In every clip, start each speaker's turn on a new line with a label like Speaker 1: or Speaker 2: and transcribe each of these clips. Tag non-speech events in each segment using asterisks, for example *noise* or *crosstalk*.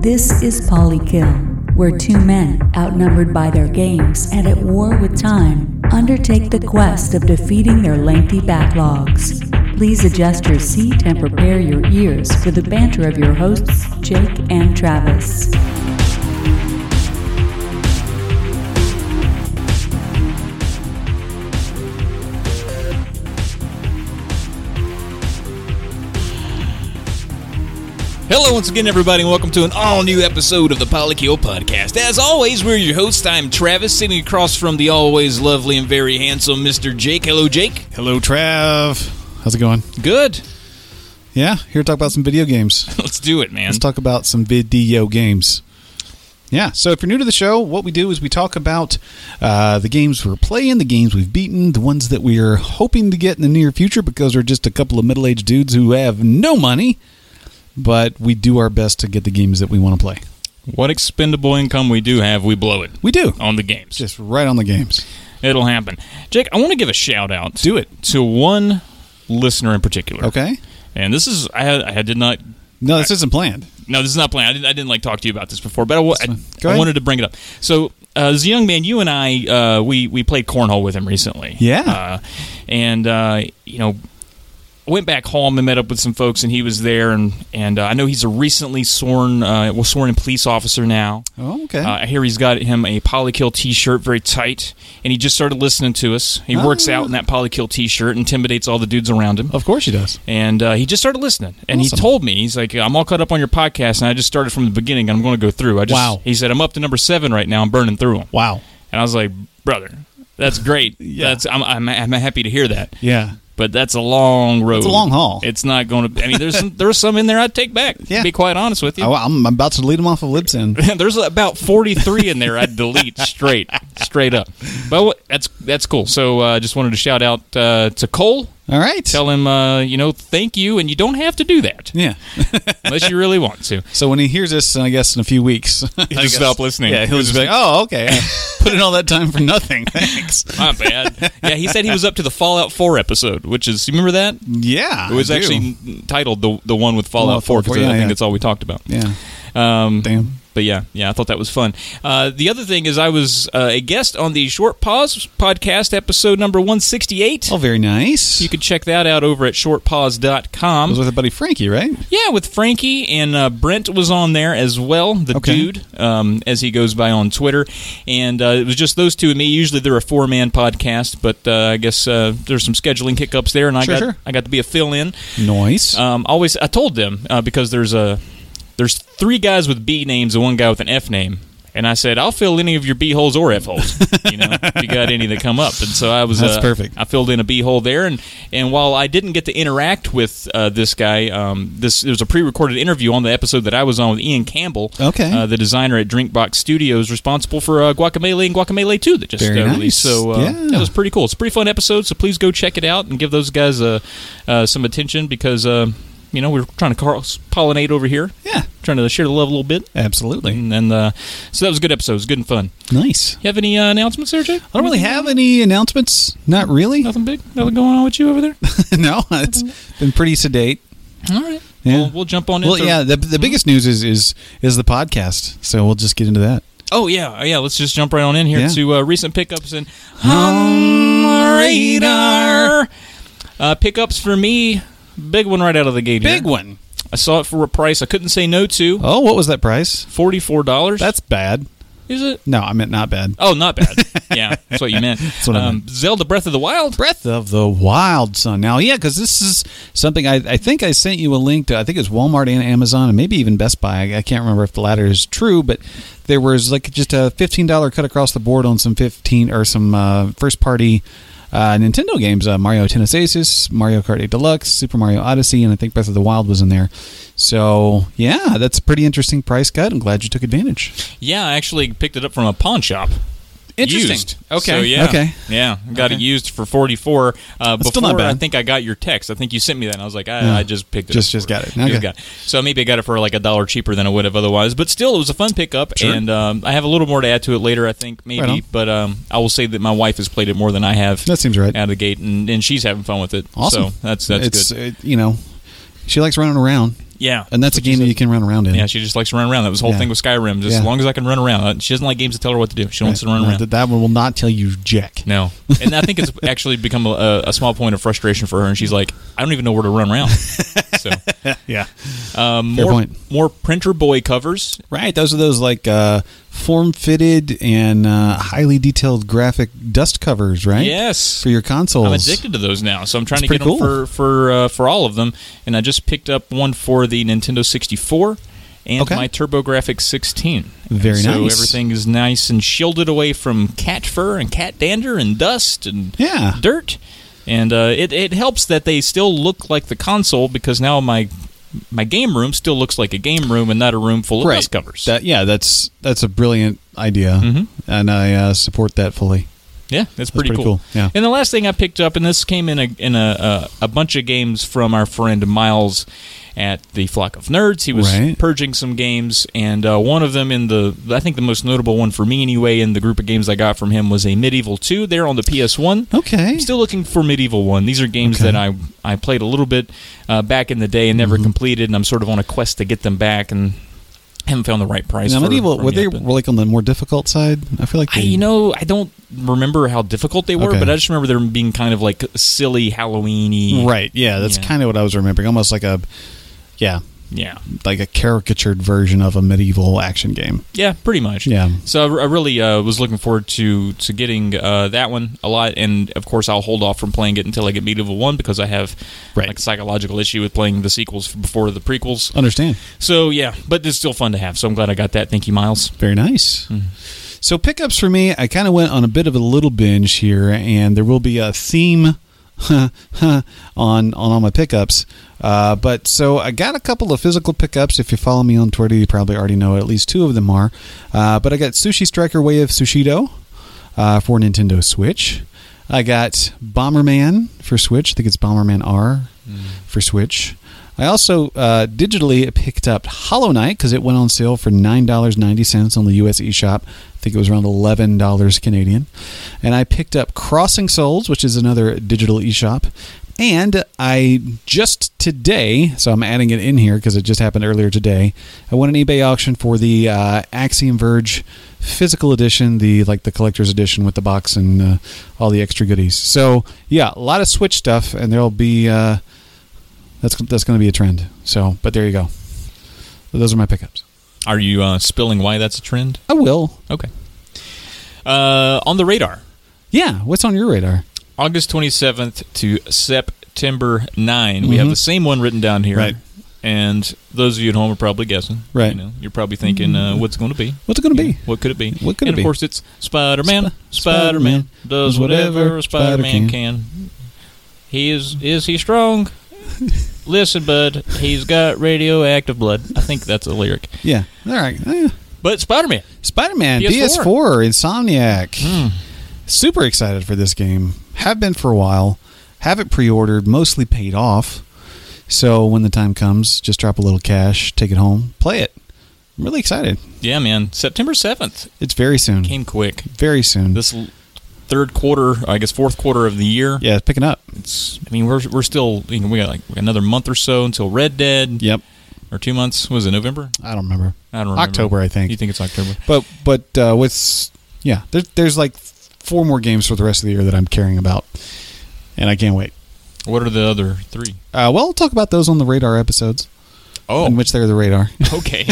Speaker 1: This is Polykill, where two men, outnumbered by their games and at war with time, undertake the quest of defeating their lengthy backlogs. Please adjust your seat and prepare your ears for the banter of your hosts, Jake and Travis.
Speaker 2: Hello, once again, everybody, and welcome to an all new episode of the Polykill Podcast. As always, we're your hosts. I'm Travis, sitting across from the always lovely and very handsome Mr. Jake. Hello, Jake.
Speaker 3: Hello, Trav. How's it going?
Speaker 2: Good.
Speaker 3: Yeah, here to talk about some video games.
Speaker 2: *laughs* Let's do it, man.
Speaker 3: Let's talk about some video games. Yeah, so if you're new to the show, what we do is we talk about uh, the games we're playing, the games we've beaten, the ones that we're hoping to get in the near future because we're just a couple of middle aged dudes who have no money, but we do our best to get the games that we want to play.
Speaker 2: What expendable income we do have, we blow it
Speaker 3: We do.
Speaker 2: on the games.
Speaker 3: Just right on the games.
Speaker 2: It'll happen. Jake, I want to give a shout out
Speaker 3: Do it.
Speaker 2: to one listener in particular.
Speaker 3: Okay?
Speaker 2: And this is, I, had, I did not
Speaker 3: No, this isn't planned.
Speaker 2: No, this is not planned. I didn't, I didn't like talk to you about this before, but I, wa-
Speaker 3: fine.
Speaker 2: I,
Speaker 3: Go ahead.
Speaker 2: wanted to bring it up. So, uh, as a young man, you and I, uh, we we played cornhole with him recently.
Speaker 3: Yeah.
Speaker 2: uh, and uh, you know, went back home and met up with some folks, and he was there, and and uh, I know he's a recently sworn, uh, well, sworn in police officer now.
Speaker 3: Oh, okay.
Speaker 2: Uh, I hear he's got him a Polykill T-shirt, very tight, and he just started listening to us. He works
Speaker 3: Ah.
Speaker 2: out in that Polykill T-shirt, intimidates all the dudes around him
Speaker 3: of course she does.
Speaker 2: and uh, he just started listening. And
Speaker 3: Awesome.
Speaker 2: he told me, he's like, I'm all caught up on your podcast, and I just started from the beginning, and I'm going to go through. I just,
Speaker 3: Wow.
Speaker 2: He said, I'm up to number seven right now. I'm burning through them.
Speaker 3: Wow.
Speaker 2: And I was like, brother, that's great.
Speaker 3: *laughs* Yeah.
Speaker 2: That's I'm, I'm I'm happy to hear that.
Speaker 3: Yeah.
Speaker 2: But that's a long road.
Speaker 3: It's a long haul.
Speaker 2: It's not going to. I mean, there's
Speaker 3: *laughs*
Speaker 2: some, there's some in there I'd take back.
Speaker 3: Yeah.
Speaker 2: To be quite honest with you.
Speaker 3: Oh, I'm about to lead them off of Libsyn.
Speaker 2: *laughs* there's about 43 in there I'd delete
Speaker 3: *laughs*
Speaker 2: straight straight up. But what, that's that's cool. So I uh, just wanted to shout out uh, to Cole.
Speaker 3: All right.
Speaker 2: Tell him, uh, you know, thank you, and you don't have to do that.
Speaker 3: yeah. *laughs*
Speaker 2: unless you really want to.
Speaker 3: So when he hears this, and I guess in a few weeks, *laughs* he'll
Speaker 2: just stop listening.
Speaker 3: Yeah, he'll just be like, "Oh, okay, I *laughs* put in all that time for
Speaker 2: *laughs*
Speaker 3: nothing. Thanks."
Speaker 2: My bad. yeah, he said he was up to the Fallout 4 episode, which is you remember that?
Speaker 3: Yeah,
Speaker 2: It was
Speaker 3: I do.
Speaker 2: actually titled the the one with Fallout 4
Speaker 3: Fallout
Speaker 2: because
Speaker 3: 4, yeah,
Speaker 2: I think
Speaker 3: yeah.
Speaker 2: that's all we talked about.
Speaker 3: yeah.
Speaker 2: Um,
Speaker 3: Damn.
Speaker 2: but yeah, yeah, I thought that was fun. Uh, the other thing is I was uh, a guest on the Short Pause podcast episode number 168.
Speaker 3: Oh, very nice.
Speaker 2: You
Speaker 3: You could,
Speaker 2: can check that out over at
Speaker 3: I
Speaker 2: shortpause.com.
Speaker 3: was with a buddy Frankie, right?
Speaker 2: Yeah, with Frankie and uh, Brent was on there as well, the
Speaker 3: Okay.
Speaker 2: dude, um, as he goes by on Twitter. And uh, it was just those two and me. Usually they're a four man podcast, but uh, I guess uh, there's some scheduling hiccups there, and I
Speaker 3: Sure,
Speaker 2: got
Speaker 3: sure.
Speaker 2: I got to be a fill in.
Speaker 3: Nice.
Speaker 2: Um, always, I told them uh, because there's a there's three guys with B names and one guy with an F name. And I said, I'll fill any of your B holes or F holes, you know, if you got any that come up. And so I was
Speaker 3: That's
Speaker 2: uh,
Speaker 3: perfect.
Speaker 2: I filled in a B hole there, and and while I didn't get to interact with uh, this guy, um, this there was a pre-recorded interview on the episode that I was on with Ian Campbell,
Speaker 3: Okay.
Speaker 2: uh, the designer at Drinkbox Studios, responsible for uh, Guacamole and Guacamole Two that just
Speaker 3: Very
Speaker 2: uh,
Speaker 3: nice.
Speaker 2: released. So uh,
Speaker 3: Yeah.
Speaker 2: that was it's pretty cool. It's a pretty fun episode, so please go check it out and give those guys uh, uh, some attention because uh, you know we're trying to cross pollinate over here,
Speaker 3: yeah,
Speaker 2: trying to share the love a little bit,
Speaker 3: absolutely.
Speaker 2: and then uh, so that was a good episode. It was good and fun.
Speaker 3: Nice.
Speaker 2: You have any uh, announcements there, Jake?
Speaker 3: I don't really have any announcements. Not really.
Speaker 2: Nothing big, nothing going on with you over there.
Speaker 3: *laughs* no, it's been pretty sedate.
Speaker 2: *laughs* All right,
Speaker 3: Yeah.
Speaker 2: we'll, Hmm? we'll jump on.
Speaker 3: Well,
Speaker 2: into-
Speaker 3: yeah. The, the biggest news is is is the podcast. So we'll just get into that.
Speaker 2: Oh yeah, yeah. Let's just jump right on in here
Speaker 3: Yeah.
Speaker 2: to uh, recent pickups and on the radar uh, pickups for me. Big one right out of the gate. here.
Speaker 3: one.
Speaker 2: I saw it for a price I couldn't say no to.
Speaker 3: Oh, what was that price?
Speaker 2: Forty-four dollars.
Speaker 3: That's bad.
Speaker 2: is it?
Speaker 3: No, I meant not bad.
Speaker 2: Oh, not
Speaker 3: *laughs*
Speaker 2: bad. Yeah, that's what you meant.
Speaker 3: what I
Speaker 2: um, Zelda Breath of the Wild.
Speaker 3: Breath of the Wild, son. Now, yeah, because this is something I, I think I sent you a link to. I think it's Walmart and Amazon, and maybe even Best Buy. I, I can't remember if the latter is true, but there was like just a fifteen dollar cut across the board on some fifteen or some uh, first party uh, Nintendo games: uh, Mario Tennis Aces, Mario Kart 8 Deluxe, Super Mario Odyssey, and I think Breath of the Wild was in there. So, yeah, that's a pretty interesting price cut. I'm glad you took advantage.
Speaker 2: Yeah, I actually picked it up from a pawn shop.
Speaker 3: Interesting.
Speaker 2: Used.
Speaker 3: Okay.
Speaker 2: So, yeah.
Speaker 3: Okay.
Speaker 2: Yeah. I Got it used for forty four. Uh, before
Speaker 3: That's still not
Speaker 2: I
Speaker 3: bad.
Speaker 2: think I got your text. I think you sent me that, and I was like, I,
Speaker 3: Yeah.
Speaker 2: I just picked it.
Speaker 3: Just-
Speaker 2: up
Speaker 3: just
Speaker 2: for-
Speaker 3: got it. Okay.
Speaker 2: got it. So maybe I got it for like a dollar cheaper than I would have otherwise. But still, it was a fun pickup,
Speaker 3: Sure.
Speaker 2: and um, I have a little more to add to it later. I think maybe,
Speaker 3: Right on.
Speaker 2: but um, I will say that my wife has played it more than I have.
Speaker 3: That seems right.
Speaker 2: Out of the gate, and, and she's having fun with it.
Speaker 3: Awesome.
Speaker 2: So that's that's
Speaker 3: it's,
Speaker 2: good.
Speaker 3: It, you know, she likes running around.
Speaker 2: Yeah.
Speaker 3: And that's a game that you can run around in.
Speaker 2: Yeah, she just likes to run around. That was the whole
Speaker 3: Yeah.
Speaker 2: thing with Skyrim. Just
Speaker 3: Yeah.
Speaker 2: as long as I can run around. Uh, She doesn't like games that tell her what to do. She wants to run
Speaker 3: Right.
Speaker 2: around.
Speaker 3: That, that one will not tell you jack.
Speaker 2: No. And I think it's actually become a- a, a small point of frustration for her. And she's like, I don't even know where to run
Speaker 3: *laughs*
Speaker 2: around. So,
Speaker 3: *laughs* Yeah.
Speaker 2: um,
Speaker 3: Fair
Speaker 2: more,
Speaker 3: point.
Speaker 2: more printer boy covers.
Speaker 3: Right. Those are those like uh, form fitted and uh, highly detailed graphic dust covers, right?
Speaker 2: Yes.
Speaker 3: For your consoles.
Speaker 2: I'm addicted to those now, so I'm trying
Speaker 3: It's
Speaker 2: to get them
Speaker 3: pretty cool.
Speaker 2: for for uh, for all of them. And I just picked up one for the Nintendo 64 and
Speaker 3: Okay.
Speaker 2: my TurboGrafx 16.
Speaker 3: Very
Speaker 2: so
Speaker 3: nice.
Speaker 2: everything is nice and shielded away from cat fur and cat dander and dust and
Speaker 3: Yeah.
Speaker 2: dirt. And uh, it it helps that they still look like the console because now my my game room still looks like a game room and not a room full of dust covers. Mm-hmm.
Speaker 3: That, yeah, that's that's a brilliant idea, and I uh, support that fully.
Speaker 2: Yeah, that's pretty,
Speaker 3: pretty
Speaker 2: cool.
Speaker 3: cool, yeah.
Speaker 2: And the last thing I picked up, and this came in a in a a, a bunch of games from our friend Miles at the Flock of Nerds. He was
Speaker 3: Right.
Speaker 2: purging some games, and uh, one of them in the I think the most notable one for me anyway in the group of games I got from him was a Medieval Two. There on the PS One.
Speaker 3: Okay.
Speaker 2: I'm still looking for Medieval One. These are games
Speaker 3: Okay. Mm-hmm.
Speaker 2: that I I played a little bit uh, back in the day and never completed, and I'm sort of on a quest to get them back and. Haven't found the right price.
Speaker 3: now,
Speaker 2: for-
Speaker 3: medieval
Speaker 2: for
Speaker 3: were
Speaker 2: them
Speaker 3: they
Speaker 2: yet, but-
Speaker 3: were like on the more difficult side? I feel like
Speaker 2: I,
Speaker 3: they-
Speaker 2: you know, I don't remember how difficult they were,
Speaker 3: Okay.
Speaker 2: but I just remember them being kind of like silly Halloweeny.
Speaker 3: right? Yeah, that's
Speaker 2: Yeah.
Speaker 3: kind of what I was remembering. Almost like a yeah,
Speaker 2: Yeah.
Speaker 3: like a caricatured version of a medieval action game.
Speaker 2: Yeah, pretty much.
Speaker 3: Yeah.
Speaker 2: So I, I really uh, was looking forward to to getting uh, that one a lot, and of course I'll hold off from playing it until I get Medieval One because I have
Speaker 3: Right.
Speaker 2: like a psychological issue with playing the sequels before the prequels.
Speaker 3: Understand?
Speaker 2: So yeah, but it's still fun to have. So I'm glad I got that. Thank you, Miles.
Speaker 3: Very nice. So pickups for me, I kind of went on a bit of a little binge here, and there will be a theme *laughs* on on all my pickups. Uh, but so I got a couple of physical pickups. If you follow me on Twitter, you probably already know at least two of them are. Uh, but I got Sushi Striker Way of Sushido uh, for Nintendo Switch. I got Bomberman for Switch. I think it's Bomberman R for Switch. I also uh, digitally picked up Hollow Knight because it went on sale for nine dollars ninety cents on the US eShop. I think it was around eleven dollars Canadian. And I picked up Crossing Souls, which is another digital eShop. And I just today, so I'm adding it in here because it just happened earlier today. I won an eBay auction for the uh, Axiom Verge physical edition, the like the collector's edition with the box and uh, all the extra goodies. So yeah, a lot of Switch stuff, and there'll be uh, that's that's going to be a trend. So, but there you go. Those are my pickups.
Speaker 2: Are you uh, spilling why that's a trend?
Speaker 3: I will.
Speaker 2: Okay. Uh, on the radar.
Speaker 3: Yeah. What's on your radar?
Speaker 2: August 27th to September 9. We have the same one written down here.
Speaker 3: Mm-hmm. Right.
Speaker 2: And those of you at home are probably guessing.
Speaker 3: Right.
Speaker 2: You know, you're probably thinking, uh, what's it going to be?
Speaker 3: What's it going to be?
Speaker 2: What could it be?
Speaker 3: What could
Speaker 2: and
Speaker 3: it be?
Speaker 2: of course, it's Spider Man.
Speaker 3: Sp-
Speaker 2: Spider Man
Speaker 3: Spider-Man
Speaker 2: does
Speaker 3: does whatever
Speaker 2: whatever Spider Man
Speaker 3: Spider
Speaker 2: can. He is is he
Speaker 3: *laughs*
Speaker 2: strong? Listen, bud, he's got radioactive blood. I think that's a lyric.
Speaker 3: Yeah. All right. Eh.
Speaker 2: But Spider Man.
Speaker 3: Spider-Man
Speaker 2: PS4.
Speaker 3: PS4, Insomniac.
Speaker 2: Hmm.
Speaker 3: Super excited for this game. Have been for a while. Have it pre-ordered, mostly paid off. So when the time comes, just drop a little cash, take it home, play it. I'm really excited.
Speaker 2: Yeah, man. September 7th
Speaker 3: It's very soon.
Speaker 2: came quick.
Speaker 3: Very soon.
Speaker 2: This l- third quarter, I guess fourth quarter of the year.
Speaker 3: yeah, it's picking up.
Speaker 2: it's I mean we're we're still you know, we got like another month or so until Red Dead
Speaker 3: Yep.
Speaker 2: or two months was it November
Speaker 3: I don't remember.
Speaker 2: I don't remember
Speaker 3: October, I think.
Speaker 2: you think it's October
Speaker 3: But but uh, with yeah, there, there's like four more games for the rest of the year that I'm caring about, and I can't wait.
Speaker 2: what are the other three?
Speaker 3: Uh, well, I'll talk about those on the radar episodes,
Speaker 2: Oh.
Speaker 3: in which they're the radar. *laughs*
Speaker 2: okay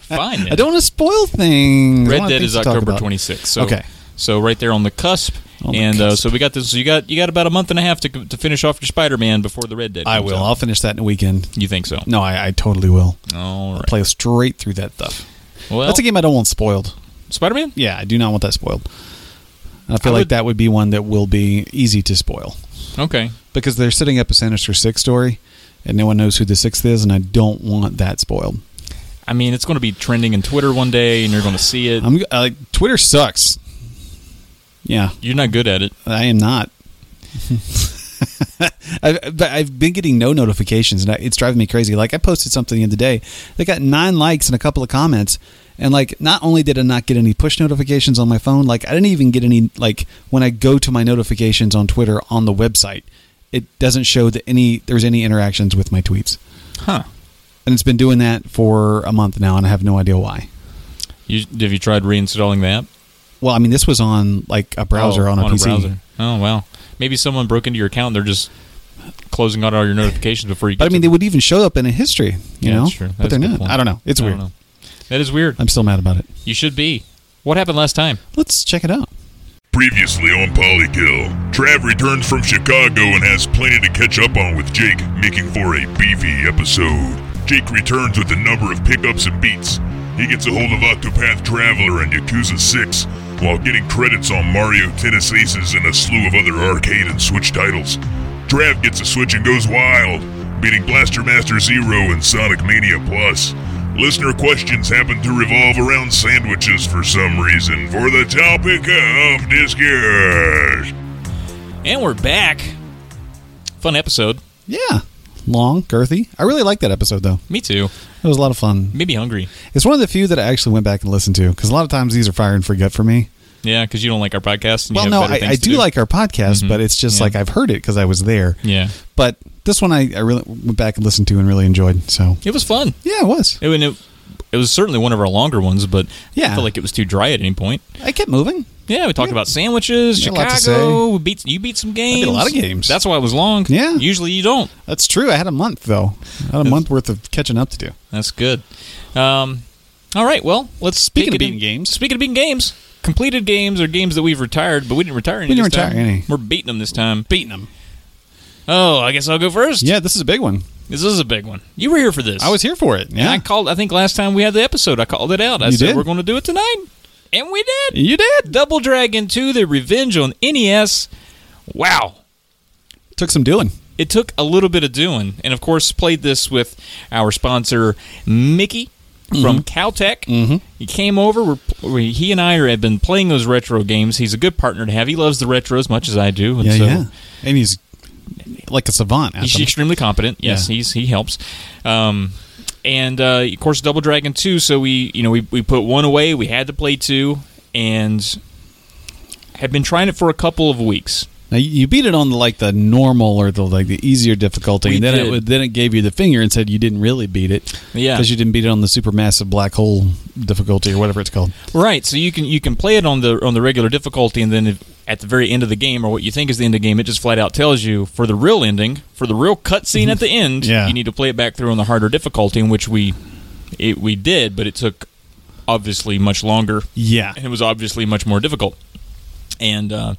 Speaker 2: fine then.
Speaker 3: Oh. I don't want to spoil things. I
Speaker 2: Red
Speaker 3: want
Speaker 2: Dead
Speaker 3: things
Speaker 2: is
Speaker 3: to talk
Speaker 2: October
Speaker 3: about.
Speaker 2: 26th so
Speaker 3: Okay. Oh
Speaker 2: so right there on the cusp
Speaker 3: On the
Speaker 2: and Uh,
Speaker 3: cusp.
Speaker 2: so we got this you got you got about a month and a half to to finish off your Spider Man before the Red Dead
Speaker 3: I
Speaker 2: comes
Speaker 3: will.
Speaker 2: out.
Speaker 3: I'll finish that in a weekend.
Speaker 2: you think so
Speaker 3: No, I, I totally will.
Speaker 2: all right
Speaker 3: Play straight through that stuff.
Speaker 2: well
Speaker 3: That's a game I don't want spoiled.
Speaker 2: Spider Man
Speaker 3: Yeah, I do not want that spoiled. I
Speaker 2: I
Speaker 3: feel like
Speaker 2: would-
Speaker 3: that would be one that will be easy to spoil.
Speaker 2: okay
Speaker 3: because they're setting up a Sinister Six story, and no one knows who the sixth is, and I don't want that spoiled.
Speaker 2: I mean it's going to be trending in Twitter one day and you're going to see it
Speaker 3: I'm uh, like Twitter sucks. Yeah,
Speaker 2: you're not good at it
Speaker 3: I am not. I've, but I've been getting no notifications, and I, it's driving me crazy. Like I posted something the other day, they got nine likes and a couple of comments, and like not only did I not get any push notifications on my phone, like I didn't even get any like when I go to my notifications on Twitter on the website, it doesn't show that any there's any interactions with my tweets.
Speaker 2: huh
Speaker 3: and it's been doing that for a month now, and I have no idea why.
Speaker 2: You, have you tried reinstalling the app?
Speaker 3: Well, I mean, this was on like a browser
Speaker 2: Oh,
Speaker 3: on a PC.
Speaker 2: browser. Oh wow. Maybe someone broke into your account. and They're just closing out all your notifications before you. Get
Speaker 3: But I
Speaker 2: to
Speaker 3: mean, they would even show up in a history, you
Speaker 2: Yeah,
Speaker 3: know.
Speaker 2: that's true. That's
Speaker 3: But they're
Speaker 2: a good
Speaker 3: not.
Speaker 2: point.
Speaker 3: I don't know. It's
Speaker 2: I don't
Speaker 3: weird.
Speaker 2: know. That is weird.
Speaker 3: I'm still mad about it.
Speaker 2: You should be. What happened last time?
Speaker 3: Let's check it out.
Speaker 4: Previously on Polykill, Trav returns from Chicago and has plenty to catch up on with Jake, making for a beefy episode. Jake returns with a number of pickups and beats. He gets a hold of Octopath Traveler and Yakuza 6, while getting credits on Mario Tennis Aces and a slew of other arcade and Switch titles. Trav gets a Switch and goes wild, beating Blaster Master Zero and Sonic Mania Plus. Listener questions happen to revolve around sandwiches for some reason for the topic of discussion.
Speaker 2: And we're back. Fun episode.
Speaker 3: Yeah, long, girthy. I really like that episode though.
Speaker 2: Me too.
Speaker 3: It was a lot of fun.
Speaker 2: Maybe hungry.
Speaker 3: It's one of the few that I actually went back and listened to because a lot of times these are fire and forget for me.
Speaker 2: Yeah, because you don't like our podcast. And
Speaker 3: Well,
Speaker 2: you
Speaker 3: no,
Speaker 2: have better
Speaker 3: I,
Speaker 2: things
Speaker 3: I
Speaker 2: to Mm-hmm.
Speaker 3: do, like our podcast, but it's just
Speaker 2: Yeah.
Speaker 3: like I've heard it because I was there.
Speaker 2: Yeah,
Speaker 3: But this one I, I really went back and listened to and really enjoyed. So
Speaker 2: it was fun.
Speaker 3: yeah, it was.
Speaker 2: It, and it, it was certainly one of our longer ones, but I
Speaker 3: Yeah.
Speaker 2: felt like it was too dry at any point.
Speaker 3: I kept moving.
Speaker 2: Yeah, we talked about sandwiches,
Speaker 3: Yeah, a lot to
Speaker 2: Chicago. We beat you beat some games.
Speaker 3: a lot of games.
Speaker 2: That's why it was long.
Speaker 3: Yeah.
Speaker 2: usually you don't.
Speaker 3: That's true. I had a month though. I had a month worth of catching up to do.
Speaker 2: That's good. Um, all right. Well, let's
Speaker 3: Speaking
Speaker 2: pick
Speaker 3: of
Speaker 2: it in-
Speaker 3: beating games.
Speaker 2: Speaking of beating games, completed games are games that we've retired, but we didn't retire any.
Speaker 3: We didn't
Speaker 2: this time.
Speaker 3: retire any.
Speaker 2: We're beating them this time.
Speaker 3: Beating them.
Speaker 2: Oh, I guess I'll go first.
Speaker 3: Yeah, this is a big one.
Speaker 2: This is a big one. You were here for this.
Speaker 3: I was here for it.
Speaker 2: And
Speaker 3: Yeah,
Speaker 2: I called. I think last time we had the episode, I called it out. I
Speaker 3: You
Speaker 2: said
Speaker 3: did.
Speaker 2: we're going to do it tonight, and we did.
Speaker 3: you did.
Speaker 2: Double Dragon Two: The Revenge on NES. Wow.
Speaker 3: Took some doing.
Speaker 2: It took a little bit of doing, and of course, played this with our sponsor Mickey from Caltech. Mm-hmm. He came over. We're, we, he and I have been playing those retro games. He's a good partner to have. He loves the retro as much as I do. And
Speaker 3: Yeah,
Speaker 2: so
Speaker 3: yeah. And he's like a savant. At
Speaker 2: He's
Speaker 3: them.
Speaker 2: extremely competent. Yes,
Speaker 3: Yeah.
Speaker 2: he's he helps. Um, and uh, of course, Double Dragon two. So we you know we we put one away. We had to play two, and have been trying it for a couple of weeks.
Speaker 3: Now you- you beat it on the, like the normal or the like the easier difficulty,
Speaker 2: We
Speaker 3: and then
Speaker 2: did.
Speaker 3: it would- then it gave you the finger and said you didn't really beat it.
Speaker 2: Yeah.
Speaker 3: because you didn't beat it on the supermassive black hole difficulty or whatever it's called.
Speaker 2: Right. So you can you can play it on the on the regular difficulty, and then if, at the very end of the game, or what you think is the end of the game, it just flat out tells you for the real ending, for the real cutscene at the end,
Speaker 3: Yeah.
Speaker 2: you need to play it back through on the harder difficulty, in which we it, we did, but it took obviously much longer.
Speaker 3: Yeah,
Speaker 2: and it was obviously much more difficult. And uh,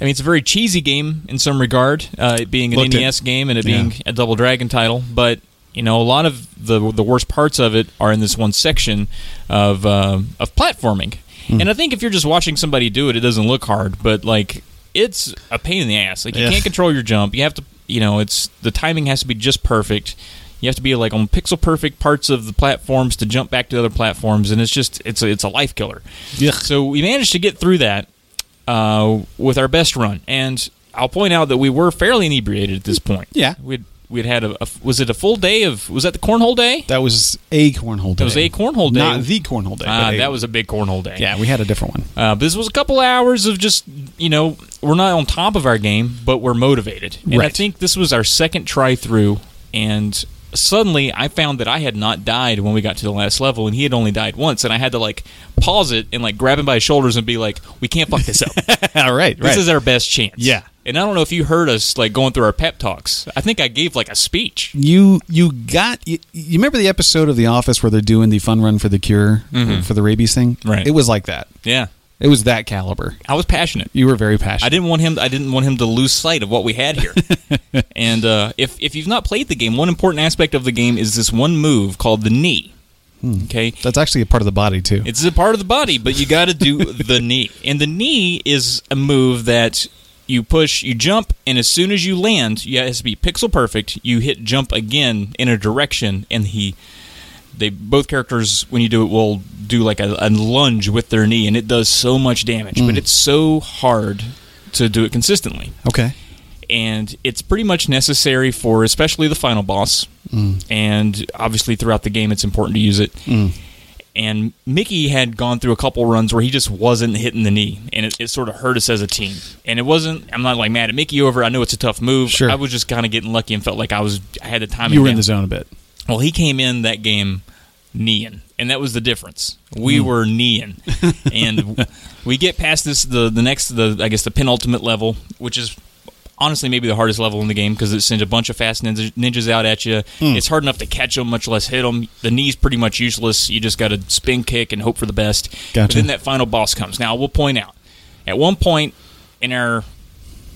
Speaker 2: I mean, it's a very cheesy game in some regard, uh, it being an
Speaker 3: Looked it.
Speaker 2: NES game and it
Speaker 3: Yeah.
Speaker 2: being a Double Dragon title. But you know, a lot of the the worst parts of it are in this one section of uh, of platforming.
Speaker 3: Hmm.
Speaker 2: And I think if you're just watching somebody do it, it doesn't look hard, but like it's a pain in the ass. Like you
Speaker 3: Yeah.
Speaker 2: can't control your jump. You have to, you know, it's the timing has to be just perfect. You have to be like on pixel perfect parts of the platforms to jump back to other platforms, and it's just it's a, it's a life killer.
Speaker 3: Yuck.
Speaker 2: So we managed to get through that uh, with our best run, and I'll point out that we were fairly inebriated at this point.
Speaker 3: Yeah.
Speaker 2: we'd we'd had a, a was it a full day of was that the cornhole day?
Speaker 3: that was a cornhole
Speaker 2: That
Speaker 3: day.
Speaker 2: was a cornhole day.
Speaker 3: not the cornhole day.
Speaker 2: Ah,
Speaker 3: but a-
Speaker 2: that was a big cornhole day.
Speaker 3: yeah. We had a different one.
Speaker 2: Uh, but this was a couple hours of just, you know, we're not on top of our game, but we're motivated. And I
Speaker 3: Right.
Speaker 2: think this was our second try through, and suddenly I found that I had not died when we got to the last level, and he had only died once. And I had to, like, pause it and, like, grab him by his shoulders and be like, we can't fuck this
Speaker 3: *laughs*
Speaker 2: up.
Speaker 3: All right,
Speaker 2: This is our best chance.
Speaker 3: Yeah.
Speaker 2: And I don't know if you heard us, like, going through our pep talks. I think I gave, like, a speech.
Speaker 3: you you got you, you remember the episode of The Office where they're doing the fun run for the cure for the rabies thing?
Speaker 2: Right.
Speaker 3: It was like that.
Speaker 2: Yeah.
Speaker 3: It was that caliber.
Speaker 2: I was passionate.
Speaker 3: You were very passionate.
Speaker 2: I didn't want him. I didn't want him to lose sight of what we had here. and uh, if if you've not played the game, one important aspect of the game is this one move called the knee. Okay,
Speaker 3: That's actually a part of the body too.
Speaker 2: it's a part of the body, but you got to do the knee. And the knee is a move that you push, you jump, and as soon as you land, you it has to be pixel perfect. You hit jump again in a direction, and he. They both characters when you do it will do like a, a lunge with their knee, and it does so much damage. But it's so hard to do it consistently
Speaker 3: okay.
Speaker 2: and it's pretty much necessary for especially the final boss.
Speaker 3: Mm.
Speaker 2: And obviously, throughout the game, it's important to use it. And Mickey had gone through a couple runs where he just wasn't hitting the knee, and it, it sort of hurt us as a team. And it wasn't. I'm not like mad at Mickey over. it. I know it's a tough move.
Speaker 3: Sure.
Speaker 2: I was just kind of getting lucky and felt like I was. I had the time.
Speaker 3: You were in the zone a bit.
Speaker 2: Well, he came in that game kneeing, and that was the difference. We were kneeing, and we get past this the the next the I guess the penultimate level, which is honestly maybe the hardest level in the game because it sends a bunch of fast ninjas, ninjas out at you. It's hard enough to catch them, much less hit them. The knee's pretty much useless. You just got to spin kick and hope for the best. But
Speaker 3: Gotcha.
Speaker 2: then that final boss comes. Now we'll point out at one point in our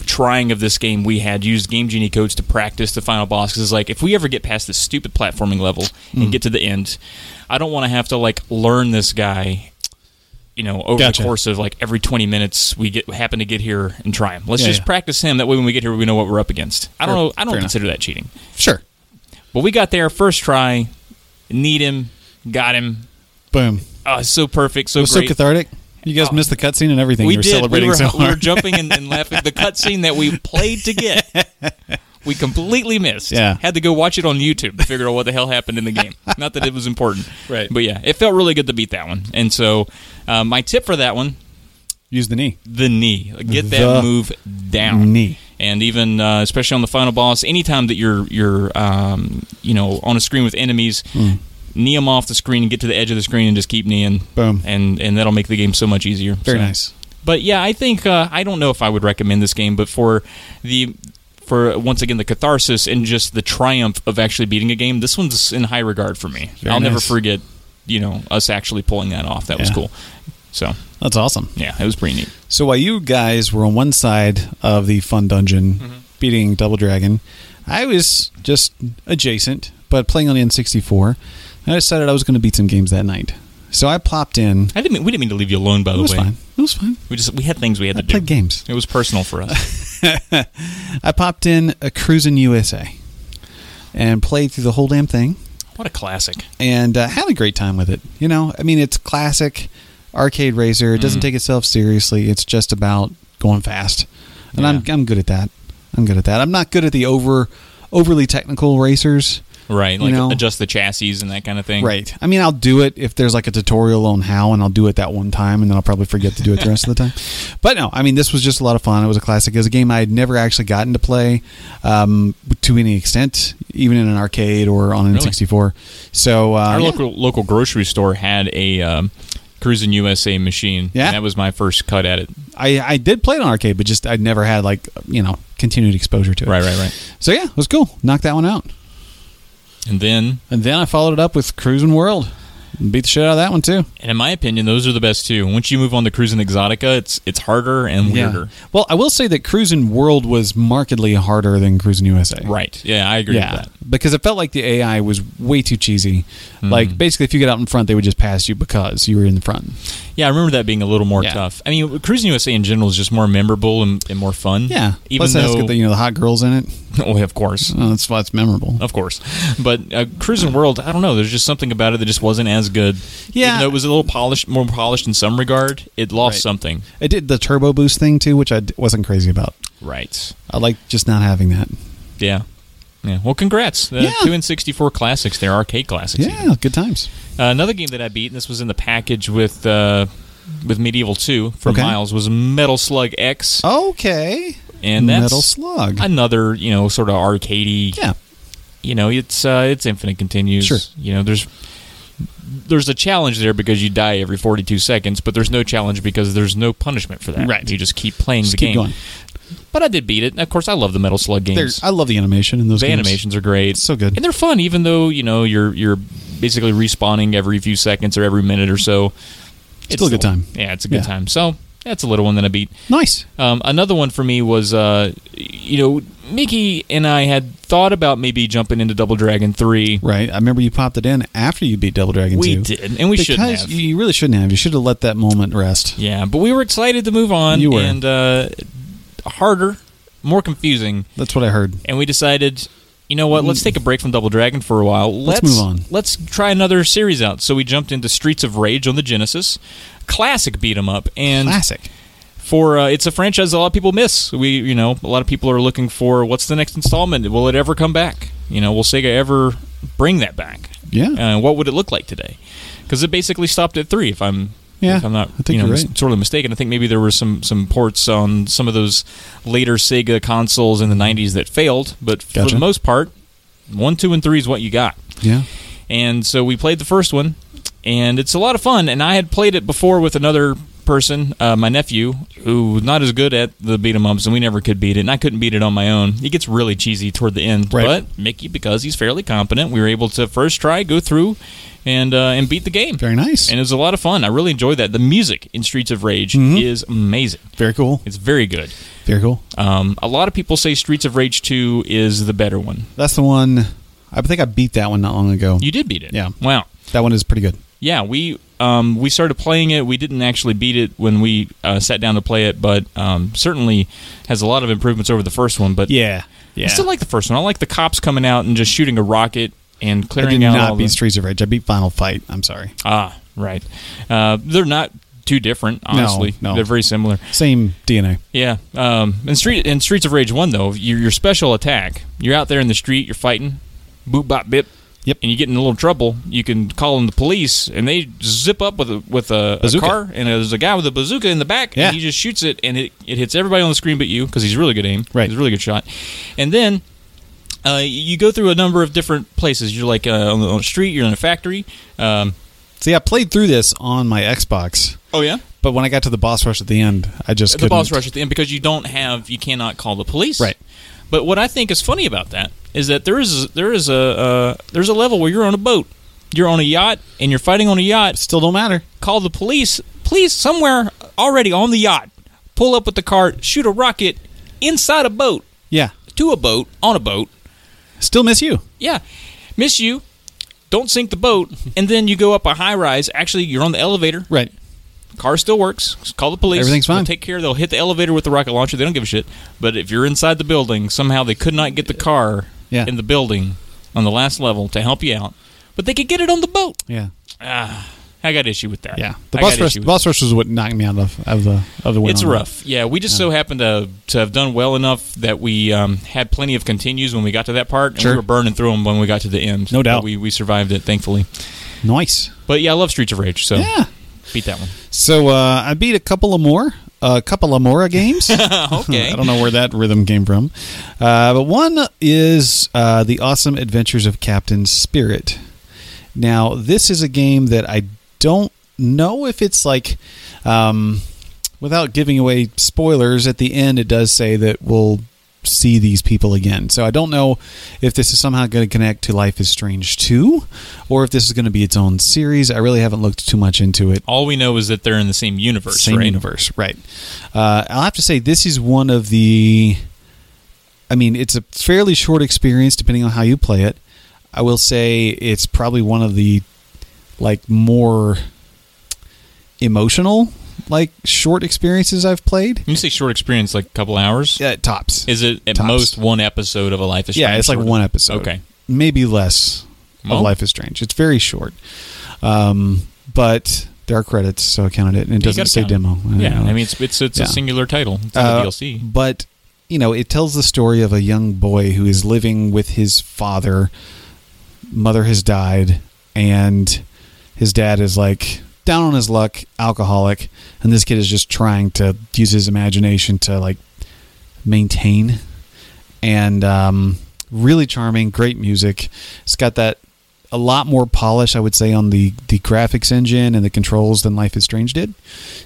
Speaker 2: trying of this game we had used game genie codes to practice the final boss because like if we ever get past this stupid platforming level
Speaker 3: Mm.
Speaker 2: and get to the end i don't want to have to like learn this guy you know over
Speaker 3: Gotcha.
Speaker 2: the course of like every 20 minutes we get happen to get here and try him let's
Speaker 3: Yeah,
Speaker 2: just
Speaker 3: yeah.
Speaker 2: practice him that way when we get here we know what we're up against i don't
Speaker 3: Fair-
Speaker 2: know i don't
Speaker 3: fair enough.
Speaker 2: consider that cheating
Speaker 3: Sure.
Speaker 2: but we got there first try need him got him
Speaker 3: Boom.
Speaker 2: oh it's so perfect so
Speaker 3: It was so
Speaker 2: great
Speaker 3: cathartic. You guys
Speaker 2: Oh.
Speaker 3: missed the cutscene and everything. you were celebrating
Speaker 2: we were,
Speaker 3: so
Speaker 2: *laughs* we were
Speaker 3: hard.
Speaker 2: jumping and, and laughing. The cutscene that we played to
Speaker 3: *laughs*
Speaker 2: get, we completely missed.
Speaker 3: Yeah.
Speaker 2: had to go watch it on YouTube to figure out what the hell happened in the game. Not that it was important,
Speaker 3: Right.
Speaker 2: But yeah, it felt really good to beat that one. And so, uh, my tip for that one:
Speaker 3: Use the knee.
Speaker 2: the knee. Get that
Speaker 3: The
Speaker 2: move down.
Speaker 3: knee.
Speaker 2: And even uh, especially on the final boss, anytime that you're you're um, you know on a screen with enemies.
Speaker 3: Hmm.
Speaker 2: Knee them off the screen and get to the edge of the screen and just keep kneeing.
Speaker 3: Boom.
Speaker 2: And and that'll make the game so much easier.
Speaker 3: Very
Speaker 2: So-
Speaker 3: nice.
Speaker 2: but yeah, I think uh, I don't know if I would recommend this game, but for the for once again the catharsis and just the triumph of actually beating a game, this one's in high regard for me.
Speaker 3: Very
Speaker 2: I'll never
Speaker 3: nice.
Speaker 2: forget, you know, us actually pulling that off. That was
Speaker 3: Yeah.
Speaker 2: cool. So
Speaker 3: That's awesome.
Speaker 2: yeah, it was pretty neat.
Speaker 3: So while you guys were on one side of the fun dungeon
Speaker 2: Mm-hmm.
Speaker 3: beating Double Dragon, I was just adjacent, but playing on the N64. And I decided I was going to beat some games that night. So I plopped in.
Speaker 2: I didn't mean, we didn't mean to leave you alone. By
Speaker 3: It
Speaker 2: the
Speaker 3: was
Speaker 2: way,
Speaker 3: fine. It was fine.
Speaker 2: we just we had things we had
Speaker 3: I
Speaker 2: to do.
Speaker 3: played games.
Speaker 2: It was personal for
Speaker 3: *laughs*
Speaker 2: us.
Speaker 3: I popped in a Cruisin' USA and played through the whole damn thing.
Speaker 2: what a classic!
Speaker 3: and uh, had a great time with it. You know, I mean, it's classic arcade racer. It doesn't take itself seriously. It's just about going fast, and I'm
Speaker 2: Yeah.
Speaker 3: I'm good at that. I'm good at that. I'm not good at the over overly technical racers.
Speaker 2: Right,
Speaker 3: You
Speaker 2: like
Speaker 3: know.
Speaker 2: adjust the chassis and that kind of thing.
Speaker 3: Right. I mean, I'll do it if there's like a tutorial on how, and I'll do it that one time, and then I'll probably forget to do it the rest of the time.
Speaker 2: *laughs*
Speaker 3: But no, I mean, this was just a lot of fun. It was a classic. It was a game I had never actually gotten to play um, to any extent, even in an arcade or on an
Speaker 2: Really?
Speaker 3: N64. So uh,
Speaker 2: Our
Speaker 3: yeah.
Speaker 2: local local grocery store had a um, Cruisin' USA machine.
Speaker 3: Yeah.
Speaker 2: and that was my first cut at it.
Speaker 3: I, I did play it on arcade, but just I'd never had like you know continued exposure to it.
Speaker 2: Right, right, right.
Speaker 3: So yeah, it was cool. Knocked that one out,
Speaker 2: And then
Speaker 3: and then I followed it up with Cruising World. Beat the shit out of that one too.
Speaker 2: And in my opinion, those are the best two. Once you move on to Cruising Exotica, it's it's harder and weirder.
Speaker 3: Well, I will say that Cruising World was markedly harder than Cruising USA.
Speaker 2: Right. Yeah, I agree
Speaker 3: Yeah,
Speaker 2: with that. Mm-hmm.
Speaker 3: because it felt like the AI was way too cheesy. Like basically, if you get out in front, they would just pass you because you were in the front.
Speaker 2: Yeah, I remember that being a little more
Speaker 3: Yeah.
Speaker 2: tough. I mean, Cruising USA in general is just more memorable and, and more fun.
Speaker 3: Yeah,
Speaker 2: Even
Speaker 3: plus it has
Speaker 2: though,
Speaker 3: got the, you know the hot girls in it.
Speaker 2: *laughs* oh, of course,
Speaker 3: Oh, that's why it's memorable.
Speaker 2: of course. But uh, Cruising World, I don't know. There's just something about it that just wasn't as good.
Speaker 3: Yeah.
Speaker 2: Even though it was a little polished, more polished in some regard, it lost
Speaker 3: Right.
Speaker 2: something.
Speaker 3: It did the turbo boost thing too, which I d- wasn't crazy about.
Speaker 2: Right.
Speaker 3: I like just not having that.
Speaker 2: Yeah. Yeah. Well, congrats. The
Speaker 3: Yeah.
Speaker 2: two and sixty-four classics. They're arcade classics. even.
Speaker 3: Yeah, good times.
Speaker 2: Uh, another game that I beat, and this was in the package with uh, with Medieval Two from
Speaker 3: Okay.
Speaker 2: Miles, was Metal Slug X,
Speaker 3: Okay.
Speaker 2: and that's
Speaker 3: Metal Slug.
Speaker 2: another you know sort of arcadey.
Speaker 3: yeah.
Speaker 2: You know, it's uh, it's infinite continues.
Speaker 3: Sure.
Speaker 2: You know, there's there's a challenge there because you die every 42 seconds, but there's no challenge because there's no punishment for that.
Speaker 3: Right.
Speaker 2: You just keep playing
Speaker 3: Just
Speaker 2: the
Speaker 3: keep
Speaker 2: game.
Speaker 3: going.
Speaker 2: But I did beat it. And Of course, I love the Metal Slug
Speaker 3: They're-
Speaker 2: games.
Speaker 3: I love the animation in those
Speaker 2: the
Speaker 3: games.
Speaker 2: animations are great.
Speaker 3: So good.
Speaker 2: And they're fun, even though, you know, you're you're basically respawning every few seconds or every minute or so. It's
Speaker 3: Still a good time.
Speaker 2: Yeah, it's a good
Speaker 3: Yeah.
Speaker 2: time. So that's a little one that I beat.
Speaker 3: Nice.
Speaker 2: Um, another one for me was, uh, you know, Mickey and I had thought about maybe jumping into Double Dragon 3.
Speaker 3: Right. I remember you popped it in after you beat Double Dragon
Speaker 2: We
Speaker 3: 2.
Speaker 2: did, and we
Speaker 3: because
Speaker 2: shouldn't have.
Speaker 3: You you really shouldn't have. You should have let that moment rest.
Speaker 2: Yeah, but we were excited to move on.
Speaker 3: You were.
Speaker 2: And uh, harder, more confusing.
Speaker 3: That's what I heard.
Speaker 2: and we decided, you know what? Let's take a break from Double Dragon for a while.
Speaker 3: Let's
Speaker 2: Let's,
Speaker 3: move on.
Speaker 2: Let's try another series out. So we jumped into Streets of Rage on the Genesis, classic beat 'em up, and
Speaker 3: Classic.
Speaker 2: for uh, it's a franchise a lot of people miss. We, you know, a lot of people are looking for what's the next installment? Will it ever come back? You know, will Sega ever bring that back?
Speaker 3: Yeah.
Speaker 2: Uh, what would it look like today? Because it basically stopped at three. If I'm,
Speaker 3: Yeah,
Speaker 2: if I'm not,
Speaker 3: I think
Speaker 2: you know,
Speaker 3: you're
Speaker 2: mis-
Speaker 3: right.
Speaker 2: sorely mistaken. I think maybe there were some some ports on some of those later Sega consoles in the '90s that failed, but for
Speaker 3: Gotcha.
Speaker 2: the most part, one, two, and three is what you got.
Speaker 3: Yeah.
Speaker 2: And so we played the first one, and it's a lot of fun. And I had played it before with another person, uh, my nephew, who was not as good at the beat 'em ups, and we never could beat it. And I couldn't beat it on my own. It gets really cheesy toward the end.
Speaker 3: Right.
Speaker 2: But Mickey, because he's fairly competent, we were able to first try go through and uh, and beat the game.
Speaker 3: Very nice.
Speaker 2: And it was a lot of fun. I really enjoyed that. The music in Streets of Rage
Speaker 3: Mm-hmm.
Speaker 2: is amazing.
Speaker 3: Very cool.
Speaker 2: It's very good.
Speaker 3: Very cool.
Speaker 2: Um, a lot of people say Streets of Rage 2 is the better one.
Speaker 3: That's the one. I think I beat that one not long ago.
Speaker 2: You did beat it.
Speaker 3: Yeah.
Speaker 2: Wow.
Speaker 3: that one is pretty good.
Speaker 2: Yeah, we um, we started playing it. We didn't actually beat it when we uh, sat down to play it, but um, certainly has a lot of improvements over the first one. But
Speaker 3: Yeah. Yeah.
Speaker 2: I still like the first one. I like the cops coming out and just shooting a rocket and
Speaker 3: I did
Speaker 2: clearing out all
Speaker 3: not beat
Speaker 2: the-
Speaker 3: Streets of Rage. I beat Final Fight. I'm sorry.
Speaker 2: ah, right. Uh, they're not too different, honestly.
Speaker 3: no.
Speaker 2: They're very similar.
Speaker 3: Same DNA.
Speaker 2: Yeah. Um, in street in Streets of Rage one though, your your special attack. You're out there in the street. You're fighting. Boop bop bip.
Speaker 3: Yep.
Speaker 2: And you get in a little trouble. You can call in the police, and they zip up with a with a, a
Speaker 3: Bazooka.
Speaker 2: car, and there's a guy with a bazooka in the back,
Speaker 3: Yeah.
Speaker 2: and he just shoots it, and it, it hits everybody on the screen but you because he's really good aim.
Speaker 3: Right.
Speaker 2: He's a really good shot. And then uh, you go through a number of different places. You're like uh, on, the, on the street. You're in a factory. Um,
Speaker 3: See, I played through this on my Xbox,
Speaker 2: oh yeah.
Speaker 3: but when I got to the boss rush at the end, I just
Speaker 2: the
Speaker 3: couldn't.
Speaker 2: boss rush at the end because you don't have you cannot call the police
Speaker 3: Right.
Speaker 2: but what i think is funny about that is that there is there is a uh, there's a level where you're on a boat you're on a yacht and you're fighting on a yacht
Speaker 3: Still don't matter.
Speaker 2: call the police please somewhere already on the yacht pull up with the cart shoot a rocket inside a boat
Speaker 3: Yeah.
Speaker 2: to a boat on a boat
Speaker 3: Still miss you.
Speaker 2: yeah miss you don't sink the boat and then you go up a high rise actually you're on the elevator
Speaker 3: Right.
Speaker 2: car still works. Just call the police.
Speaker 3: Everything's fine.
Speaker 2: They'll take care. They'll hit the elevator with the rocket launcher. They don't give a shit. But if you're inside the building, somehow they could not get the car
Speaker 3: Yeah.
Speaker 2: in the building on the last level to help you out. But they could get it on the boat.
Speaker 3: Yeah.
Speaker 2: Ah, I got issue with that.
Speaker 3: Yeah. The
Speaker 2: I
Speaker 3: boss
Speaker 2: got
Speaker 3: rush.
Speaker 2: issue
Speaker 3: The
Speaker 2: with
Speaker 3: boss rush was what knocked me out of of the of the win.
Speaker 2: it's
Speaker 3: on that.
Speaker 2: rough. Yeah, we just so happened to to have done well enough that we um, had plenty of continues when we got to that part, and
Speaker 3: Sure.
Speaker 2: we were burning through them when we got to the end.
Speaker 3: No
Speaker 2: But
Speaker 3: doubt.
Speaker 2: we we survived it thankfully.
Speaker 3: Nice.
Speaker 2: But yeah, I love Streets of Rage, so
Speaker 3: Yeah.
Speaker 2: beat that one.
Speaker 3: So uh, I beat a couple of more, a couple of more
Speaker 2: *laughs*
Speaker 3: games.
Speaker 2: Okay.
Speaker 3: *laughs* I don't know where that rhythm came from. Uh, but one is uh, The Awesome Adventures of Captain Spirit. Now, this is a game that I don't know if it's like, um, without giving away spoilers, at the end it does say that we'll see these people again. So I don't know if this is somehow going to connect to Life is Strange 2 or if this is going to be its own series. I really haven't looked too much into it
Speaker 2: All we know is that they're in the same universe.
Speaker 3: same
Speaker 2: right?
Speaker 3: universe, right? Uh, I'll have to say this is one of the. I mean, it's a fairly short experience depending on how you play it. I will say it's probably one of the like more emotional like short experiences I've played.
Speaker 2: When you say short experience, like a couple hours?
Speaker 3: Yeah, it tops.
Speaker 2: Is it at
Speaker 3: Tops.
Speaker 2: most one episode of a Life is
Speaker 3: yeah,
Speaker 2: Strange
Speaker 3: it's like
Speaker 2: short-
Speaker 3: one episode.
Speaker 2: Okay.
Speaker 3: maybe less
Speaker 2: Well.
Speaker 3: of Life is Strange. It's very short, um, but there are credits, so I counted it, and it
Speaker 2: You
Speaker 3: doesn't
Speaker 2: gotta
Speaker 3: say
Speaker 2: count it.
Speaker 3: demo.
Speaker 2: Yeah, I mean, it's it's, it's
Speaker 3: Yeah.
Speaker 2: a singular title. It's
Speaker 3: Uh,
Speaker 2: not a DLC.
Speaker 3: But you know, it tells the story of a young boy who is living with his father. Mother has died, and his dad is like down on his luck, alcoholic, and this kid is just trying to use his imagination to like maintain. And um, really charming, great music. It's got that a lot more polish, I would say, on the the graphics engine and the controls than Life is Strange did.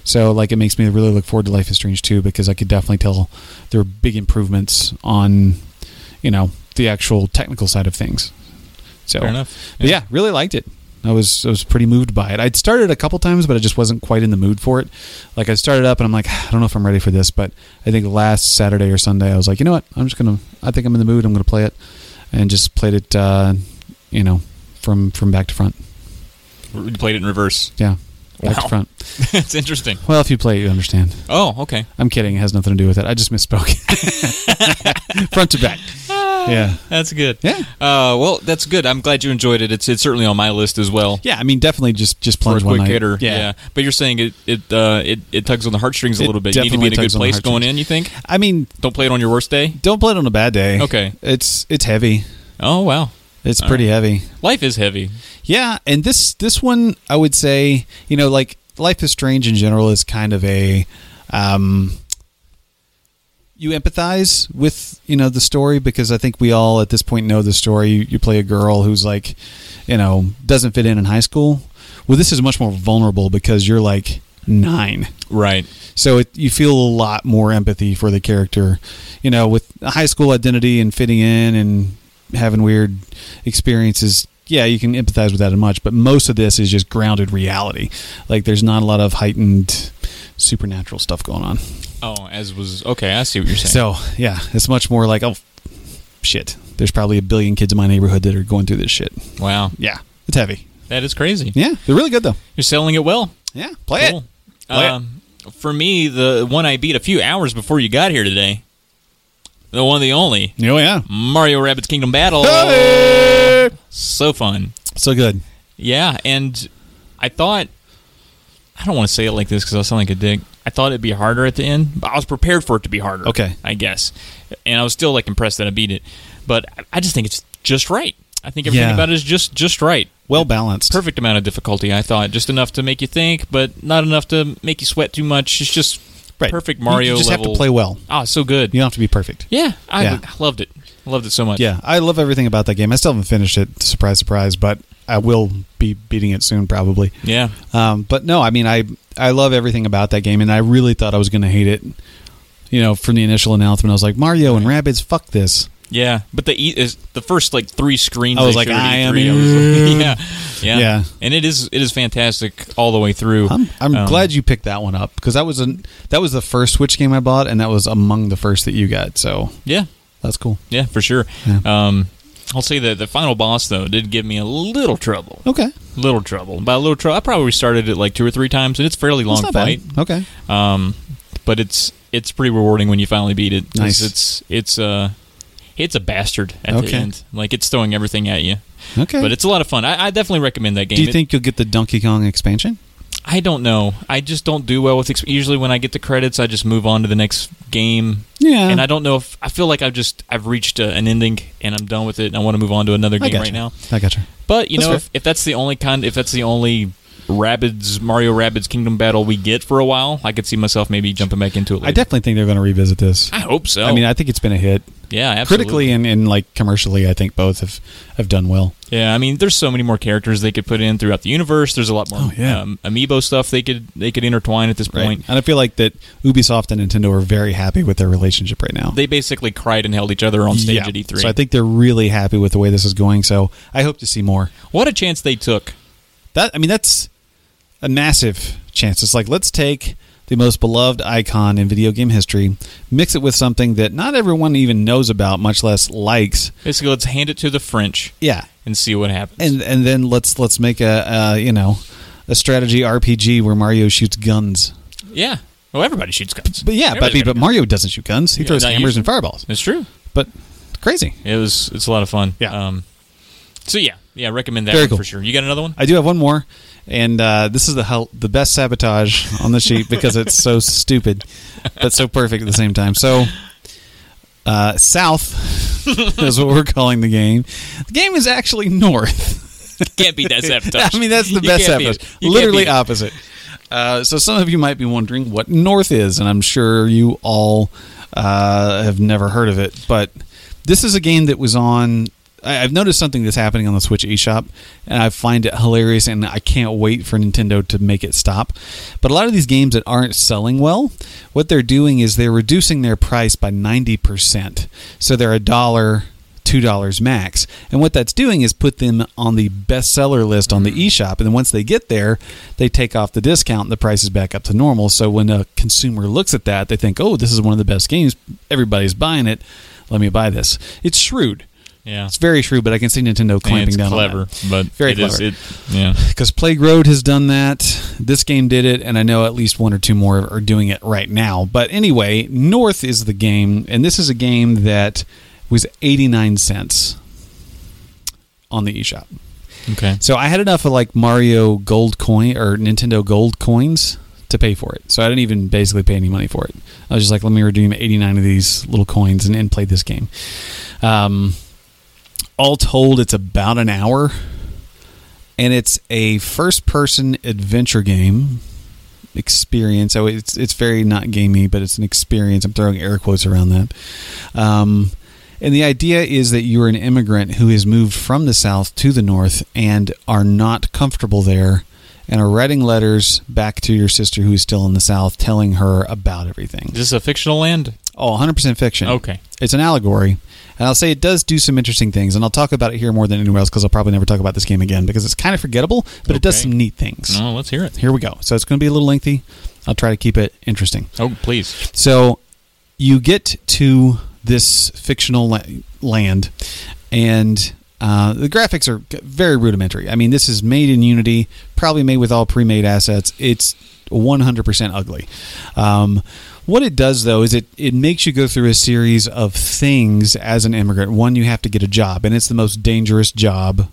Speaker 3: So like it makes me really look forward to Life is Strange 2 because I could definitely tell there are big improvements on you know the actual technical side of things. So
Speaker 2: Fair enough.
Speaker 3: but yeah, really liked it. I was I was pretty moved by it. I'd started a couple times, but I just wasn't quite in the mood for it. Like I started up and I'm like, *sighs* I don't know if I'm ready for this, but I think last Saturday or Sunday I was like, you know what? I'm just gonna. I think I'm in the mood. I'm gonna play it, and just played it. Uh, you know, from from back to front.
Speaker 2: You played it in reverse.
Speaker 3: Yeah, back
Speaker 2: Wow.
Speaker 3: to front.
Speaker 2: *laughs* it's interesting.
Speaker 3: Well, if you play it, you understand.
Speaker 2: Oh, okay.
Speaker 3: I'm kidding. It has nothing to do with it. I just misspoke. *laughs* front to
Speaker 2: *laughs*
Speaker 3: back. Yeah.
Speaker 2: That's good.
Speaker 3: Yeah.
Speaker 2: Uh, well, that's good. I'm glad you enjoyed it. It's it's certainly on my list as well.
Speaker 3: Yeah, I mean, definitely just just
Speaker 2: For a
Speaker 3: plunge one
Speaker 2: quick
Speaker 3: night.
Speaker 2: hitter, yeah. But you're saying it it, uh, it it tugs on the heartstrings a
Speaker 3: It
Speaker 2: little bit. You need to be
Speaker 3: definitely
Speaker 2: in a good
Speaker 3: tugs on the
Speaker 2: place going
Speaker 3: heartstrings.
Speaker 2: in. You think?
Speaker 3: I mean,
Speaker 2: Don't play it on your worst day.
Speaker 3: don't play it on a bad day.
Speaker 2: Okay.
Speaker 3: It's it's heavy.
Speaker 2: Oh wow,
Speaker 3: It's pretty heavy.
Speaker 2: life is heavy.
Speaker 3: Yeah, and this this one I would say, you know, like Life is Strange in general is kind of a um you empathize with you know the story because I think we all at this point know the story. You, you play a girl who's like, you know, doesn't fit in in high school. Well, this is much more vulnerable because you're like nine,
Speaker 2: Right.
Speaker 3: so it, you feel a lot more empathy for the character. You know, with high school identity and fitting in and having weird experiences. Yeah, you can empathize with that much, but most of this is just grounded reality. Like, there's not a lot of heightened supernatural stuff going on.
Speaker 2: Oh, as was okay. I see what you're saying.
Speaker 3: So yeah, it's much more like oh shit. There's probably a billion kids in my neighborhood that are going through this shit.
Speaker 2: wow,
Speaker 3: Yeah, it's heavy.
Speaker 2: that is crazy.
Speaker 3: Yeah, they're really good though.
Speaker 2: You're selling it well.
Speaker 3: Yeah, play
Speaker 2: Cool.
Speaker 3: it. Play
Speaker 2: Um, for me, the one I beat a few hours before you got here today, the one, the only
Speaker 3: it. Oh yeah,
Speaker 2: Mario Rabbit's Kingdom Battle. So fun.
Speaker 3: so good.
Speaker 2: Yeah, and I thought I don't want to say it like this because I sound like a dick. I thought it'd be harder at the end, but I was prepared for it to be harder.
Speaker 3: Okay.
Speaker 2: I guess, and I was still like impressed that I beat it. But I- I just think it's just right. I think everything
Speaker 3: Yeah.
Speaker 2: about it is just just right.
Speaker 3: Well balanced.
Speaker 2: Perfect amount of difficulty, I thought. Just enough to make you think, but not enough to make you sweat too much. It's just
Speaker 3: Right.
Speaker 2: perfect
Speaker 3: You-
Speaker 2: Mario
Speaker 3: You just have
Speaker 2: level.
Speaker 3: to play well.
Speaker 2: Oh, so good.
Speaker 3: You don't have to be perfect.
Speaker 2: Yeah, I,
Speaker 3: Yeah.
Speaker 2: I loved it. I loved it so much.
Speaker 3: Yeah, I love everything about that game. I still haven't finished it. Surprise, surprise. But I will be beating it soon, probably.
Speaker 2: Yeah.
Speaker 3: Um, but no, I mean, I I love everything about that game, and I really thought I was going to hate it. You know, from the initial announcement, I was like, Mario and Rabbids, fuck this.
Speaker 2: Yeah, but the e- is the first like three screens.
Speaker 3: I was
Speaker 2: they
Speaker 3: like,
Speaker 2: showed at
Speaker 3: I am
Speaker 2: E3,
Speaker 3: in.
Speaker 2: I was like, *laughs* yeah, yeah,
Speaker 3: Yeah.
Speaker 2: and it is it is fantastic all the way through.
Speaker 3: I'm, I'm
Speaker 2: Um,
Speaker 3: glad you picked that one up because that was a that was the first Switch game I bought, and that was among the first that you got. So
Speaker 2: Yeah,
Speaker 3: that's cool.
Speaker 2: yeah, for sure.
Speaker 3: Yeah.
Speaker 2: Um, I'll say that the final boss though did give me a little trouble,
Speaker 3: Okay,
Speaker 2: little trouble. By a little trouble, I probably started it like two or three times, and it's a fairly long
Speaker 3: that's not
Speaker 2: fight.
Speaker 3: bad. Okay,
Speaker 2: Um, but it's it's pretty rewarding when you finally beat it. 'cause
Speaker 3: Nice.
Speaker 2: It's it's uh it's a bastard at
Speaker 3: Okay.
Speaker 2: the end. Like it's throwing everything at you.
Speaker 3: okay.
Speaker 2: But it's a lot of fun. I, I definitely recommend that game.
Speaker 3: Do you
Speaker 2: It-
Speaker 3: think you'll get the Donkey Kong expansion?
Speaker 2: I don't know. I just don't do well with exp- usually when I get the credits, I just move on to the next game.
Speaker 3: Yeah.
Speaker 2: And I don't know if I feel like I've just I've reached uh an ending and I'm done with it and I want to move on to another
Speaker 3: I
Speaker 2: game
Speaker 3: got
Speaker 2: right now.
Speaker 3: I got you.
Speaker 2: But you
Speaker 3: That's
Speaker 2: know
Speaker 3: fair.
Speaker 2: if, if that's the only kind if that's the only Rabbids Mario Rabbids Kingdom Battle we get for a while, I could see myself maybe jumping back into it. Later.
Speaker 3: I definitely think they're going to revisit this.
Speaker 2: I hope so.
Speaker 3: I mean, I think it's been a hit
Speaker 2: yeah, absolutely.
Speaker 3: critically and, and like commercially. I think both have have done well.
Speaker 2: Yeah, I mean, there's so many more characters they could put in throughout the universe. There's a lot more
Speaker 3: Oh, yeah.
Speaker 2: um, amiibo stuff they could they could intertwine at this point.
Speaker 3: And I feel like that Ubisoft and Nintendo are very happy with their relationship right now.
Speaker 2: They basically cried and held each other on stage
Speaker 3: Yeah.
Speaker 2: at E E3.
Speaker 3: So I think they're really happy with the way this is going. So I hope to see more.
Speaker 2: What a chance they took.
Speaker 3: That I mean, that's a massive chance. It's like let's take the most beloved icon in video game history, mix it with something that not everyone even knows about, much less likes.
Speaker 2: Basically, let's hand it to the French
Speaker 3: Yeah,
Speaker 2: and see what happens.
Speaker 3: and and then let's let's make a uh, you know a strategy RPG where Mario shoots guns.
Speaker 2: yeah. Well, everybody shoots guns.
Speaker 3: But yeah, but,
Speaker 2: Everybody's got
Speaker 3: but
Speaker 2: a gun.
Speaker 3: Mario doesn't shoot guns. He
Speaker 2: Yeah,
Speaker 3: throws
Speaker 2: not
Speaker 3: hammers
Speaker 2: usually.
Speaker 3: and fireballs.
Speaker 2: It's true.
Speaker 3: But crazy.
Speaker 2: It was. It's a lot of fun.
Speaker 3: Yeah.
Speaker 2: Um, so yeah, yeah, I recommend that
Speaker 3: Very
Speaker 2: one
Speaker 3: cool.
Speaker 2: for sure. You got another one?
Speaker 3: I do have one more, and uh, this is the hel- the best sabotage on the sheet because it's so stupid, but so perfect at the same time. So, uh, South is what we're calling the game. The game is actually North.
Speaker 2: Can't beat
Speaker 3: *laughs*
Speaker 2: that sabotage.
Speaker 3: I mean, that's the
Speaker 2: You
Speaker 3: best
Speaker 2: can't beat it.
Speaker 3: sabotage.
Speaker 2: You can't beat
Speaker 3: Literally
Speaker 2: it.
Speaker 3: opposite. Uh, so, some of you might be wondering what North is, and I'm sure you all uh, have never heard of it. But this is a game that was on. I- I've noticed something that's happening on the Switch eShop, and I find it hilarious, and I can't wait for Nintendo to make it stop. But a lot of these games that aren't selling well, what they're doing is they're reducing their price by 90%. So they're a dollar two dollars max. And what that's doing is put them on the bestseller list
Speaker 2: Mm.
Speaker 3: on the eShop. And then once they get there, they take off the discount and the price is back up to normal. So when a consumer looks at that, they think, "Oh, this is one of the best games. Everybody's buying it. Let me buy this." It's shrewd.
Speaker 2: Yeah.
Speaker 3: It's very shrewd, but I can see Nintendo
Speaker 2: I mean,
Speaker 3: clamping
Speaker 2: it's
Speaker 3: down
Speaker 2: clever,
Speaker 3: on that.
Speaker 2: but
Speaker 3: Very
Speaker 2: it is-
Speaker 3: clever.
Speaker 2: it, yeah.
Speaker 3: Because Plague Road has done that. This game did it, and I know at least one or two more are doing it right now. But anyway, North is the game, and this is a game that was 89 cents on the eShop.
Speaker 2: Okay.
Speaker 3: So I had enough of like Mario gold coin or Nintendo gold coins to pay for it. So I didn't even basically pay any money for it. I was just like, let me redeem 89 of these little coins and, and play this game. Um, all told, it's about an hour. And it's a first person adventure game experience. So it's it's very not gamey, but it's an experience. I'm throwing air quotes around that. Um, and the idea is that you're an immigrant who has moved from the South to the North and are not comfortable there and are writing letters back to your sister who is still in the South telling her about everything.
Speaker 2: Is this a fictional land?
Speaker 3: Oh, 100% fiction.
Speaker 2: Okay.
Speaker 3: It's an allegory. And I'll say it does do some interesting things, and I'll talk about it here more than anywhere else because I'll probably never talk about this game again because it's kind of forgettable, but it does
Speaker 2: Okay. Mm-hmm.
Speaker 3: some neat things.
Speaker 2: No, let's hear it.
Speaker 3: Here we go. So it's going to be a little lengthy. I'll try to keep it interesting.
Speaker 2: Oh, please.
Speaker 3: So you get to this fictional la- land, and uh, the graphics are g- very rudimentary. I mean, this is made in Unity, probably made with all pre made assets. It's 100% ugly. Um, what it does, though, is it, it makes you go through a series of things as an immigrant. One, you have to get a job, and it's the most dangerous job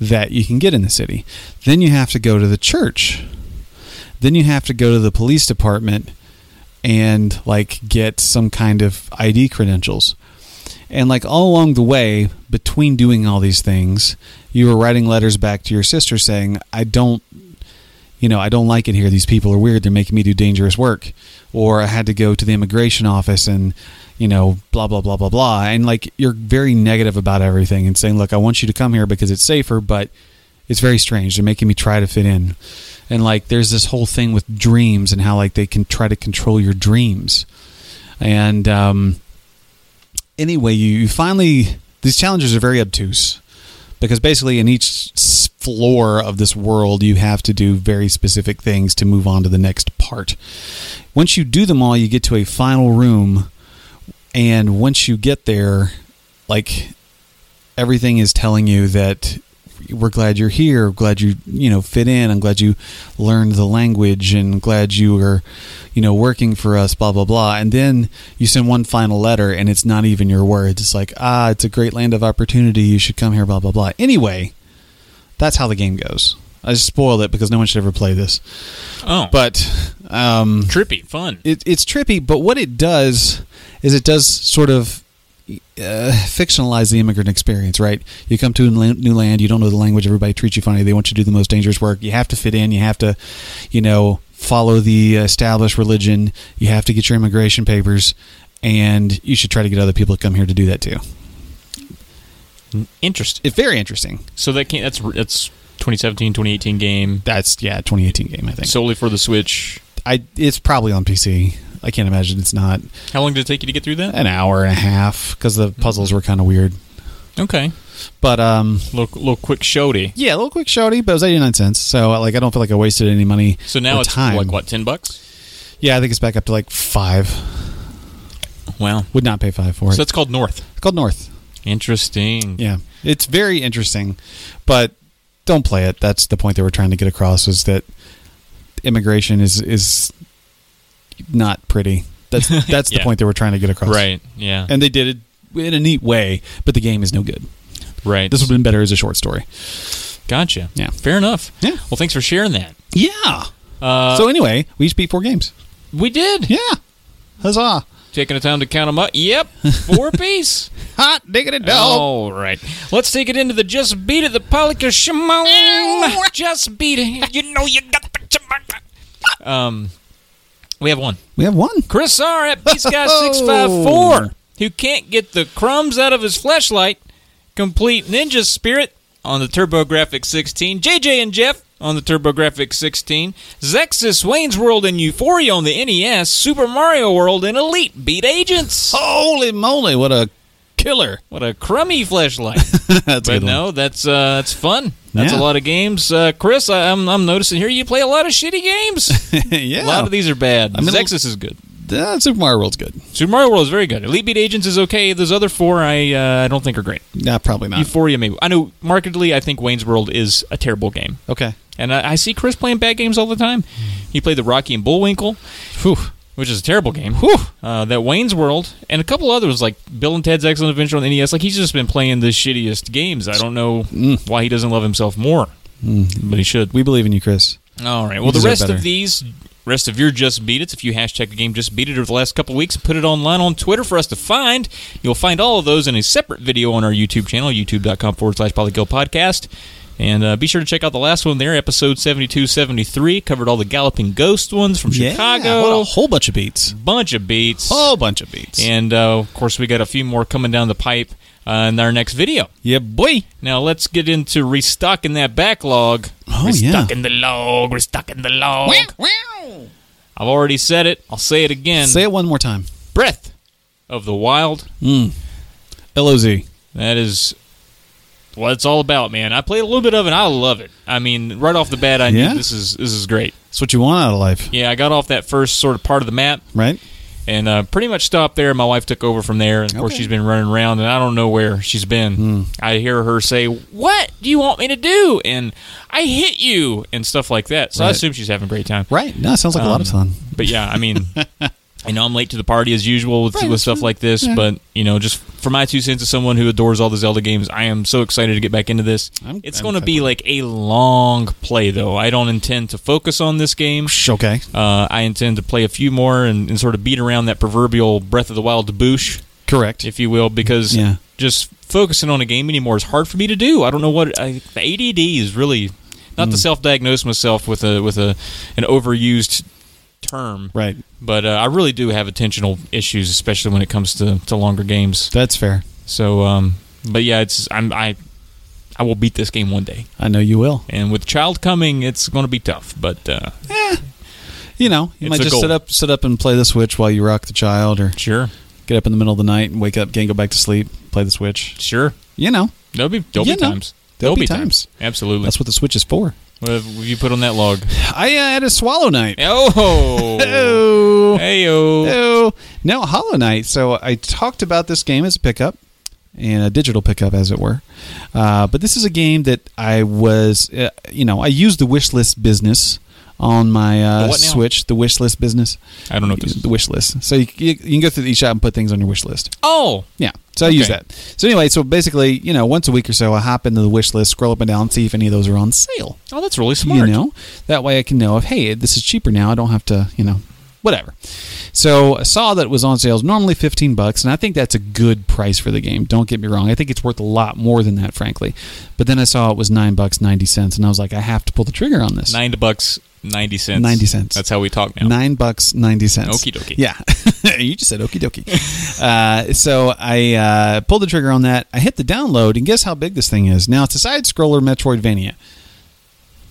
Speaker 3: that you can get in the city. Then you have to go to the church. Then you have to go to the police department and like get some kind of ID credentials. And like all along the way, between doing all these things, you were writing letters back to your sister saying, I don't, you know, I don't like it here. These people are weird. They're making me do dangerous work. Or I had to go to the immigration office and, you know, blah, blah, blah, blah, blah. And like you're very negative about everything and saying, look, I want you to come here because it's safer, but it's very strange. They're making me try to fit in. And like there's this whole thing with dreams and how like they can try to control your dreams. And um, anyway, you, you finally these challenges are very obtuse because basically in each s- floor of this world you have to do very specific things to move on to the next part. Once you do them all, you get to a final room, and once you get there, like everything is telling you that we're glad you're here, glad you you know fit in, I'm glad you learned the language, and glad you are you know working for us, blah blah blah. And then you send one final letter, and it's not even your words. It's like ah, it's a great land of opportunity. You should come here, blah blah blah. Anyway, that's how the game goes. I just spoiled it because no one should ever play this.
Speaker 2: Oh, but
Speaker 3: But um,
Speaker 2: trippy, fun.
Speaker 3: it, it's trippy, but what it does is it does sort of uh, fictionalize the immigrant experience, right? You come to a la- new land, you don't know the language, everybody treats you funny, they want you to do the most dangerous work, you have to fit in, you have to, you know, follow the established religion, you have to get your immigration papers, and you should try to get other people to come here to do that too.
Speaker 2: Interesting.
Speaker 3: It's very interesting.
Speaker 2: So that can that's that's 2017, 2018 game
Speaker 3: That's yeah, 2018 game I think. So
Speaker 2: solely for the Switch.
Speaker 3: I it's probably on PC. I can't imagine it's not
Speaker 2: How long did it take you to get through that?
Speaker 3: an hour and a half because the puzzles were kind of weird.
Speaker 2: Okay,
Speaker 3: But um,
Speaker 2: little little quick showdy.
Speaker 3: Yeah, a little quick shorty, but it was eighty nine cents. So uh, like, I don't feel like I wasted any money.
Speaker 2: So now
Speaker 3: or
Speaker 2: it's
Speaker 3: time.
Speaker 2: like what, ten bucks?
Speaker 3: Yeah, I think it's back up to like five.
Speaker 2: Wow.
Speaker 3: Would not pay five for it.
Speaker 2: So that's called North.
Speaker 3: it's called North.
Speaker 2: Interesting.
Speaker 3: Yeah, it's very interesting, but don't play it. That's the point they were trying to get across: was that immigration is is not pretty.
Speaker 2: *laughs*
Speaker 3: That's that's the
Speaker 2: Yeah.
Speaker 3: point they were trying to get across.
Speaker 2: Right. Yeah.
Speaker 3: and they did it in a neat way, but the game is no good.
Speaker 2: right.
Speaker 3: This would have been better as a short story.
Speaker 2: gotcha.
Speaker 3: Yeah.
Speaker 2: Fair enough.
Speaker 3: Yeah.
Speaker 2: Well, thanks for sharing that.
Speaker 3: Yeah.
Speaker 2: Uh,
Speaker 3: so anyway, we each beat four games.
Speaker 2: we did.
Speaker 3: Yeah. Huzzah.
Speaker 2: Taking the time to count them up.
Speaker 3: *laughs*
Speaker 2: Yep. Four piece.
Speaker 3: Hot diggity dog.
Speaker 2: All right. Let's take it into the Just Beat It, the Polyka Shimon. Just Beat It. *laughs* You know you got the Shimon. Um, we have one.
Speaker 3: We have one.
Speaker 2: Chris R at Beast Guy *laughs* six five four, who can't get the crumbs out of his flashlight. Complete Ninja Spirit on the TurboGrafx 16. JJ and Jeff on the TurboGrafx 16. Zexus, Wayne's World, and Euphoria on the NES. Super Mario World and Elite Beat Agents.
Speaker 3: Holy moly, what a killer. *laughs*
Speaker 2: What a crummy *laughs* flashlight!
Speaker 3: That's a
Speaker 2: but
Speaker 3: good one.
Speaker 2: no, that's uh, that's fun. That's
Speaker 3: Yeah.
Speaker 2: a lot of games. Uh, Chris, I, I'm I'm noticing here you play a lot of shitty games.
Speaker 3: *laughs* yeah.
Speaker 2: A lot of these are bad.
Speaker 3: I mean,
Speaker 2: Zexus is good.
Speaker 3: Uh, Super Mario World's good.
Speaker 2: Super Mario World is very good. Elite Beat Agents is okay. Those other four, I uh, I don't think are great.
Speaker 3: Nah, probably not.
Speaker 2: Euphoria, maybe. I know markedly. I think Wayne's World is a terrible game,
Speaker 3: okay.
Speaker 2: and I, I see Chris playing bad games all the time. He played the Rocky and Bullwinkle,
Speaker 3: Whew.
Speaker 2: which is a terrible game.
Speaker 3: Whew.
Speaker 2: Uh, that Wayne's World and a couple others like Bill and Ted's Excellent Adventure on the NES. Like he's just been playing the shittiest games. I don't know
Speaker 3: Mm.
Speaker 2: why he doesn't love himself more, but he should.
Speaker 3: We believe in you, Chris.
Speaker 2: All right. Well, the
Speaker 3: deserve
Speaker 2: rest
Speaker 3: better.
Speaker 2: of these, rest of your just beat it. If you hashtag the game just beat it over the last couple weeks, put it online on Twitter for us to find. You'll find all of those in a separate video on our YouTube channel, youtube.com forward slash polygirl podcast. And uh, be sure to check out the last one there, episode 72 73. Covered all the Galloping Ghost ones from
Speaker 3: Yeah,
Speaker 2: Chicago.
Speaker 3: what a whole bunch of Oh, beats.
Speaker 2: bunch of beats.
Speaker 3: Whole bunch of beats.
Speaker 2: And uh, of course, we got a few more coming down the pipe uh, in our next video.
Speaker 3: yeah, boy.
Speaker 2: Now let's get into restocking that backlog.
Speaker 3: Oh, yeah.
Speaker 2: restocking the log, restocking the log. I've already said it. I'll say it again.
Speaker 3: Say it one more time.
Speaker 2: Breath of the Wild.
Speaker 3: L-O-Z.
Speaker 2: That is what it's all about, man. I played a little bit of it. and I love it. I mean, right off the bat, I
Speaker 3: Yeah?
Speaker 2: knew this is this is great.
Speaker 3: That's what you want out of life,
Speaker 2: Yeah, I got off that first sort of part of the map
Speaker 3: right?
Speaker 2: and uh, pretty much stopped there. My wife took over from there, and of course,
Speaker 3: Okay. Hmm.
Speaker 2: she's been running around, and I don't know where she's been. I hear her say, "What do you want me to do?" and "I hit you" and stuff like that. So I
Speaker 3: Right.
Speaker 2: assume she's having a great time,
Speaker 3: Right. No, it sounds like a lot of fun.
Speaker 2: but yeah, I
Speaker 3: *laughs*
Speaker 2: mean, I know I'm late to the party as usual with,
Speaker 3: Right,
Speaker 2: with
Speaker 3: that's
Speaker 2: stuff
Speaker 3: fine.
Speaker 2: like this,
Speaker 3: Yeah.
Speaker 2: but you know, just for my two cents as someone who adores all the Zelda games, I am so excited to get back into this.
Speaker 3: I'm-
Speaker 2: it's
Speaker 3: I'm
Speaker 2: going to be like a long play, though. I don't intend to focus on this game.
Speaker 3: Okay.
Speaker 2: Uh, I intend to play a few more and, and sort of beat around that proverbial Breath of the Wild boosh,
Speaker 3: Correct.
Speaker 2: if you will, because
Speaker 3: Yeah.
Speaker 2: just focusing on a game anymore is hard for me to do. I don't know what I, the ADD is really. Not
Speaker 3: Mm.
Speaker 2: to self-diagnose myself with a with a an overused term,
Speaker 3: right.
Speaker 2: but uh, I really do have attentional issues, especially when it comes to, to longer games.
Speaker 3: That's fair.
Speaker 2: So, um, but yeah, it's I'm, I I will beat this game one day,
Speaker 3: I know you will.
Speaker 2: and with child coming, it's going to be tough. But uh,
Speaker 3: You know, you
Speaker 2: It's
Speaker 3: might
Speaker 2: a
Speaker 3: just
Speaker 2: goal.
Speaker 3: sit up sit up and play the Switch while you rock the child or
Speaker 2: sure,
Speaker 3: get up in the middle of the night and wake up, can't go back to sleep, play the Switch.
Speaker 2: sure,
Speaker 3: You know,
Speaker 2: there'll be there'll
Speaker 3: You
Speaker 2: be
Speaker 3: know,
Speaker 2: times.
Speaker 3: there'll be times.
Speaker 2: Absolutely.
Speaker 3: that's what the Switch is for.
Speaker 2: what have you put on that
Speaker 3: *laughs*
Speaker 2: log?
Speaker 3: I uh, had a Swallow Night.
Speaker 2: Oh,
Speaker 3: Oh.
Speaker 2: heyo.
Speaker 3: Oh, no, Hollow Knight. So I talked about this game as a pickup and a digital pickup, as it were. Uh, but this is a game that I was, uh, you know, I used the wish list business on my
Speaker 2: The
Speaker 3: uh,
Speaker 2: what now?
Speaker 3: Switch, the wish list business.
Speaker 2: I don't know what this is.
Speaker 3: The wish list. So you, you, you can go through the eShop and put things on your wish list.
Speaker 2: Oh,
Speaker 3: Yeah. So I use
Speaker 2: Okay.
Speaker 3: that. So anyway, so basically, you know, once a week or so, I hop into the wish list, scroll up and down, see if any of those are on sale.
Speaker 2: oh, that's really smart.
Speaker 3: You know, that way I can know if hey, this is cheaper now. I don't have to, you know, whatever. So I saw that it was on sales normally fifteen bucks, and I think that's a good price for the game. Don't get me wrong; I think it's worth a lot more than that, frankly. But then I saw it was nine bucks ninety cents, and I was like, I have to pull the trigger on this.
Speaker 2: Nine bucks, ninety cents.
Speaker 3: 90 cents.
Speaker 2: That's how we talk now.
Speaker 3: Nine bucks ninety cents.
Speaker 2: Okie dokie.
Speaker 3: Yeah, *laughs* you just said okie dokie. uh, so I uh, pulled the trigger on that. I hit the download, and guess how big this thing is? Now it's a side scroller Metroidvania.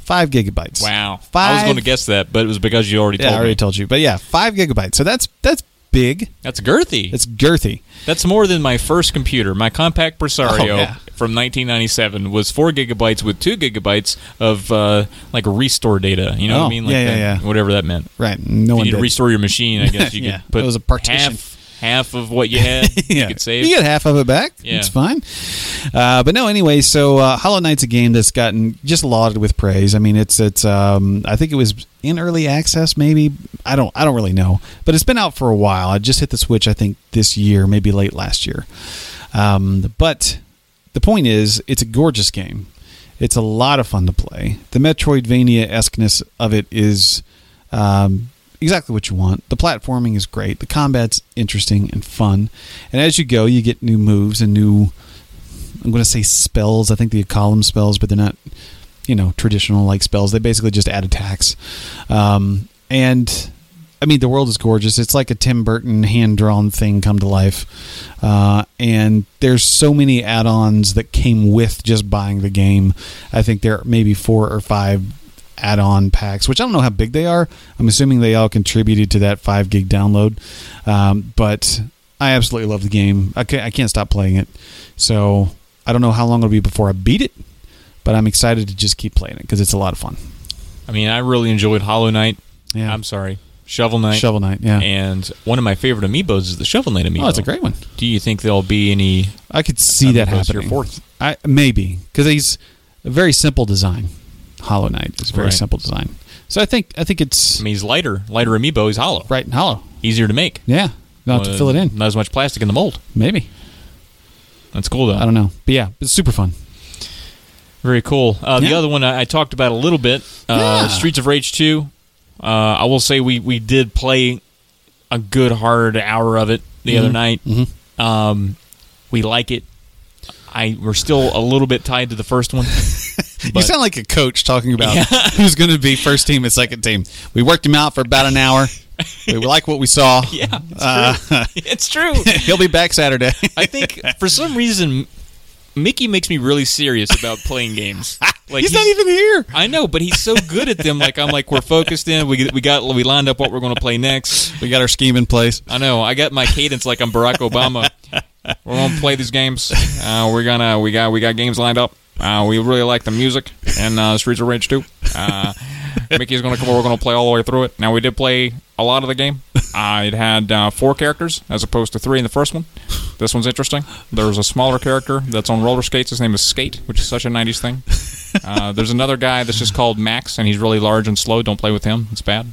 Speaker 3: Five gigabytes.
Speaker 2: Wow. I was
Speaker 3: Five.
Speaker 2: going to guess that, but it was because you already
Speaker 3: Yeah,
Speaker 2: told
Speaker 3: I already
Speaker 2: me.
Speaker 3: told you. But yeah, five gigabytes. So that's that's big.
Speaker 2: That's girthy.
Speaker 3: It's girthy.
Speaker 2: That's more than my first computer. My compact Presario
Speaker 3: Oh, yeah.
Speaker 2: from 1997 was four gigabytes with two gigabytes of uh, like restore data. You know what I
Speaker 3: Oh,
Speaker 2: mean? Like
Speaker 3: yeah,
Speaker 2: that-
Speaker 3: yeah, yeah.
Speaker 2: whatever that meant.
Speaker 3: Right. No
Speaker 2: you
Speaker 3: one
Speaker 2: need to
Speaker 3: did.
Speaker 2: restore your machine. I
Speaker 3: *laughs*
Speaker 2: guess you
Speaker 3: Yeah,
Speaker 2: could put
Speaker 3: it was a partition.
Speaker 2: half half of what you
Speaker 3: *laughs*
Speaker 2: had. You could save.
Speaker 3: get half of it back.
Speaker 2: Yeah.
Speaker 3: It's fine. Uh, but no, anyway, so uh, Hollow Knight's a game that's gotten just lauded with praise. I mean, it's it's um, I think it was in early access maybe. I don't I don't really know. But it's been out for a while. I just hit the Switch I think this year, maybe late last year. Um, but the point is, it's a gorgeous game. It's a lot of fun to play. The Metroidvania esqueness of it is um, exactly what you want. The platforming is great. The combat's interesting and fun. And as you go, you get new moves and new. I'm going to say spells. I think they call them spells, but they're not, you know, traditional like spells. They basically just add attacks. Um, and I mean, the world is gorgeous. It's like a Tim Burton hand drawn thing come to life. Uh, and there's so many add ons that came with just buying the game. I think there are maybe four or five add on packs, which I don't know how big they are. I'm assuming they all contributed to that five gig download. Um, but I absolutely love the game. I can't, I can't stop playing it. So I don't know how long it'll be before I beat it, but I'm excited to just keep playing it because it's a lot of fun.
Speaker 2: I mean, I really enjoyed Hollow Knight.
Speaker 3: Yeah.
Speaker 2: I'm sorry, Shovel Knight.
Speaker 3: Shovel Knight, yeah.
Speaker 2: And one of my favorite amiibos is the Shovel Knight amiibo.
Speaker 3: Oh, it's a great one.
Speaker 2: Do you think there'll be any?
Speaker 3: I could see
Speaker 2: That'd
Speaker 3: that
Speaker 2: be close to your
Speaker 3: happening.
Speaker 2: fourth.
Speaker 3: I maybe because he's a very simple design. Hollow Knight is a very
Speaker 2: Right.
Speaker 3: simple design. So I think I think it's
Speaker 2: I mean, he's lighter, lighter amiibo. He's hollow,
Speaker 3: bright and hollow.
Speaker 2: easier to make.
Speaker 3: Yeah, not
Speaker 2: Uh,
Speaker 3: to fill it in.
Speaker 2: Not as much plastic in the mold.
Speaker 3: Maybe
Speaker 2: That's cool though.
Speaker 3: I don't know, but yeah, it's super fun.
Speaker 2: Very cool. Uh, The
Speaker 3: Yeah.
Speaker 2: other one I, I talked about a little bit, uh,
Speaker 3: Yeah.
Speaker 2: Streets of Rage Two. Uh, I will say we we did play a good hard hour of it the other
Speaker 3: Mm-hmm.
Speaker 2: night.
Speaker 3: *laughs*
Speaker 2: Um, we like it. I we're still a little bit tied to the first one.
Speaker 3: you
Speaker 2: But-
Speaker 3: sound like a coach talking about *laughs* who's going to be first team and second team. We worked him out for about an hour. We like what we saw.
Speaker 2: *laughs* Yeah, it's
Speaker 3: Uh,
Speaker 2: true. it's true.
Speaker 3: *laughs* he'll be back Saturday.
Speaker 2: *laughs* I think for some reason, Mickey makes me really serious about playing games. Like
Speaker 3: *laughs* he's, not
Speaker 2: *laughs*
Speaker 3: even here.
Speaker 2: I know, but he's so good at them. Like I'm like we're focused in. We we got we lined up what we're going to play next.
Speaker 3: We got our scheme in place.
Speaker 2: I know. I got my cadence like I'm Barack Obama. We're going to play these games. Uh, we're gonna we got we got games lined up. Uh, we really like the music and uh, Streets of Rage too. Uh, Mickey's going to come over. We're going to play all the way through it. Now we did play a lot of the game. Uh, it had uh, four characters as opposed to three in the first one. This one's interesting. There's a smaller character that's on roller skates. His name is Skate, which is such a '90s thing. Uh, there's another guy that's just called Max, and he's really large and slow. Don't play with him; it's bad.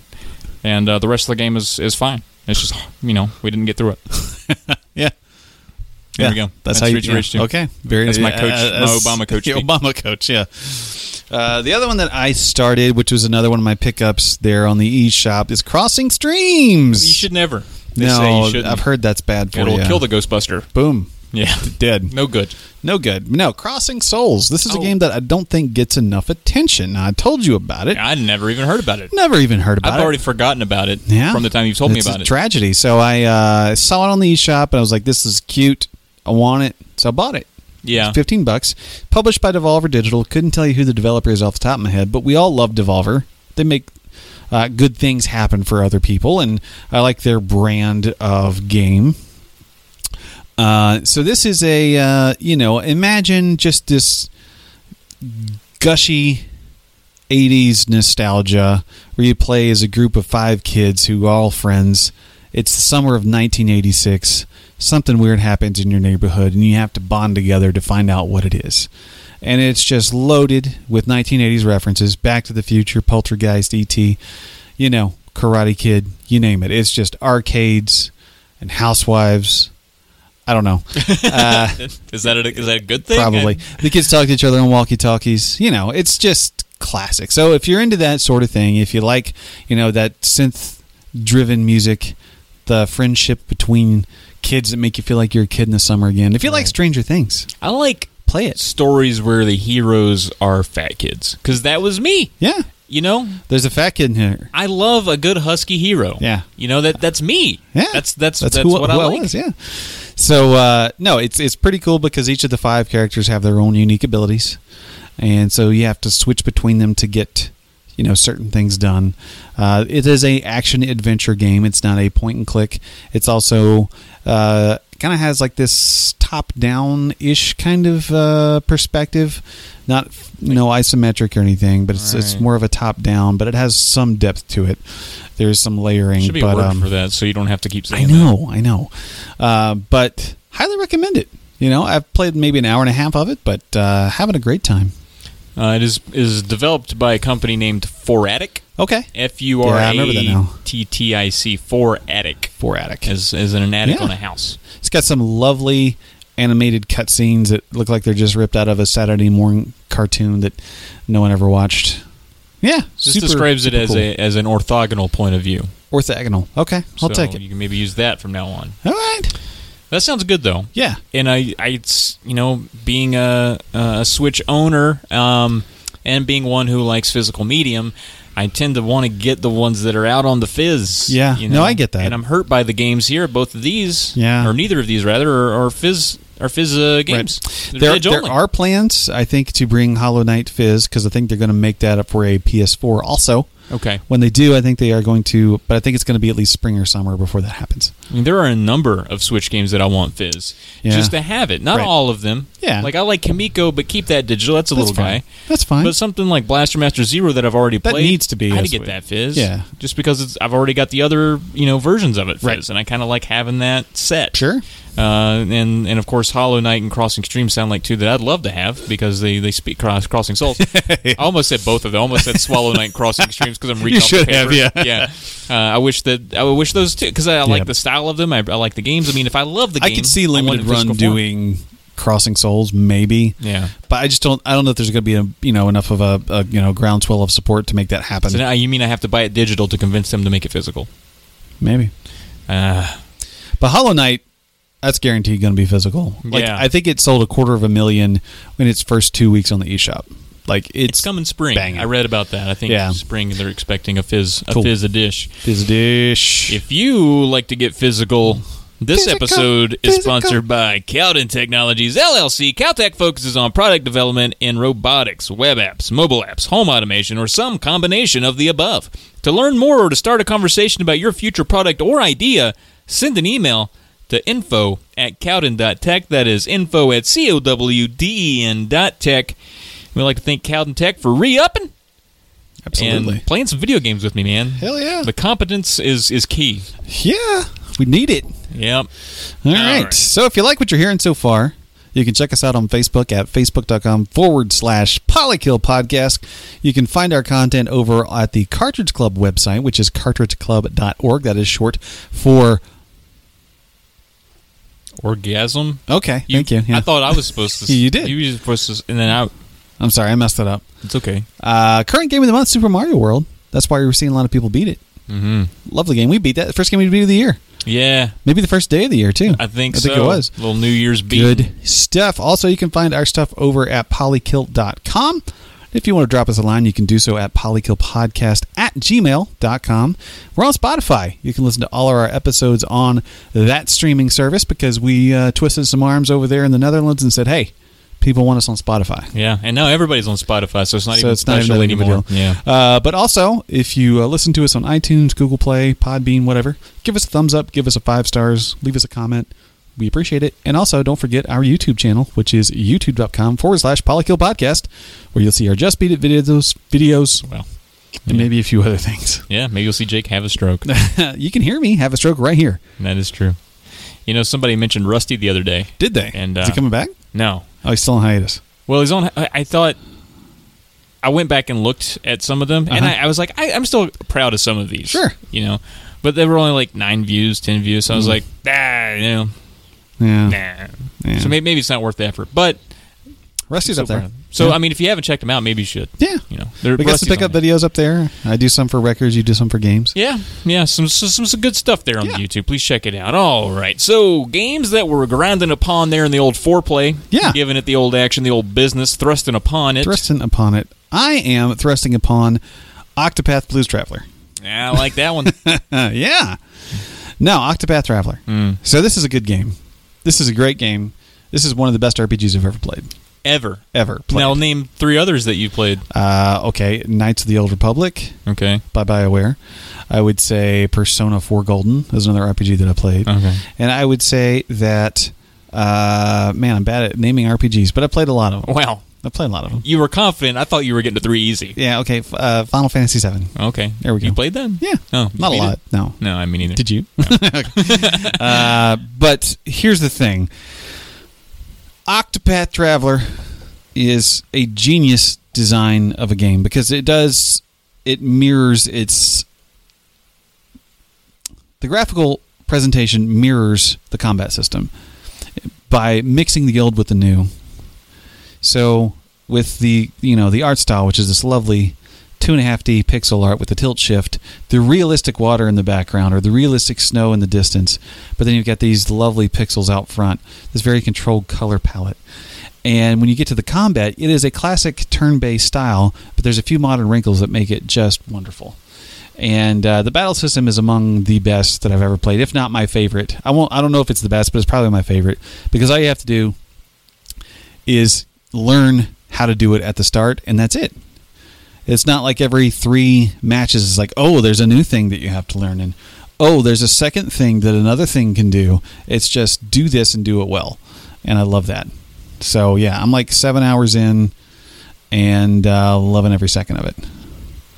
Speaker 2: And uh, the rest of the game is is fine. It's just you know we didn't get through it.
Speaker 3: Yeah.
Speaker 2: There we go. That's
Speaker 3: That's, how you
Speaker 2: Reach
Speaker 3: yeah.
Speaker 2: Reach too.
Speaker 3: Okay. Very.
Speaker 2: That's my coach- my Obama
Speaker 3: *laughs*
Speaker 2: coach
Speaker 3: Your
Speaker 2: speak.
Speaker 3: Obama coach. Yeah. Uh, the other one that I started, which was another one of my pickups there on the e shop, is Crossing Streams.
Speaker 2: *laughs* You should never. They say
Speaker 3: No,
Speaker 2: you shouldn't.
Speaker 3: I've heard that's bad for
Speaker 2: it'll
Speaker 3: you.
Speaker 2: kill the Ghostbuster.
Speaker 3: boom.
Speaker 2: Yeah,
Speaker 3: Dead.
Speaker 2: no good.
Speaker 3: *laughs* No good. No, Crossing Souls. This is a
Speaker 2: Oh.
Speaker 3: game that I don't think gets enough attention. I told you about it.
Speaker 2: I never even heard about it.
Speaker 3: Never even heard about
Speaker 2: I've
Speaker 3: it.
Speaker 2: already forgotten about it
Speaker 3: yeah.
Speaker 2: from the time you've told
Speaker 3: It's
Speaker 2: me
Speaker 3: a
Speaker 2: about it.
Speaker 3: Tragedy. So I uh, saw it on the eShop and I was like, this is cute. I want it. So I bought it.
Speaker 2: Yeah.
Speaker 3: It's 15 bucks. Published by Devolver Digital. Couldn't tell you who the developer is off the top of my head, but we all love Devolver. They make uh, good things happen for other people, and I like their brand of game. Uh, so this is a uh, you know imagine just this gushy 80s nostalgia where you play as a group of five kids who are all friends. It's the summer of 1986. Something weird happens in your neighborhood, and you have to bond together to find out what it is. And it's just loaded with 1980s references Back to the Future, Poltergeist, E.T., you know, Karate Kid, you name it. It's just arcades and housewives. I don't know.
Speaker 2: Is that a, is that a good thing?
Speaker 3: *laughs* Probably. The kids talk to each other on walkie talkies. You know, it's just classic. So if you're into that sort of thing, if you like, you know, that synth driven music, the friendship between kids that make you feel like you're a kid in the summer again, if you like Stranger Things,
Speaker 2: I like
Speaker 3: play it.
Speaker 2: stories where the heroes are fat kids because that was me.
Speaker 3: Yeah.
Speaker 2: You know,
Speaker 3: There's a fat kid in here.
Speaker 2: I love a good husky hero.
Speaker 3: Yeah.
Speaker 2: You know that that's me.
Speaker 3: Yeah,
Speaker 2: That's that's that's, what I like.
Speaker 3: was, yeah. So uh, no, it's it's pretty cool because each of the five characters have their own unique abilities, and so you have to switch between them to get you know certain things done. Uh, it is a action adventure game. It's not a point and click. It's also uh, kind of has like this top down ish kind of uh, perspective, not you know isometric or anything, but it's it's
Speaker 2: Right.
Speaker 3: more of a top down. But it has some depth to it. There is some layering.
Speaker 2: Should be
Speaker 3: but,
Speaker 2: a word
Speaker 3: um,
Speaker 2: for that, so you don't have to keep saying
Speaker 3: I know, I know. Uh, but highly recommend it. You know, I've played maybe an hour and a half of it, but uh, having a great time.
Speaker 2: that. Uh, it is is developed by a company named Foratic.
Speaker 3: Okay.
Speaker 2: F U
Speaker 3: Yeah,
Speaker 2: R
Speaker 3: I remember that
Speaker 2: A
Speaker 3: now.
Speaker 2: T T I C Foratic.
Speaker 3: Four Attic.
Speaker 2: As as in an attic
Speaker 3: Yeah.
Speaker 2: on a house.
Speaker 3: It's got some lovely animated cutscenes that look like they're just ripped out of a Saturday morning cartoon that no one ever watched. Yeah.
Speaker 2: This
Speaker 3: super-
Speaker 2: describes it
Speaker 3: super
Speaker 2: as
Speaker 3: cool.
Speaker 2: a as an orthogonal point of view.
Speaker 3: orthogonal. Okay,
Speaker 2: so
Speaker 3: I'll take it.
Speaker 2: You can maybe use that from now on.
Speaker 3: All right.
Speaker 2: That sounds good though.
Speaker 3: Yeah.
Speaker 2: and I, I it's you know being a a Switch owner um, and being one who likes physical medium, I tend to want to get the ones that are out on the fizz.
Speaker 3: Yeah.
Speaker 2: you
Speaker 3: No, I get that.
Speaker 2: and I'm hurt by the games here. Both of these,
Speaker 3: Yeah.
Speaker 2: or neither of these rather, are, are fizz are fizz uh, games. They're
Speaker 3: There,
Speaker 2: Edge
Speaker 3: there
Speaker 2: only.
Speaker 3: are plans, I think, to bring Hollow Knight Fizz because I think they're going to make that up for a PS4 also.
Speaker 2: okay.
Speaker 3: When they do, I think they are going to, but I think it's going to be at least spring or summer before that happens.
Speaker 2: I mean, there are a number of Switch games that I want fizz
Speaker 3: Yeah.
Speaker 2: just to have it. Not
Speaker 3: Right.
Speaker 2: all of them.
Speaker 3: Yeah.
Speaker 2: like I like Kamiko, but keep that digital. That's a
Speaker 3: That's
Speaker 2: little
Speaker 3: fine.
Speaker 2: guy.
Speaker 3: That's fine.
Speaker 2: But something like Blaster Master Zero that I've already
Speaker 3: That
Speaker 2: played
Speaker 3: needs to be
Speaker 2: I had
Speaker 3: a
Speaker 2: to get
Speaker 3: Switch.
Speaker 2: that Fizz.
Speaker 3: Yeah.
Speaker 2: just because it's, I've already got the other you know versions of it Fizz,
Speaker 3: Right.
Speaker 2: and I kind of like having that set.
Speaker 3: Sure.
Speaker 2: Uh, and and of course, Hollow Knight and Crossing Stream sound like two that I'd love to have because they, they speak cross Crossing
Speaker 3: *laughs*
Speaker 2: Souls. I almost said both of them. I almost said Swallow Knight and Crossing Streams
Speaker 3: *laughs*
Speaker 2: because I'm reading. off the
Speaker 3: should have,
Speaker 2: paper.
Speaker 3: yeah.
Speaker 2: yeah. Uh, I wish that I wish those two because I
Speaker 3: Yeah.
Speaker 2: like the style of them. I, I like the games. I mean, if I love the
Speaker 3: I
Speaker 2: game,
Speaker 3: could see
Speaker 2: want
Speaker 3: Limited
Speaker 2: it in
Speaker 3: Run
Speaker 2: physical form.
Speaker 3: doing Crossing Souls, maybe.
Speaker 2: Yeah.
Speaker 3: But I just don't. I don't know if there's going to be a you know enough of a, a you know groundswell of support to make that happen.
Speaker 2: So now you mean I have to buy it digital to convince them to make it physical?
Speaker 3: maybe.
Speaker 2: Uh,
Speaker 3: But Hollow Knight, that's guaranteed going to be physical. Like
Speaker 2: Yeah.
Speaker 3: I think it sold a quarter of a million in its first two weeks on the eShop. Like
Speaker 2: It's,
Speaker 3: it's,
Speaker 2: coming spring.
Speaker 3: banging.
Speaker 2: I read about that. I think
Speaker 3: Yeah.
Speaker 2: spring they're expecting a fizz a
Speaker 3: Cool.
Speaker 2: fizz a dish.
Speaker 3: Fizz dish.
Speaker 2: If you like to get physical, this
Speaker 3: Physical,
Speaker 2: episode is
Speaker 3: physical.
Speaker 2: sponsored by Calden Technologies LLC. Caltech focuses on product development in robotics, web apps, mobile apps, home automation, or some combination of the above. To learn more or to start a conversation about your future product or idea, send an email to info at cowden.tech. That is info at C-O-W-D-E-N E dot tech. We'd like to thank Cowden Tech for re-upping
Speaker 3: Absolutely.
Speaker 2: and playing some video games with me, man.
Speaker 3: Hell yeah.
Speaker 2: The competence is, is key.
Speaker 3: yeah. We need it.
Speaker 2: Yep.
Speaker 3: All right.
Speaker 2: right.
Speaker 3: So if you like what you're hearing so far, you can check us out on Facebook at facebook.com forward slash polykill podcast. You can find our content over at the Cartridge Club website, which is cartridgeclub.org. That is short for.
Speaker 2: Orgasm.
Speaker 3: Okay. thank you. Yeah.
Speaker 2: I thought I was supposed to.
Speaker 3: *laughs* You did.
Speaker 2: You were supposed to, and then I.
Speaker 3: I'm sorry. I messed that up.
Speaker 2: It's okay.
Speaker 3: Uh, current game of the month, Super Mario World. That's why we're seeing a lot of people beat it. Mm-hmm. Lovely game. We beat that. First game we beat of the year.
Speaker 2: Yeah,
Speaker 3: Maybe the first day of the year, too.
Speaker 2: I think.
Speaker 3: I
Speaker 2: so.
Speaker 3: think it was.
Speaker 2: little New Year's beat.
Speaker 3: Good stuff. Also, you can find our stuff over at polykilt.com. If you want to drop us a line, you can do so at polykillpodcast at gmail.com. We're on Spotify. You can listen to all of our episodes on that streaming service because we uh, twisted some arms over there in the Netherlands and said, hey, people want us on Spotify
Speaker 2: Yeah, and now everybody's on Spotify, so it's not
Speaker 3: so
Speaker 2: even
Speaker 3: it's not
Speaker 2: special
Speaker 3: even that big of a
Speaker 2: anymore.
Speaker 3: deal.
Speaker 2: Yeah.
Speaker 3: Uh, but also, if you uh, listen to us on iTunes, Google Play, Podbean, whatever, give us a thumbs up, give us a five stars, leave us a comment. We appreciate it. And also, don't forget our YouTube channel, which is youtube.com forward slash polykill podcast, where you'll see our Just Beat It videos, videos
Speaker 2: Well,
Speaker 3: and maybe a few other things. *laughs*
Speaker 2: yeah, maybe you'll see Jake have a stroke.
Speaker 3: you can hear me have a stroke right here.
Speaker 2: that is true. You know, somebody mentioned Rusty the other day.
Speaker 3: Did they?
Speaker 2: And,
Speaker 3: is he
Speaker 2: uh,
Speaker 3: coming back?
Speaker 2: No,
Speaker 3: Oh, he's still on hiatus.
Speaker 2: Well, he's on. I I thought I went back and looked at some of them, and
Speaker 3: Uh-huh.
Speaker 2: I, I was like, I, I'm still proud of some of these.
Speaker 3: Sure. Mm.
Speaker 2: you know, but they were only like nine views, ten views. So I was like, ah, you know,
Speaker 3: Yeah.
Speaker 2: nah.
Speaker 3: Yeah.
Speaker 2: So maybe, maybe it's not worth the effort. But
Speaker 3: Rusty's
Speaker 2: so,
Speaker 3: up there.
Speaker 2: proud. So
Speaker 3: yeah.
Speaker 2: I mean, if you haven't checked them out, maybe you should.
Speaker 3: Yeah.
Speaker 2: you know, they're
Speaker 3: we got some
Speaker 2: Rusty's
Speaker 3: pickup
Speaker 2: on there.
Speaker 3: videos up there. I do some for records, you do some for games.
Speaker 2: Yeah, yeah, some some, some some good stuff there on
Speaker 3: Yeah.
Speaker 2: YouTube. Please check it out. All right, so games that we're grinding upon there in the old foreplay,
Speaker 3: Yeah.
Speaker 2: giving it the old action, the old business, thrusting upon it.
Speaker 3: thrusting upon it. I am thrusting upon Octopath Blues Traveler. *laughs*
Speaker 2: Yeah, I like that one.
Speaker 3: Uh, yeah. No, Octopath Traveler.
Speaker 2: Mm.
Speaker 3: So this is a good game. This is a great game. This is one of the best RPGs I've ever played.
Speaker 2: Ever,
Speaker 3: Ever played.
Speaker 2: Now name three others that you played.
Speaker 3: Uh, okay, Knights of the Old Republic
Speaker 2: Okay.
Speaker 3: by BioWare. I would say Persona 4 Golden is another RPG that I played.
Speaker 2: Okay.
Speaker 3: And I would say that, uh, man, I'm bad at naming RPGs, but I played a lot of them.
Speaker 2: Wow.
Speaker 3: I played a lot of them.
Speaker 2: You were confident. I thought you were getting to three easy.
Speaker 3: Yeah, okay, f- uh, Final Fantasy 7.
Speaker 2: Okay.
Speaker 3: There we go.
Speaker 2: You played them?
Speaker 3: Yeah.
Speaker 2: Oh, you
Speaker 3: Not a
Speaker 2: beat
Speaker 3: lot,
Speaker 2: it?
Speaker 3: no.
Speaker 2: No, I mean either.
Speaker 3: Did you? *laughs* uh, but here's the thing Octopath Traveler is a genius design of a game because it does, it mirrors its. The graphical presentation mirrors the combat system by mixing the old with the new. So with the you know the art style, which is this lovely two and a half D pixel art with the tilt shift, the realistic water in the background or the realistic snow in the distance, but then you've got these lovely pixels out front, this very controlled color palette. And when you get to the combat, it is a classic turn-based style, but there's a few modern wrinkles that make it just wonderful. And uh, the battle system is among the best that I've ever played, if not my favorite. I won't. I don't know if it's the best, but it's probably my favorite because all you have to do is learn how to do it at the start, and that's it. It's not like every three matches is like, oh, there's a new thing that you have to learn, and oh, there's a second thing that another thing can do. It's just do this and do it well, and I love that. So yeah, I'm like seven hours in, and uh, loving every second of it.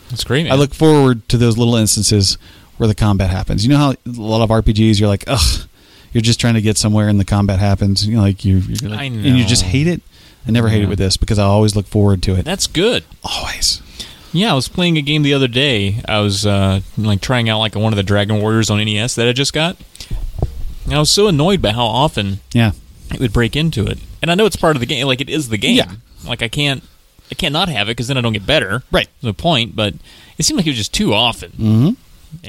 Speaker 2: That's great. Man.
Speaker 3: I look forward to those little instances where the combat happens. You know how a lot of RPGs, you're like, ugh, you're just trying to get somewhere and the combat happens. You know, like you, you're like,
Speaker 2: I
Speaker 3: and you
Speaker 2: know.
Speaker 3: just hate it. I never hate it
Speaker 2: Yeah.
Speaker 3: with this because I always look forward to it.
Speaker 2: That's good.
Speaker 3: Always.
Speaker 2: Yeah, I was playing a game the other day. I was uh, like trying out like one of the Dragon Warriors on NES that I just got. And I was so annoyed by how often
Speaker 3: Yeah.
Speaker 2: it would break into it. And I know it's part of the game. Like it is the game.
Speaker 3: Yeah.
Speaker 2: Like I can't, I can't not have it because then I don't get better.
Speaker 3: Right.
Speaker 2: No point. But it seemed like it was just too often. Mm-hmm.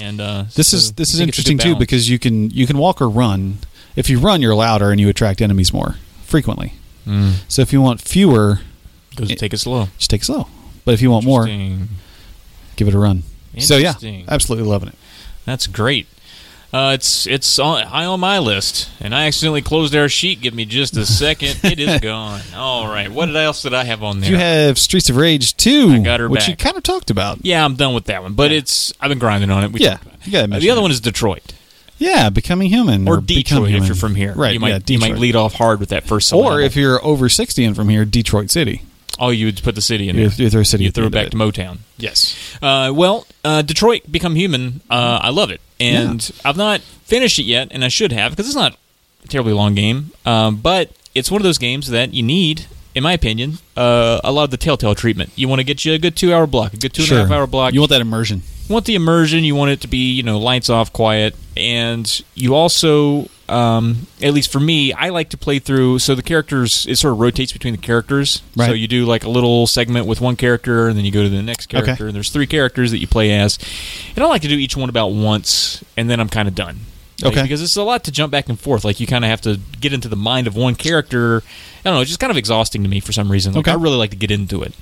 Speaker 2: And uh,
Speaker 3: This
Speaker 2: so
Speaker 3: is
Speaker 2: I
Speaker 3: this is
Speaker 2: think it's a good
Speaker 3: interesting too
Speaker 2: balance.
Speaker 3: because you can you can walk or run.
Speaker 2: Mm.
Speaker 3: If you run, you're louder and you attract enemies more frequently. So if you want fewer
Speaker 2: Does it, take it slow?
Speaker 3: Just take it slow. But if you want more,
Speaker 2: Interesting.
Speaker 3: give it a run. So yeah,
Speaker 2: Interesting.
Speaker 3: absolutely loving it.
Speaker 2: That's great. Uh, it's it's on, high on my list, and I accidentally closed our sheet. Give me just a second; it
Speaker 3: *laughs*
Speaker 2: is gone. All right, what else did I have on there?
Speaker 3: You have Streets of Rage 2,
Speaker 2: I got her
Speaker 3: which
Speaker 2: back.
Speaker 3: you kind of talked about.
Speaker 2: yeah, I'm done with that one, but it's I've been grinding on it. We
Speaker 3: Yeah,
Speaker 2: talked about it.
Speaker 3: you gotta
Speaker 2: Uh,
Speaker 3: mention
Speaker 2: the other
Speaker 3: it.
Speaker 2: one is Detroit
Speaker 3: Yeah, Becoming Human.
Speaker 2: or,
Speaker 3: Become
Speaker 2: Detroit if
Speaker 3: Human.
Speaker 2: you're from here.
Speaker 3: Right,
Speaker 2: You might
Speaker 3: yeah,
Speaker 2: you might
Speaker 3: Detroit.
Speaker 2: lead off hard with that first.
Speaker 3: Or
Speaker 2: syllable.
Speaker 3: if you're over 60 and from here, Detroit City.
Speaker 2: oh, you would put the city in
Speaker 3: You
Speaker 2: there.
Speaker 3: th- you throw city
Speaker 2: You
Speaker 3: at the
Speaker 2: throw it
Speaker 3: end of
Speaker 2: back
Speaker 3: it.
Speaker 2: to Motown.
Speaker 3: Yes.
Speaker 2: Uh, well, uh, Detroit Become Human, uh, I love it, and I've not finished it yet, and I should have because it's not a terribly long game. Um, but it's one of those games that you need, in my opinion, uh, a lot of the Telltale treatment. You want to get you a good two-hour block, a good two and a half hour block.
Speaker 3: You want that immersion.
Speaker 2: You want the immersion. You want it to be, you know, lights off, quiet, and you also, um, at least for me, I like to play through. So the characters, it sort of rotates between the characters.
Speaker 3: Right.
Speaker 2: So you do like a little segment with one character, and then you go to the next
Speaker 3: Okay.
Speaker 2: character. And there's three characters that you play as, and I like to do each one about once, and then I'm kind of done. Like,
Speaker 3: Okay.
Speaker 2: because it's a lot to jump back and forth. Like you kind of have to get into the mind of one character. I don't know. It's just kind of exhausting to me for some reason. Like,
Speaker 3: Okay.
Speaker 2: I really like to get into it,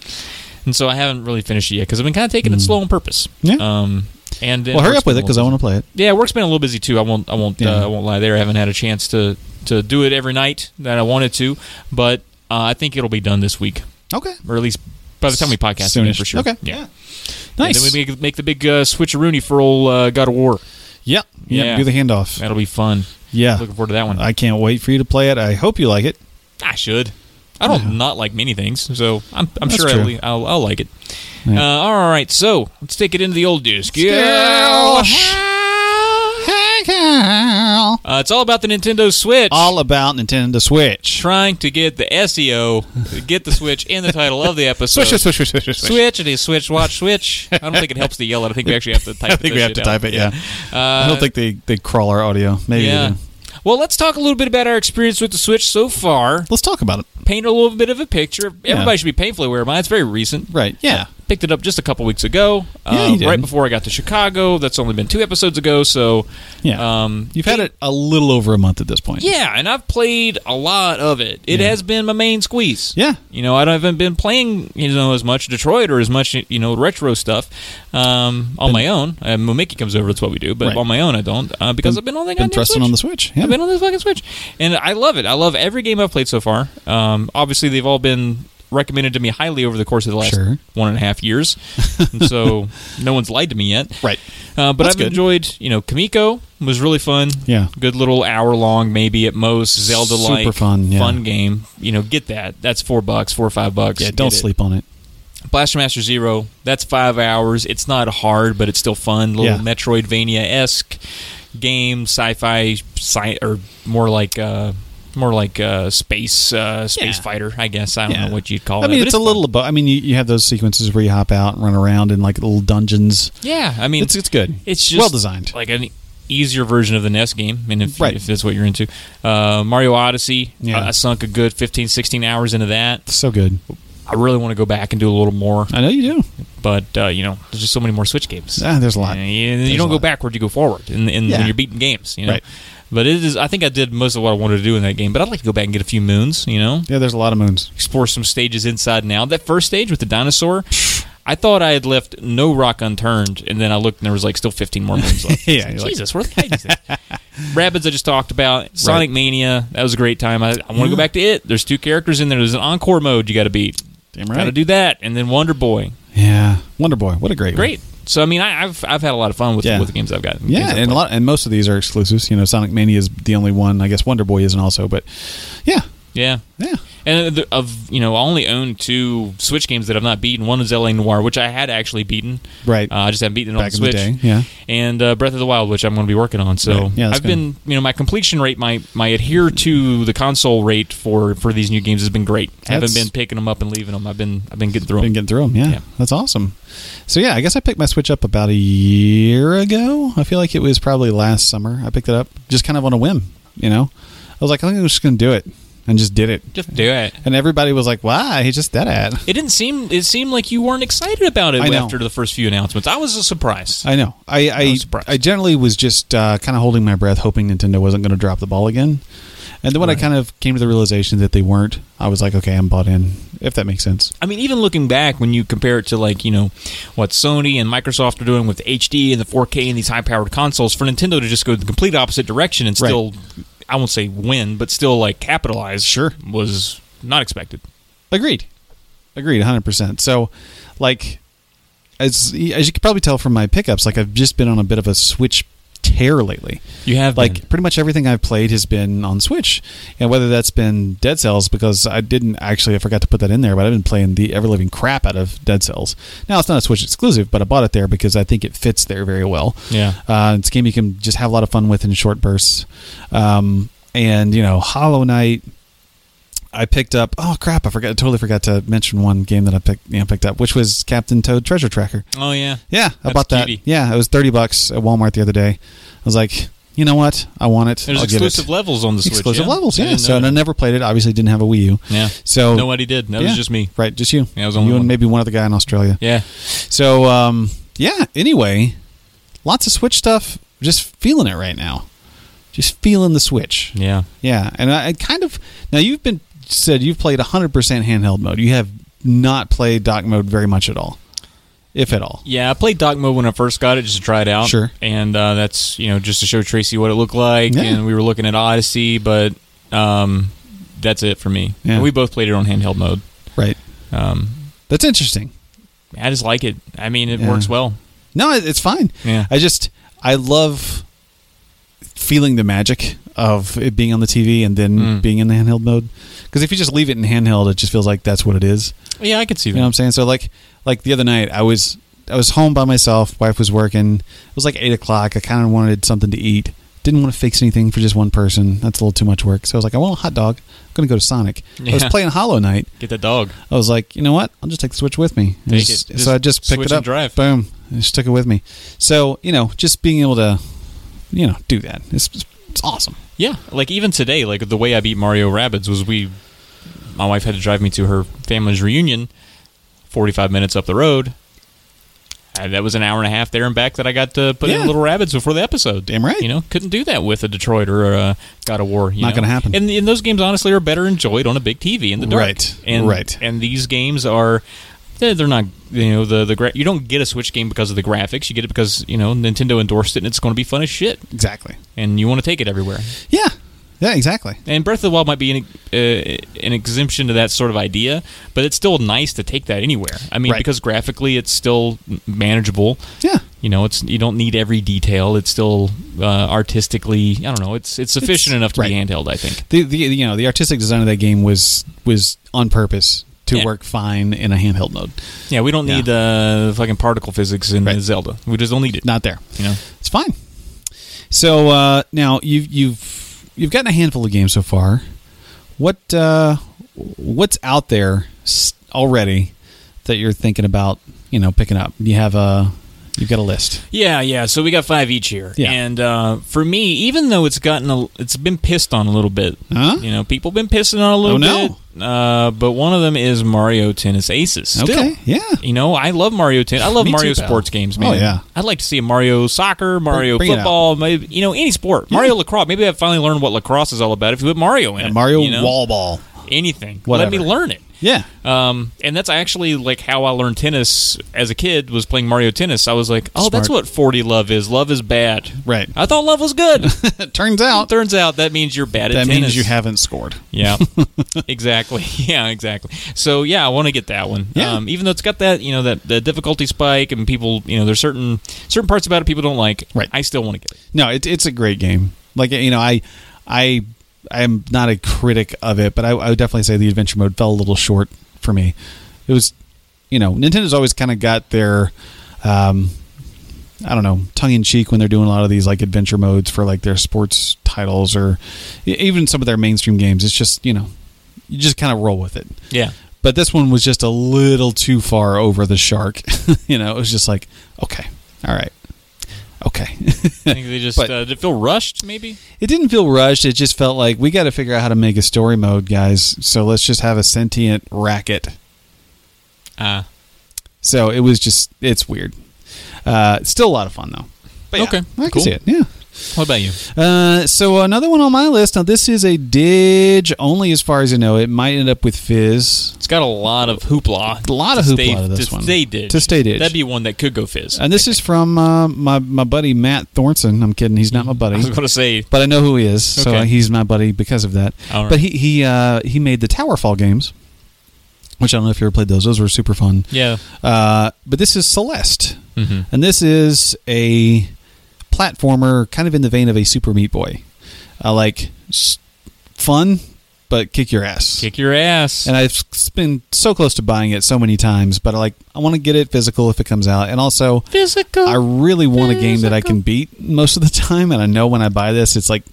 Speaker 2: and so I haven't really finished it yet because I've been kind of taking
Speaker 3: Mm.
Speaker 2: it slow on purpose.
Speaker 3: Yeah.
Speaker 2: Um, and
Speaker 3: Well, hurry up with it because I want to play it.
Speaker 2: Yeah, work's been a little busy too. I won't. I won't.
Speaker 3: Yeah.
Speaker 2: Uh, I won't lie there. I haven't had a chance to to do it every night that I wanted to, but uh, I think it'll be done this week,
Speaker 3: Okay.
Speaker 2: or at least by the time we podcast it in
Speaker 3: Soonish.
Speaker 2: for sure.
Speaker 3: Okay.
Speaker 2: Yeah. And
Speaker 3: Nice.
Speaker 2: then we make, make the big uh, switcheroony for old uh, God of War.
Speaker 3: yep. yep.
Speaker 2: Yeah.
Speaker 3: Do the handoff.
Speaker 2: That'll be fun.
Speaker 3: Yeah.
Speaker 2: Looking forward to that one. I,
Speaker 3: I can't wait for you to play it. I hope you like it.
Speaker 2: should. I don't not like many things, so I'm, I'm
Speaker 3: That's
Speaker 2: sure
Speaker 3: true.
Speaker 2: I'll, I'll, I'll like it.
Speaker 3: Yeah.
Speaker 2: Uh, all right, so let's take it into the old news. Uh, it's all about the Nintendo Switch.
Speaker 3: All about Nintendo Switch.
Speaker 2: trying to get the SEO, to get the Switch in the title of the episode.
Speaker 3: *laughs* Switch, switch, switch, switch, switch, switch.
Speaker 2: Switch, it is Switch, watch, Switch. I don't think it helps to yell it. *laughs* I think we actually have to type
Speaker 3: *laughs* I think we have to type it, yeah.
Speaker 2: Uh,
Speaker 3: I don't think they, they crawl our audio. Maybe they
Speaker 2: yeah.
Speaker 3: do.
Speaker 2: Well, let's talk a little bit about our experience with the Switch so far.
Speaker 3: Let's talk about it.
Speaker 2: Paint a little bit of a picture. Everybody should be painfully aware of mine. It's very recent.
Speaker 3: Right. Yeah.
Speaker 2: Picked it up just a couple weeks ago, um,
Speaker 3: Yeah, you did.
Speaker 2: right before I got to Chicago. That's only been two episodes ago, so
Speaker 3: Yeah.
Speaker 2: um,
Speaker 3: You've had it a little over a month at this point.
Speaker 2: Yeah, and I've played a lot of it. It
Speaker 3: Yeah.
Speaker 2: has been my main squeeze.
Speaker 3: Yeah.
Speaker 2: you know, I haven't been playing you know as much Detroit or as much you know retro stuff um, on my own. Um, when Mickey comes over, that's what we do. But
Speaker 3: Right.
Speaker 2: on my own, I don't uh, because I've been on the
Speaker 3: Been
Speaker 2: goddamn
Speaker 3: thrusting
Speaker 2: Switch.
Speaker 3: on the Switch. Yeah.
Speaker 2: I've been on this fucking Switch, and I love it. I love every game I've played so far. Um, obviously, they've all been recommended to me highly over the course of the last
Speaker 3: Sure.
Speaker 2: one and a half
Speaker 3: *laughs*
Speaker 2: years, and so no one's lied to me yet.
Speaker 3: Right.
Speaker 2: Uh, but
Speaker 3: That's
Speaker 2: I've
Speaker 3: good.
Speaker 2: enjoyed, you know, Kamiko was really fun.
Speaker 3: Yeah.
Speaker 2: Good little hour long, maybe at most. Zelda like.
Speaker 3: Super fun, yeah.
Speaker 2: game. You know, get that. That's four bucks, four or five bucks.
Speaker 3: Yeah, don't
Speaker 2: Get it.
Speaker 3: sleep on it.
Speaker 2: Blaster Master Zero, that's five hours. It's not hard, but it's still fun. Little
Speaker 3: Yeah.
Speaker 2: Metroidvania esque game, sci fi, sci- or more like. Uh, more like uh, space uh, space
Speaker 3: Yeah.
Speaker 2: fighter, I guess. I don't
Speaker 3: Yeah.
Speaker 2: know what you'd call
Speaker 3: I
Speaker 2: it.
Speaker 3: mean,
Speaker 2: but
Speaker 3: it's, a
Speaker 2: fun.
Speaker 3: little above. I mean, you, you have those sequences where you hop out and run around in like little dungeons.
Speaker 2: Yeah, I mean,
Speaker 3: It's it's good.
Speaker 2: It's just
Speaker 3: well designed.
Speaker 2: like an easier version of the NES game, and if,
Speaker 3: Right.
Speaker 2: if that's what you're into, uh, Mario Odyssey.
Speaker 3: Yeah.
Speaker 2: I, I sunk a good 15, 16 hours into that.
Speaker 3: so good.
Speaker 2: I really want to go back and do a little more,
Speaker 3: I know you do.
Speaker 2: but uh, you know, there's just so many more Switch games.
Speaker 3: Ah, there's a lot.
Speaker 2: And you, you
Speaker 3: There's
Speaker 2: don't
Speaker 3: a
Speaker 2: go
Speaker 3: lot.
Speaker 2: backward; you go forward, and, and
Speaker 3: Yeah.
Speaker 2: when you're beating games, you know.
Speaker 3: Right.
Speaker 2: But it is. I think I did most of what I wanted to do in that game. But I'd like to go back and get a few moons. You know,
Speaker 3: Yeah, there's a lot of moons.
Speaker 2: explore some stages inside now. That first stage with the
Speaker 3: *sighs*
Speaker 2: dinosaur, I thought I had left no rock unturned, and then I looked and there was like still 15 more moons left.
Speaker 3: *laughs* Yeah, you're like-
Speaker 2: Jesus, where the heck is that?
Speaker 3: *laughs*
Speaker 2: Rabbids, I just talked about. Sonic Mania, that was a great time. I, I want to go back to it. There's two characters in there. There's an encore mode you got to beat.
Speaker 3: Damn
Speaker 2: Got to do that, and then Wonder Boy.
Speaker 3: Yeah, Wonder Boy. What a great, one.
Speaker 2: Great. So I mean, I, I've I've had a lot of fun with,
Speaker 3: Yeah.
Speaker 2: with the games I've got.
Speaker 3: Yeah, and a lot, and most of these are exclusives. You know, Sonic Mania is the only one. I guess Wonder Boy isn't also, but yeah,
Speaker 2: yeah.
Speaker 3: yeah.
Speaker 2: And the- of you know, I only own two Switch games that I've not beaten. One is LA Noir, which I had actually beaten.
Speaker 3: Right.
Speaker 2: Uh, I just haven't beaten it on
Speaker 3: Back
Speaker 2: the
Speaker 3: in the
Speaker 2: Switch.
Speaker 3: day, yeah.
Speaker 2: And uh, Breath of the Wild, which I'm going to be working on. So
Speaker 3: Right. Yeah, that's
Speaker 2: I've been, you know, my completion rate, my my adhere to the console rate for for these new games has been great. I haven't
Speaker 3: That's-
Speaker 2: been picking them up and leaving them. I've been I've been getting through them.
Speaker 3: Been getting through them. Yeah.
Speaker 2: Yeah.
Speaker 3: that's awesome. So yeah, I guess I picked my Switch up about a year ago. I feel like it was probably last summer. I picked it up just kind of on a whim. You know, I was like, I think I'm just gonna do it, and just did it.
Speaker 2: Just do it.
Speaker 3: And everybody was like, "Why? He's just that at."
Speaker 2: It didn't seem it seemed like you weren't excited about it
Speaker 3: I know.
Speaker 2: after the first few announcements. I was a surprise.
Speaker 3: I know. I I,
Speaker 2: was surprised.
Speaker 3: I generally was just uh, kind of holding my breath, hoping Nintendo wasn't going to drop the ball again. And then when I kind of came to the realization that they weren't, I was like, okay, I'm bought in, if that makes sense.
Speaker 2: I mean, even looking back, when you compare it to like you know what Sony and Microsoft are doing with HD and the 4K and these high-powered consoles, for Nintendo to just go the complete opposite direction and
Speaker 3: Right.
Speaker 2: still, I won't say win, but still like capitalize,
Speaker 3: Sure.
Speaker 2: was not expected.
Speaker 3: Agreed. Agreed, 100%. So, like, as, as you can probably tell from my pickups, like, I've just been on a bit of a Switch tear lately.
Speaker 2: You have
Speaker 3: like
Speaker 2: been.
Speaker 3: pretty much everything I've played has been on Switch, and whether that's been Dead Cells because I didn't actually I forgot to put that in there, but I've been playing the ever living crap out of Dead Cells. Now it's not a Switch exclusive, but I bought it there because I think it fits there very well.
Speaker 2: Yeah.
Speaker 3: uh, it's a game you can just have a lot of fun with in short bursts, um, and you know Hollow Knight. I picked up. Oh crap! I forgot. I totally forgot to mention one game that I picked. You know, picked up, which was Captain Toad Treasure Tracker.
Speaker 2: Oh yeah,
Speaker 3: Yeah, I
Speaker 2: That's
Speaker 3: bought that.
Speaker 2: cutie.
Speaker 3: Yeah, it was thirty bucks at Walmart the other day. I was like, you know what? I want it.
Speaker 2: There's
Speaker 3: I'll give
Speaker 2: exclusive
Speaker 3: it.
Speaker 2: levels on the Switch.
Speaker 3: exclusive
Speaker 2: yeah?
Speaker 3: levels.
Speaker 2: I
Speaker 3: Yeah,
Speaker 2: didn't
Speaker 3: so and
Speaker 2: know
Speaker 3: I
Speaker 2: that.
Speaker 3: never played it. Obviously, didn't have a Wii U.
Speaker 2: yeah.
Speaker 3: So
Speaker 2: nobody did. That
Speaker 3: yeah,
Speaker 2: was just me.
Speaker 3: right? Just you.
Speaker 2: Yeah, I was the only
Speaker 3: you
Speaker 2: one.
Speaker 3: and maybe one other guy in Australia.
Speaker 2: Yeah.
Speaker 3: So um, yeah. Anyway, lots of Switch stuff. Just feeling it right now. Just feeling the Switch.
Speaker 2: Yeah.
Speaker 3: Yeah, and I, I kind of now you've been said you've played 100% handheld mode. You have not played dock mode very much at all, if at all.
Speaker 2: Yeah, I played Doc Mode when I first got it just to try it out.
Speaker 3: Sure.
Speaker 2: And uh, that's, you know, just to show Tracy what it looked like.
Speaker 3: Yeah.
Speaker 2: And we were looking at Odyssey, but um, that's it for me.
Speaker 3: Yeah.
Speaker 2: And we both played it on handheld mode.
Speaker 3: Right.
Speaker 2: Um,
Speaker 3: That's interesting.
Speaker 2: I just like it. I mean, it
Speaker 3: Yeah.
Speaker 2: works well.
Speaker 3: No, it- it's fine.
Speaker 2: Yeah.
Speaker 3: I just I love feeling the magic of it being on the TV and then
Speaker 2: Mm.
Speaker 3: being in the handheld mode. Because if you just leave it in handheld, it just feels like that's what it is.
Speaker 2: Yeah, I could see
Speaker 3: You
Speaker 2: that.
Speaker 3: know what I'm saying? So like like the other night, I was I was home by myself. Wife was working. It was like eight o'clock. I kind of wanted something to eat. Didn't want to fix anything for just one person. That's a little too much work. So I was like, I want a hot dog. I'm gonna go to Sonic. I was
Speaker 2: Yeah.
Speaker 3: playing Hollow Knight.
Speaker 2: Get that dog.
Speaker 3: I was like, you know what? I'll just take the Switch with me. And
Speaker 2: Take
Speaker 3: just-
Speaker 2: it. Just
Speaker 3: so I just picked
Speaker 2: switch
Speaker 3: it
Speaker 2: and
Speaker 3: up.
Speaker 2: drive.
Speaker 3: Boom. I just took it with me. So, you know, just being able to, you know, do that. It's, it's awesome.
Speaker 2: Yeah. Like, even today, like, the way I beat Mario Rabbids was we, my wife had to drive me to her family's reunion 45 minutes up the road. Uh, that was an hour and a half there and back that I got to put
Speaker 3: Yeah.
Speaker 2: in little rabbits before the episode.
Speaker 3: Damn right.
Speaker 2: You know, couldn't do that with a Detroit or a God of War. You
Speaker 3: Not
Speaker 2: know?
Speaker 3: gonna happen.
Speaker 2: And, and those games honestly are better enjoyed on a big TV in the dark.
Speaker 3: Right.
Speaker 2: And,
Speaker 3: Right.
Speaker 2: And these games are. They're they're not, you know, the the gra- you don't get a Switch game because of the graphics. You get it because you know Nintendo endorsed it, and it's going to be fun as shit,
Speaker 3: Exactly.
Speaker 2: and you want to take it everywhere.
Speaker 3: Yeah. Yeah, exactly.
Speaker 2: And Breath of the Wild might be an, uh, an exemption to that sort of idea, but it's still nice to take that anywhere. I mean,
Speaker 3: Right.
Speaker 2: because graphically, it's still manageable.
Speaker 3: Yeah.
Speaker 2: You know, it's you don't need every detail. It's still uh, artistically, I don't know, it's it's sufficient
Speaker 3: It's-
Speaker 2: enough to
Speaker 3: right.
Speaker 2: be handheld. I think.
Speaker 3: The, the you know the artistic design of that game was was on purpose to
Speaker 2: Yeah.
Speaker 3: work fine in a handheld mode.
Speaker 2: Yeah, we don't
Speaker 3: Yeah.
Speaker 2: need uh, fucking particle physics in
Speaker 3: Right.
Speaker 2: Zelda. We just don't need it.
Speaker 3: Not there.
Speaker 2: You know,
Speaker 3: It's fine. So uh, now you've you've you've gotten a handful of games so far. What uh, what's out there s- already that you're thinking about? You know, picking up. You have a you've got a list.
Speaker 2: Yeah, yeah. So we got five each here,
Speaker 3: Yeah.
Speaker 2: and uh, for me, even though it's gotten a, it's been pissed on a little bit.
Speaker 3: Huh?
Speaker 2: You know, people been pissing on a little
Speaker 3: Oh, no.
Speaker 2: bit. Uh, but one of them is Mario Tennis Aces. Still.
Speaker 3: Okay, yeah.
Speaker 2: You know, I love Mario Tennis. I love
Speaker 3: Me too,
Speaker 2: Mario
Speaker 3: pal.
Speaker 2: sports games,
Speaker 3: Oh,
Speaker 2: man.
Speaker 3: yeah.
Speaker 2: I'd like to see a Mario soccer, Mario
Speaker 3: bring it out.
Speaker 2: football, maybe, you know, any sport. Mario lacrosse. Maybe I've finally learned what lacrosse is all about. If you put Mario in it,
Speaker 3: Mario
Speaker 2: you know?
Speaker 3: Wall Ball.
Speaker 2: anything.
Speaker 3: Whatever.
Speaker 2: Let me learn it.
Speaker 3: Yeah.
Speaker 2: Um, and that's actually like how I learned tennis as a kid was playing Mario Tennis. I was like, oh,
Speaker 3: Smart.
Speaker 2: that's what 40 love is. Love is bad.
Speaker 3: Right.
Speaker 2: I thought love was
Speaker 3: *laughs*
Speaker 2: good.
Speaker 3: It turns out
Speaker 2: Turns out that means you're bad at
Speaker 3: that
Speaker 2: tennis.
Speaker 3: means you haven't scored. *laughs*
Speaker 2: Yeah, exactly. *laughs* Yeah, exactly. So yeah, I want to get that one.
Speaker 3: Yeah.
Speaker 2: Um, even though it's got that you know that the difficulty spike and people you know there's certain certain parts about it people don't like.
Speaker 3: Right.
Speaker 2: I still want to get it.
Speaker 3: No, it, it's a great game. Like you know, I, I, I am not a critic of it, but I, I would definitely say the adventure mode fell a little short for me. It was, you know, Nintendo's always kind of got their, um, I don't know, tongue in cheek when they're doing a lot of these like adventure modes for like their sports titles or e- even some of their mainstream games. It's just you know, you just kind of roll with it. *laughs*
Speaker 2: Yeah.
Speaker 3: But this one was just a little too far over the shark. *laughs* you know, it was just like, okay, all right, okay. *laughs*
Speaker 2: I think they just
Speaker 3: But-
Speaker 2: uh, did it feel rushed. Maybe.
Speaker 3: It didn't feel rushed. It just felt like we got to figure out how to make a story mode, guys. So let's just have a sentient racket.
Speaker 2: Uh,
Speaker 3: So it was just, it's weird. Uh, still a lot of fun though. But yeah,
Speaker 2: Okay,
Speaker 3: I can
Speaker 2: cool.
Speaker 3: see it. Yeah,
Speaker 2: What about you?
Speaker 3: Uh, so another one on my list. Now this is a dig only, as far as I know. It might end up with fizz.
Speaker 2: It's got a lot of hoopla.
Speaker 3: A lot
Speaker 2: to
Speaker 3: of hoopla
Speaker 2: stay,
Speaker 3: to this one.
Speaker 2: stay ditch.
Speaker 3: To stay ditch.
Speaker 2: That'd be one that could go fizz.
Speaker 3: And this is from uh, my my buddy Matt Thornton. I'm kidding. He's not my
Speaker 2: *laughs*
Speaker 3: buddy.
Speaker 2: I was going to say,
Speaker 3: but I know who he is, so
Speaker 2: Okay.
Speaker 3: he's my buddy because of that.
Speaker 2: All right.
Speaker 3: But he he uh, he made the Towerfall games, which I don't know if you ever played those. Those were super fun.
Speaker 2: yeah.
Speaker 3: Uh, but this is Celeste,
Speaker 2: Mhm.
Speaker 3: and this is a platformer, kind of in the vein of a Super Meat Boy, uh, like s- fun but kick your ass.
Speaker 2: Kick your ass.
Speaker 3: And I've s- been so close to buying it so many times, but I like I want to get it physical if it comes out, and also
Speaker 2: Physical.
Speaker 3: I really want a game that I
Speaker 2: Physical.
Speaker 3: can beat most of the *laughs* time, and I know when I buy this, it's like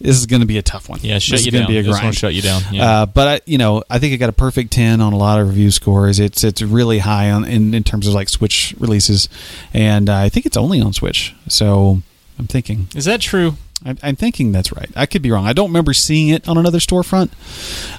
Speaker 3: this is going to be a tough one.
Speaker 2: yeah, shut
Speaker 3: this
Speaker 2: you
Speaker 3: is gonna
Speaker 2: down.
Speaker 3: Be a
Speaker 2: This one
Speaker 3: grind.
Speaker 2: shut you down. Yeah.
Speaker 3: Uh, but I, you know, I think it got a perfect ten on a lot of review scores. It's it's really high on in, in terms of like Switch releases, and uh, I think it's only on Switch. So I'm thinking,
Speaker 2: Is that true?
Speaker 3: I'm, I'm thinking that's right. I could be wrong. I don't remember seeing it on another storefront.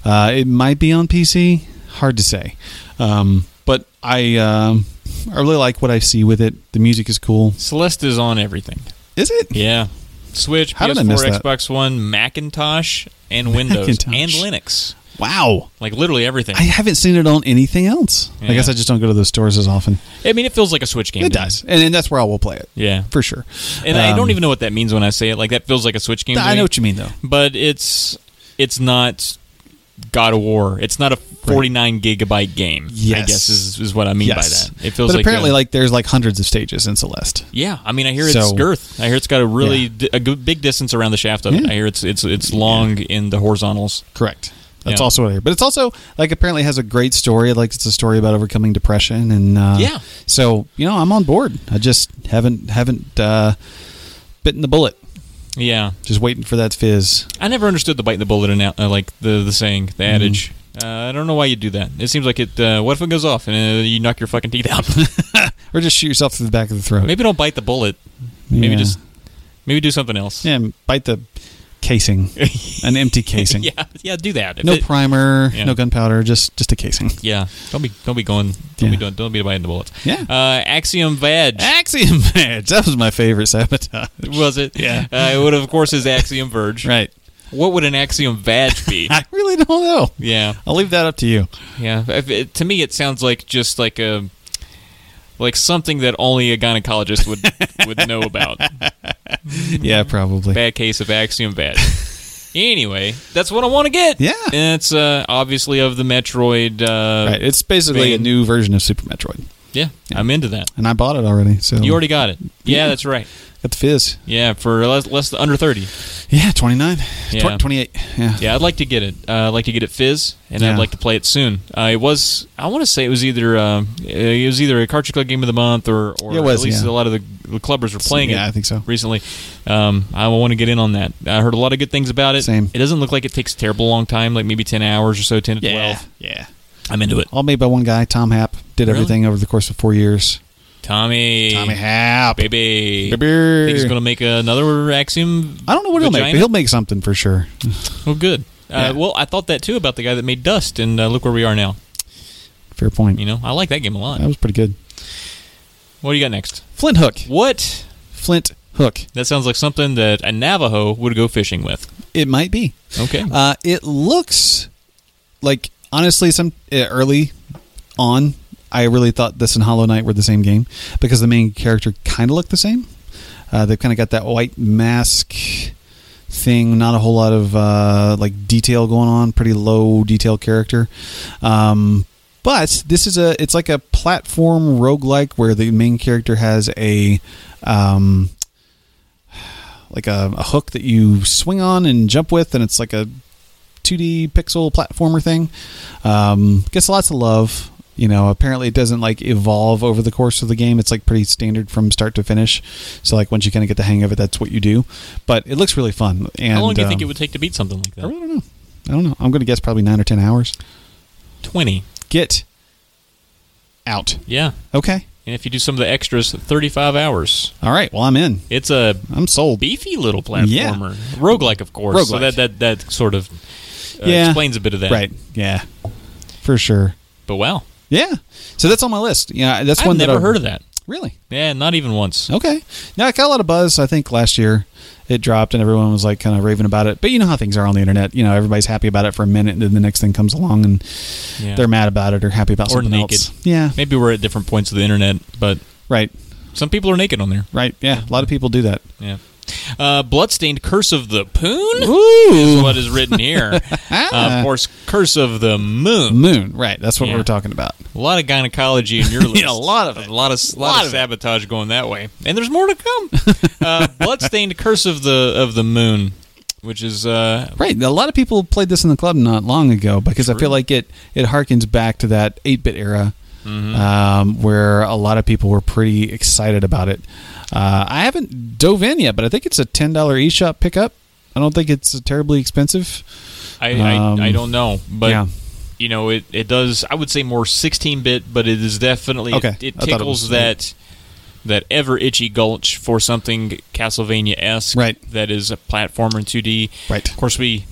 Speaker 3: Uh, it might be on PC. Hard to say. Um, but I um, I really like what I see with it. The music is cool.
Speaker 2: Celeste is on everything.
Speaker 3: Is it?
Speaker 2: Yeah. Switch,
Speaker 3: How did I miss
Speaker 2: PS4,
Speaker 3: that?
Speaker 2: Xbox One, Macintosh, and Windows,
Speaker 3: Macintosh.
Speaker 2: and Linux.
Speaker 3: Wow.
Speaker 2: Like literally everything.
Speaker 3: I haven't seen it on anything else. I
Speaker 2: Yeah.
Speaker 3: guess I just don't go to those stores as often.
Speaker 2: I mean, it feels like a Switch game.
Speaker 3: It
Speaker 2: to me.
Speaker 3: does, and, and that's where I will play it
Speaker 2: Yeah.
Speaker 3: for sure.
Speaker 2: And I
Speaker 3: Um,
Speaker 2: don't even know what that means when I say it. Like that feels like a Switch game. to
Speaker 3: I
Speaker 2: me.
Speaker 3: know what you mean, though.
Speaker 2: but it's it's not God of War. It's not a 49 gigabyte game. I
Speaker 3: Yes.
Speaker 2: guess is, is what I mean
Speaker 3: yes,
Speaker 2: by that. It feels
Speaker 3: but
Speaker 2: like uh,
Speaker 3: apparently,
Speaker 2: a-
Speaker 3: like there's like hundreds of stages in Celeste.
Speaker 2: yeah. I mean, I hear it's
Speaker 3: So-
Speaker 2: girth. I hear it's got a really
Speaker 3: Yeah.
Speaker 2: d- a good, big distance around the shaft of it.
Speaker 3: Yeah.
Speaker 2: I hear it's it's it's long in the horizontals.
Speaker 3: Correct. That's
Speaker 2: Yeah.
Speaker 3: also what I hear. But it's also like apparently has a great story. Like it's a story about overcoming depression and uh,
Speaker 2: Yeah.
Speaker 3: So you know, I'm on board. I just haven't haven't uh, bitten the bullet.
Speaker 2: Yeah,
Speaker 3: Just waiting for that fizz.
Speaker 2: I never understood the bite and the bullet and uh, like the the saying, the
Speaker 3: Mm-hmm.
Speaker 2: adage. Uh, I don't know why you do that. It seems like it. Uh, what if it goes off and uh, you knock your fucking teeth out? *laughs*
Speaker 3: Or just shoot yourself through the back of the throat.
Speaker 2: maybe don't bite the bullet. Maybe
Speaker 3: Yeah.
Speaker 2: just maybe do something else.
Speaker 3: yeah, bite the casing, an empty
Speaker 2: *laughs* *laughs*
Speaker 3: casing.
Speaker 2: yeah, yeah, do that. If
Speaker 3: No
Speaker 2: it-
Speaker 3: primer,
Speaker 2: Yeah.
Speaker 3: no gunpowder, just just
Speaker 2: *laughs*
Speaker 3: a casing.
Speaker 2: Yeah, don't be don't be going don't
Speaker 3: Yeah.
Speaker 2: be doing don't be biting the bullets.
Speaker 3: Yeah. Ah.
Speaker 2: uh, Axiom Vag
Speaker 3: Axiom Verge. That was my favorite sabotage.
Speaker 2: was it?
Speaker 3: Yeah.
Speaker 2: uh, it would of course is Axiom Verge.
Speaker 3: Right.
Speaker 2: What would an Axiom Vag be?
Speaker 3: *laughs* I really don't know.
Speaker 2: yeah,
Speaker 3: I'll leave that up to you.
Speaker 2: yeah. If it- to me, it sounds like just like a like something that only a gynecologist
Speaker 3: *laughs*
Speaker 2: would would know about. *laughs*
Speaker 3: Yeah, probably.
Speaker 2: Bad case of Axiom Vag. Anyway, that's what I want to get.
Speaker 3: Yeah.
Speaker 2: and it's uh, obviously of the Metroid. Uh,
Speaker 3: Right. It's basically a
Speaker 2: Bane.
Speaker 3: new version of Super Metroid,
Speaker 2: Yeah, I'm into that.
Speaker 3: and I bought it already. So
Speaker 2: You already got it. yeah.
Speaker 3: Yeah.
Speaker 2: that's right.
Speaker 3: got the fizz.
Speaker 2: Yeah, for less, less than under thirty.
Speaker 3: Yeah, twenty nine.
Speaker 2: Yeah.
Speaker 3: Twenty eight. Yeah.
Speaker 2: Yeah, I'd like to get it. Uh, I'd like to get it fizz, and I'd
Speaker 3: Yeah.
Speaker 2: like to play it soon. Uh, it was I want to say it was either uh, it was either a cartridge club game of the month or, or
Speaker 3: It was,
Speaker 2: at least
Speaker 3: yeah.
Speaker 2: a lot of the, the clubbers were playing
Speaker 3: yeah,
Speaker 2: it.
Speaker 3: I think so.
Speaker 2: recently. Um, I want to get in on that. I heard a lot of good things about it.
Speaker 3: Same.
Speaker 2: It doesn't look like it takes a terrible long time, like maybe ten hours or so, ten to twelve.
Speaker 3: Yeah.
Speaker 2: I'm into it.
Speaker 3: All made by one guy, Tom Happ. Did
Speaker 2: Really?
Speaker 3: everything over the course of four years.
Speaker 2: Tommy,
Speaker 3: Tommy Happ.
Speaker 2: baby,
Speaker 3: Baby.
Speaker 2: Think he's gonna make another Axiom.
Speaker 3: I don't know what he'll make,
Speaker 2: vagina?
Speaker 3: but he'll make something for sure.
Speaker 2: Oh, good.
Speaker 3: Yeah.
Speaker 2: Uh, well, I thought that too about the guy that made Dust, and uh, look where we are now.
Speaker 3: Fair point.
Speaker 2: You know, I like that game a lot.
Speaker 3: That was pretty good.
Speaker 2: What do you got next?
Speaker 3: Flint Hook.
Speaker 2: What?
Speaker 3: Flint Hook.
Speaker 2: That sounds like something that a Navajo would go fishing with.
Speaker 3: It might be. *laughs*
Speaker 2: Okay.
Speaker 3: Uh, it looks like honestly, some uh, early on, I really thought this and Hollow Knight were the same game because the main character kind of looked the same. Uh, they've kind of got that white mask thing, not a whole lot of uh, like detail going on, pretty low detail character. Um, but this is a it's like a platform roguelike where the main character has a um, like a, a hook that you swing on and jump with, and it's like a 2D pixel platformer thing. Um, gets lots of love. You know, apparently it doesn't like evolve over the course of the game. It's like pretty standard from start to finish. So like once you kind of get the hang of it, that's what you do. But it looks really fun. And
Speaker 2: How long do you
Speaker 3: um,
Speaker 2: think it would take to beat something like
Speaker 3: I
Speaker 2: that?
Speaker 3: really don't know. I don't know. I'm going to guess probably nine or ten hours.
Speaker 2: Twenty.
Speaker 3: Get out.
Speaker 2: Yeah.
Speaker 3: Okay.
Speaker 2: And if you do some of the extras, thirty-five hours.
Speaker 3: All right. Well, I'm in.
Speaker 2: It's a
Speaker 3: I'm sold.
Speaker 2: beefy little platformer, roguelike, of course. So
Speaker 3: Roguelike.
Speaker 2: that that that sort of uh,
Speaker 3: Yeah.
Speaker 2: explains a bit of that.
Speaker 3: Right. Yeah. For sure.
Speaker 2: But wow,
Speaker 3: Yeah. So that's on my list. Yeah, that's
Speaker 2: I've
Speaker 3: one
Speaker 2: never
Speaker 3: that I've- Oh.
Speaker 2: heard of that.
Speaker 3: Really?
Speaker 2: Yeah, not even once.
Speaker 3: Okay. Now it got a lot of buzz. I think last year it dropped and everyone was like kind of raving about it. But you know how things are on the internet. You know, everybody's happy about it for a minute, and then the next thing comes along and
Speaker 2: Yeah.
Speaker 3: they're mad about it or happy about
Speaker 2: Or
Speaker 3: something
Speaker 2: naked.
Speaker 3: else. Yeah.
Speaker 2: Maybe we're at different points of the internet, but
Speaker 3: Right.
Speaker 2: some people are naked on there.
Speaker 3: Right. Yeah. A lot of people do that.
Speaker 2: Yeah. Uh, Bloodstained Curse of the Poon is
Speaker 3: Ooh.
Speaker 2: what is written
Speaker 3: *laughs*
Speaker 2: here. uh, of course, Curse of the Moon.
Speaker 3: Moon. Right. That's what
Speaker 2: Yeah.
Speaker 3: we're talking about.
Speaker 2: A lot of gynecology
Speaker 3: *laughs*
Speaker 2: in your list.
Speaker 3: a lot of
Speaker 2: A lot of, lot of sabotage going that way. And there's more to come.
Speaker 3: *laughs*
Speaker 2: uh, Bloodstained Curse of the of the Moon, which is uh,
Speaker 3: Right. A lot of people played this in the club not long ago because I feel like it it harkens back to that 8 bit era
Speaker 2: Mm-hmm.
Speaker 3: um, where a lot of people were pretty excited about it. Uh, I haven't dove in yet, but I think it's a $10 eShop pickup. I don't think it's terribly expensive.
Speaker 2: I,
Speaker 3: Um,
Speaker 2: I I don't know, but
Speaker 3: yeah.
Speaker 2: you know it, it does. I would say more 16 bit, but it is definitely
Speaker 3: Okay.
Speaker 2: it, it
Speaker 3: I thought it
Speaker 2: tickles
Speaker 3: was-
Speaker 2: that that ever itchy gulch for something Castlevania esque.
Speaker 3: Right.
Speaker 2: That is a platformer in 2D.
Speaker 3: Right.
Speaker 2: Of course we.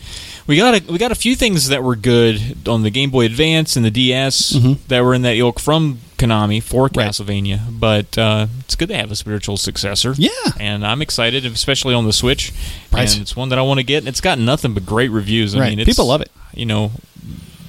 Speaker 2: We got a, we got a few things that were good on the Game Boy Advance and the DS that were in that ilk from Konami for
Speaker 3: Mm-hmm. Right.
Speaker 2: Castlevania, but uh, it's good to have a spiritual successor.
Speaker 3: Yeah.
Speaker 2: and I'm excited, especially on the Switch.
Speaker 3: Right.
Speaker 2: And it's one that I want to get, and it's got nothing but great reviews. I
Speaker 3: Right.
Speaker 2: mean, it's,
Speaker 3: People love it.
Speaker 2: You know,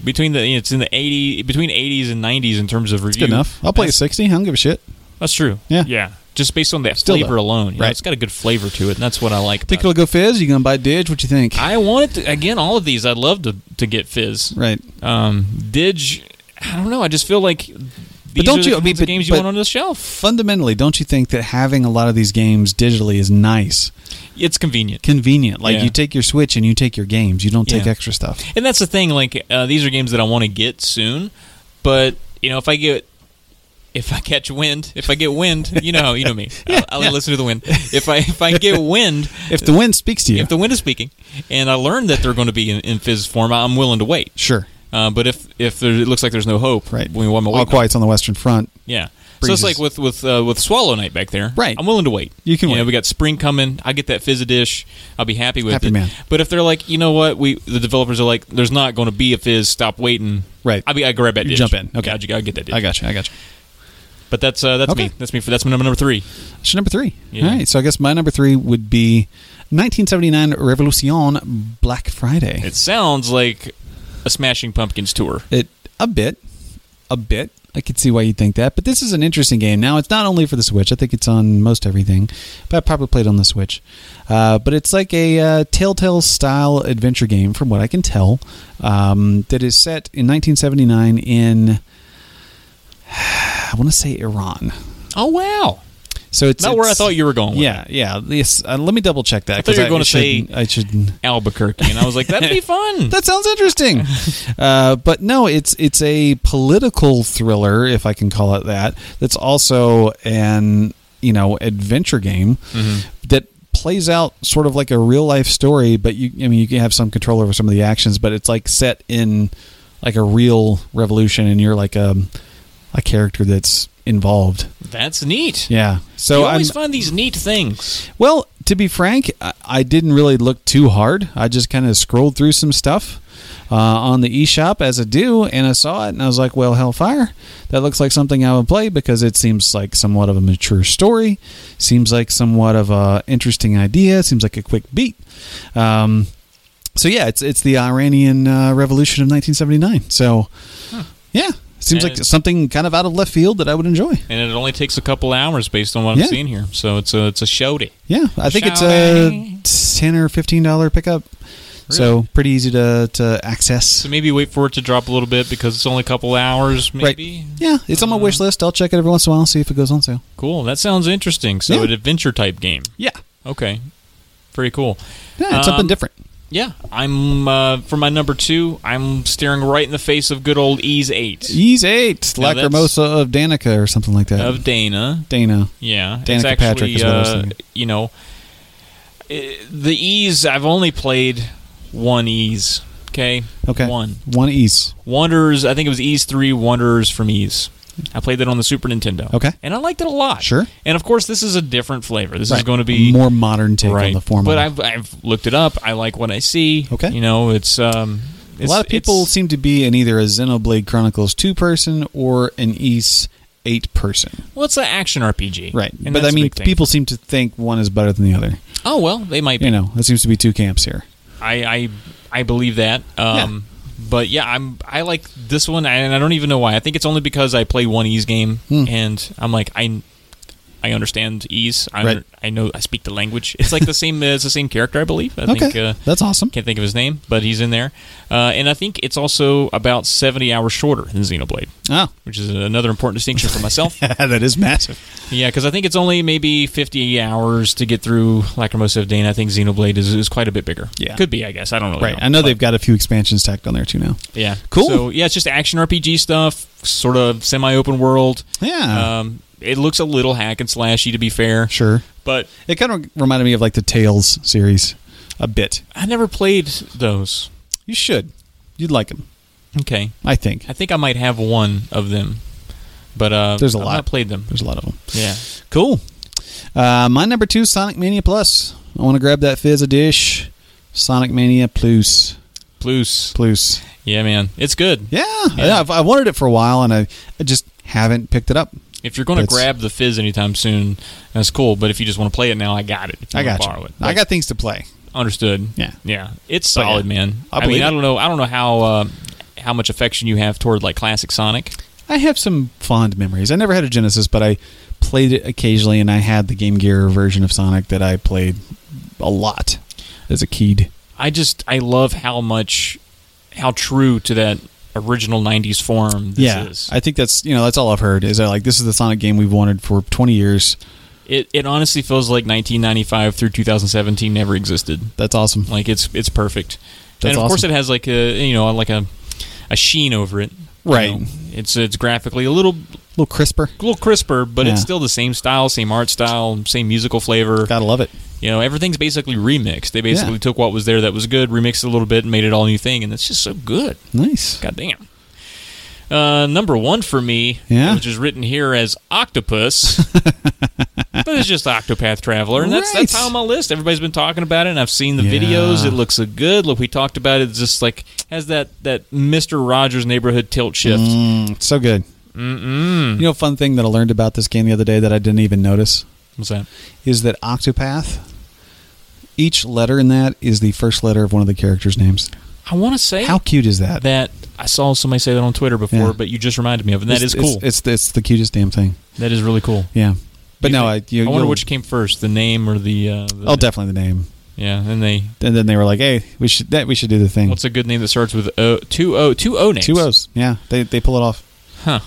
Speaker 2: between the it's in the eighty between eighties and nineties in terms of review.
Speaker 3: Good enough. I'll play a
Speaker 2: That's,
Speaker 3: 60. I don't give a shit.
Speaker 2: that's true.
Speaker 3: Yeah.
Speaker 2: yeah. Just based on that
Speaker 3: Still
Speaker 2: flavor
Speaker 3: though.
Speaker 2: alone, you know,
Speaker 3: Right.
Speaker 2: it's got a good flavor to it, and that's what I like.
Speaker 3: Think
Speaker 2: about
Speaker 3: it'll go fizz? You going to buy Didge? What you think?
Speaker 2: it. Uh, I wanted to, again all of these. I'd love to to get Fizz.
Speaker 3: right.
Speaker 2: Um, Didge. I don't know. I just feel like these
Speaker 3: don't
Speaker 2: are the
Speaker 3: you- I
Speaker 2: kinds
Speaker 3: mean,
Speaker 2: of
Speaker 3: but-
Speaker 2: games you
Speaker 3: but-
Speaker 2: want on the shelf.
Speaker 3: Fundamentally, don't you think that having a lot of these games digitally is nice?
Speaker 2: It's convenient.
Speaker 3: Convenient. Like
Speaker 2: Yeah.
Speaker 3: you take your Switch and you take your games. You don't take
Speaker 2: Yeah.
Speaker 3: extra stuff.
Speaker 2: And that's the thing. Like uh, these are games that I want to get soon, but you know, if I get, if I catch wind, if I get wind, you know, how- you know me. I'll, I'll listen to the wind. If I if I get wind,
Speaker 3: If the wind speaks to you.
Speaker 2: if the wind is speaking, and I learn that they're going to be in, in fizz form, I'm willing to wait.
Speaker 3: sure.
Speaker 2: Uh, but if if there, it looks like there's no hope,
Speaker 3: Right.
Speaker 2: I mean, why am I
Speaker 3: All
Speaker 2: waiting?
Speaker 3: quiet's on the Western Front.
Speaker 2: Yeah. So it's
Speaker 3: Breezes.
Speaker 2: like with with uh, with Swallow Night back there.
Speaker 3: Right.
Speaker 2: I'm willing to wait.
Speaker 3: You can
Speaker 2: know,
Speaker 3: wait.
Speaker 2: we got spring coming. I get that fizz dish. I'll be happy with
Speaker 3: Happy
Speaker 2: it.
Speaker 3: man.
Speaker 2: But if they're like, you know what, we the developers are like, there's not going to be a fizz. Stop waiting.
Speaker 3: Right.
Speaker 2: I'll be. I grab that.
Speaker 3: You
Speaker 2: dish.
Speaker 3: jump in. Okay.
Speaker 2: Yeah, I, I get that. Dish.
Speaker 3: I got you. I got you.
Speaker 2: But that's uh, that's me.
Speaker 3: Okay.
Speaker 2: That's me for that's my number number three.
Speaker 3: It's your number three.
Speaker 2: Yeah.
Speaker 3: All right. So I guess my number three would be 1979 Revolution Black Friday.
Speaker 2: It sounds like a Smashing Pumpkins tour.
Speaker 3: It a bit, a bit. I could see why you'd think that, but this is an interesting game. Now it's not only for the Switch. I think it's on most everything, but I probably played on the Switch. Uh, but it's like a uh, Telltale style adventure game, from what I can tell, um, that is set in 1979 in *sighs* I want to say Iran.
Speaker 2: Oh wow.
Speaker 3: So it's
Speaker 2: Not where I
Speaker 3: it's-
Speaker 2: thought you were going with
Speaker 3: yeah, yeah. Yes, uh, let me double check that.
Speaker 2: I thought
Speaker 3: 'cause
Speaker 2: you were gonna
Speaker 3: I should,
Speaker 2: say-
Speaker 3: I should.
Speaker 2: Albuquerque, and I was like, that'd be fun.
Speaker 3: *laughs* That
Speaker 2: *laughs*
Speaker 3: sounds interesting. uh, but no, it's it's a political thriller, if I can call it that. That's also an you know adventure game
Speaker 2: Mm-hmm.
Speaker 3: that plays out sort of like a real life story. But you, I mean, you can have some control over some of the actions, but it's like set in like a real revolution, and you're like a a character that's involved.
Speaker 2: that's neat.
Speaker 3: Yeah. So
Speaker 2: You
Speaker 3: I'm,
Speaker 2: always find these neat things.
Speaker 3: well, to be frank, I, I didn't really look too hard. I just kind of scrolled through some stuff uh, on the eShop as I do, and I saw it, and I was like, well, Hellfire, that looks like something I would play because it seems like somewhat of a mature story, seems like somewhat of a interesting idea, seems like a quick beat. Um, so yeah, it's it's the Iranian uh, Revolution of 1979. So yeah,
Speaker 2: And
Speaker 3: seems like
Speaker 2: it's-
Speaker 3: something kind of out of left field that I would enjoy.
Speaker 2: And it only takes a couple hours based on what
Speaker 3: Yeah.
Speaker 2: I'm seeing here. So it's a it's a show day.
Speaker 3: Yeah, I think it's a
Speaker 2: Shouting.
Speaker 3: ten or fifteen dollar pickup. So pretty easy to, to access.
Speaker 2: So maybe wait for it to drop a little bit because it's only a couple hours, maybe.
Speaker 3: Right. Yeah, it's on my
Speaker 2: Uh,
Speaker 3: wish list. I'll check it every once in a while, see if it goes on sale.
Speaker 2: Cool. That sounds interesting. So
Speaker 3: Yeah.
Speaker 2: an adventure type game.
Speaker 3: Yeah.
Speaker 2: Okay. Pretty cool.
Speaker 3: Yeah, it's
Speaker 2: Um,
Speaker 3: something different.
Speaker 2: Yeah. I'm uh, for my number two. I'm staring right in the face of good old Ease Eight
Speaker 3: Ease eight,
Speaker 2: Now that's-
Speaker 3: Lacrimosa of Danica or something like that.
Speaker 2: of Dana.
Speaker 3: Dana.
Speaker 2: Yeah.
Speaker 3: Danica
Speaker 2: it's actually
Speaker 3: Patrick is what I was
Speaker 2: uh,
Speaker 3: thinking.
Speaker 2: you know eh, the Ease. I've only played one Ease. Okay.
Speaker 3: Okay.
Speaker 2: One.
Speaker 3: One Ease.
Speaker 2: Wanderers, I think it was Ease 3 Wanderers from Ease. I played that on the Super Nintendo.
Speaker 3: Okay.
Speaker 2: And I liked it a lot.
Speaker 3: Sure.
Speaker 2: And of course, this is a different flavor. This is
Speaker 3: Right.
Speaker 2: going to be
Speaker 3: more modern take
Speaker 2: right.
Speaker 3: on the format.
Speaker 2: But I've, I've looked it up. I like what I see.
Speaker 3: Okay.
Speaker 2: You know, it's. Um,
Speaker 3: a lot of people seem to be in either a Xenoblade Chronicles two person or an Ease eight person.
Speaker 2: Well, it's an action RPG,
Speaker 3: Right.
Speaker 2: And
Speaker 3: but
Speaker 2: that's
Speaker 3: I
Speaker 2: a
Speaker 3: mean,
Speaker 2: big thing.
Speaker 3: people seem to think one is better than the other.
Speaker 2: Oh well, they might. be.
Speaker 3: You know, that seems to be two camps here.
Speaker 2: I I, I believe that. Um, But yeah, I'm I like this one, and I don't even know why. I think it's only because I play one Ease game,
Speaker 3: Hmm.
Speaker 2: and I'm like I. I understand ease. I,
Speaker 3: Right.
Speaker 2: I know I speak the language. It's
Speaker 3: *laughs*
Speaker 2: like the same. It's the same character, I believe. I
Speaker 3: Okay.
Speaker 2: think uh,
Speaker 3: That's awesome.
Speaker 2: Can't think of his name, but he's in there. Uh, and I think it's also about 70 hours shorter than Xenoblade, *laughs*
Speaker 3: Oh,
Speaker 2: which is another important distinction for
Speaker 3: *laughs*
Speaker 2: myself.
Speaker 3: that is massive.
Speaker 2: yeah, because I think it's only maybe 50 hours to get through Lacrimosa of Dane. I think Xenoblade is, is quite a bit bigger.
Speaker 3: Yeah.
Speaker 2: Could be, I guess. I don't really
Speaker 3: Right.
Speaker 2: know.
Speaker 3: I know
Speaker 2: But,
Speaker 3: they've got a few expansions tacked on there too now.
Speaker 2: Yeah.
Speaker 3: Cool.
Speaker 2: So, yeah, it's just action RPG stuff, sort of semi open world.
Speaker 3: Yeah.
Speaker 2: Um, it looks a little hack and slashy, to be fair.
Speaker 3: sure.
Speaker 2: But
Speaker 3: It kind of reminded me of like the Tales series a bit.
Speaker 2: I never played those.
Speaker 3: You should. You'd like them,
Speaker 2: Okay.
Speaker 3: I think.
Speaker 2: I think I might have one of them. But uh,
Speaker 3: There's a
Speaker 2: I've
Speaker 3: lot.
Speaker 2: not played them.
Speaker 3: There's a lot of them. *laughs*
Speaker 2: Yeah.
Speaker 3: Cool. Uh, my number two, Sonic Mania Plus. I want to grab that fizz a dish. Sonic Mania Plus.
Speaker 2: Plus.
Speaker 3: Plus.
Speaker 2: Yeah, man. It's good.
Speaker 3: Yeah.
Speaker 2: Yeah.
Speaker 3: yeah I've, I wanted it for a while and I, I just haven't picked it up.
Speaker 2: If you're going to
Speaker 3: That's-
Speaker 2: grab the fizz anytime soon, that's cool. But if you just want to play it now, I got it. If you
Speaker 3: I
Speaker 2: wanna
Speaker 3: got
Speaker 2: borrow
Speaker 3: you.
Speaker 2: it.
Speaker 3: I got things to play.
Speaker 2: understood.
Speaker 3: Yeah.
Speaker 2: yeah. It's
Speaker 3: But yeah,
Speaker 2: solid, man.
Speaker 3: I
Speaker 2: I, mean,
Speaker 3: believe
Speaker 2: I
Speaker 3: it.
Speaker 2: don't know. I don't know how uh, how much affection you have toward like classic Sonic.
Speaker 3: I have some fond memories. I never had a Genesis, but I played it occasionally, and I had the Game Gear version of Sonic that I played a lot as a kid.
Speaker 2: I just I love how much how true to that original '90s form this
Speaker 3: yeah,
Speaker 2: is.
Speaker 3: I think that's you know that's all I've heard is that like this is the Sonic game we've wanted for 20 years.
Speaker 2: it it honestly feels like 1995 through 2017 never existed.
Speaker 3: That's awesome.
Speaker 2: Like it's it's perfect.
Speaker 3: That's
Speaker 2: and of course,
Speaker 3: awesome.
Speaker 2: it has like a you know like a a sheen over it. You
Speaker 3: Right.
Speaker 2: know, it's it's graphically a little
Speaker 3: A little crisper.
Speaker 2: a little crisper, but
Speaker 3: Yeah.
Speaker 2: it's still the same style, same art style, same musical flavor.
Speaker 3: Gotta love it.
Speaker 2: You know, everything's basically remixed. They basically
Speaker 3: Yeah.
Speaker 2: took what was there that was good, remixed it a little bit, and made it all new thing, and it's just so good.
Speaker 3: Nice.
Speaker 2: God damn. Uh, number one for me,
Speaker 3: Yeah?
Speaker 2: which is written here as
Speaker 3: *laughs*
Speaker 2: Octopus, but it's just Octopath Traveler, and that's that's
Speaker 3: Right.
Speaker 2: high on my list. Everybody's been talking about it, and I've seen the
Speaker 3: Yeah.
Speaker 2: videos. It looks so good. Look, we talked about it. It's just like has that that Mister Rogers neighborhood tilt shift.
Speaker 3: Mm, it's so good. Mm-mm. You know, fun thing that I learned about this game the other day that I didn't even notice
Speaker 2: What's that?
Speaker 3: is that Octopath. Each letter in that is the first letter of one of the characters' names.
Speaker 2: I want to say
Speaker 3: How cute is that?
Speaker 2: that I saw somebody say that on Twitter before,
Speaker 3: Yeah.
Speaker 2: but you just reminded me of, it, and that is
Speaker 3: it's,
Speaker 2: cool.
Speaker 3: It's, it's it's the cutest damn thing.
Speaker 2: that is really cool.
Speaker 3: Yeah, but
Speaker 2: You
Speaker 3: no,
Speaker 2: think-
Speaker 3: I you,
Speaker 2: I wonder
Speaker 3: you'll-
Speaker 2: which came first, the name or the. Uh, the
Speaker 3: Oh, definitely the name.
Speaker 2: yeah. And they
Speaker 3: And then they were like, "Hey, we should that we should do the thing."
Speaker 2: what's a good name that starts with o, two o two o names?
Speaker 3: Two O's. Yeah, they they pull it off.
Speaker 2: Huh.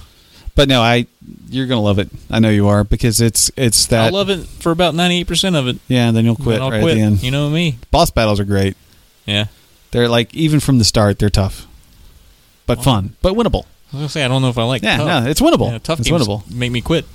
Speaker 3: But no, I you're gonna love it. I know you are because it's it's that.
Speaker 2: I love it for about ninety eight percent of it.
Speaker 3: Yeah, and then you'll
Speaker 2: and
Speaker 3: quit
Speaker 2: I'll
Speaker 3: right
Speaker 2: quit.
Speaker 3: at the end.
Speaker 2: You know me.
Speaker 3: Boss battles are great.
Speaker 2: Yeah.
Speaker 3: They're like even from the start, they're tough, but
Speaker 2: Wow.
Speaker 3: fun, but winnable.
Speaker 2: I was gonna say I don't know if I like.
Speaker 3: Yeah,
Speaker 2: tough.
Speaker 3: no, it's winnable.
Speaker 2: Yeah, tough
Speaker 3: it's
Speaker 2: games
Speaker 3: winnable.
Speaker 2: make me quit.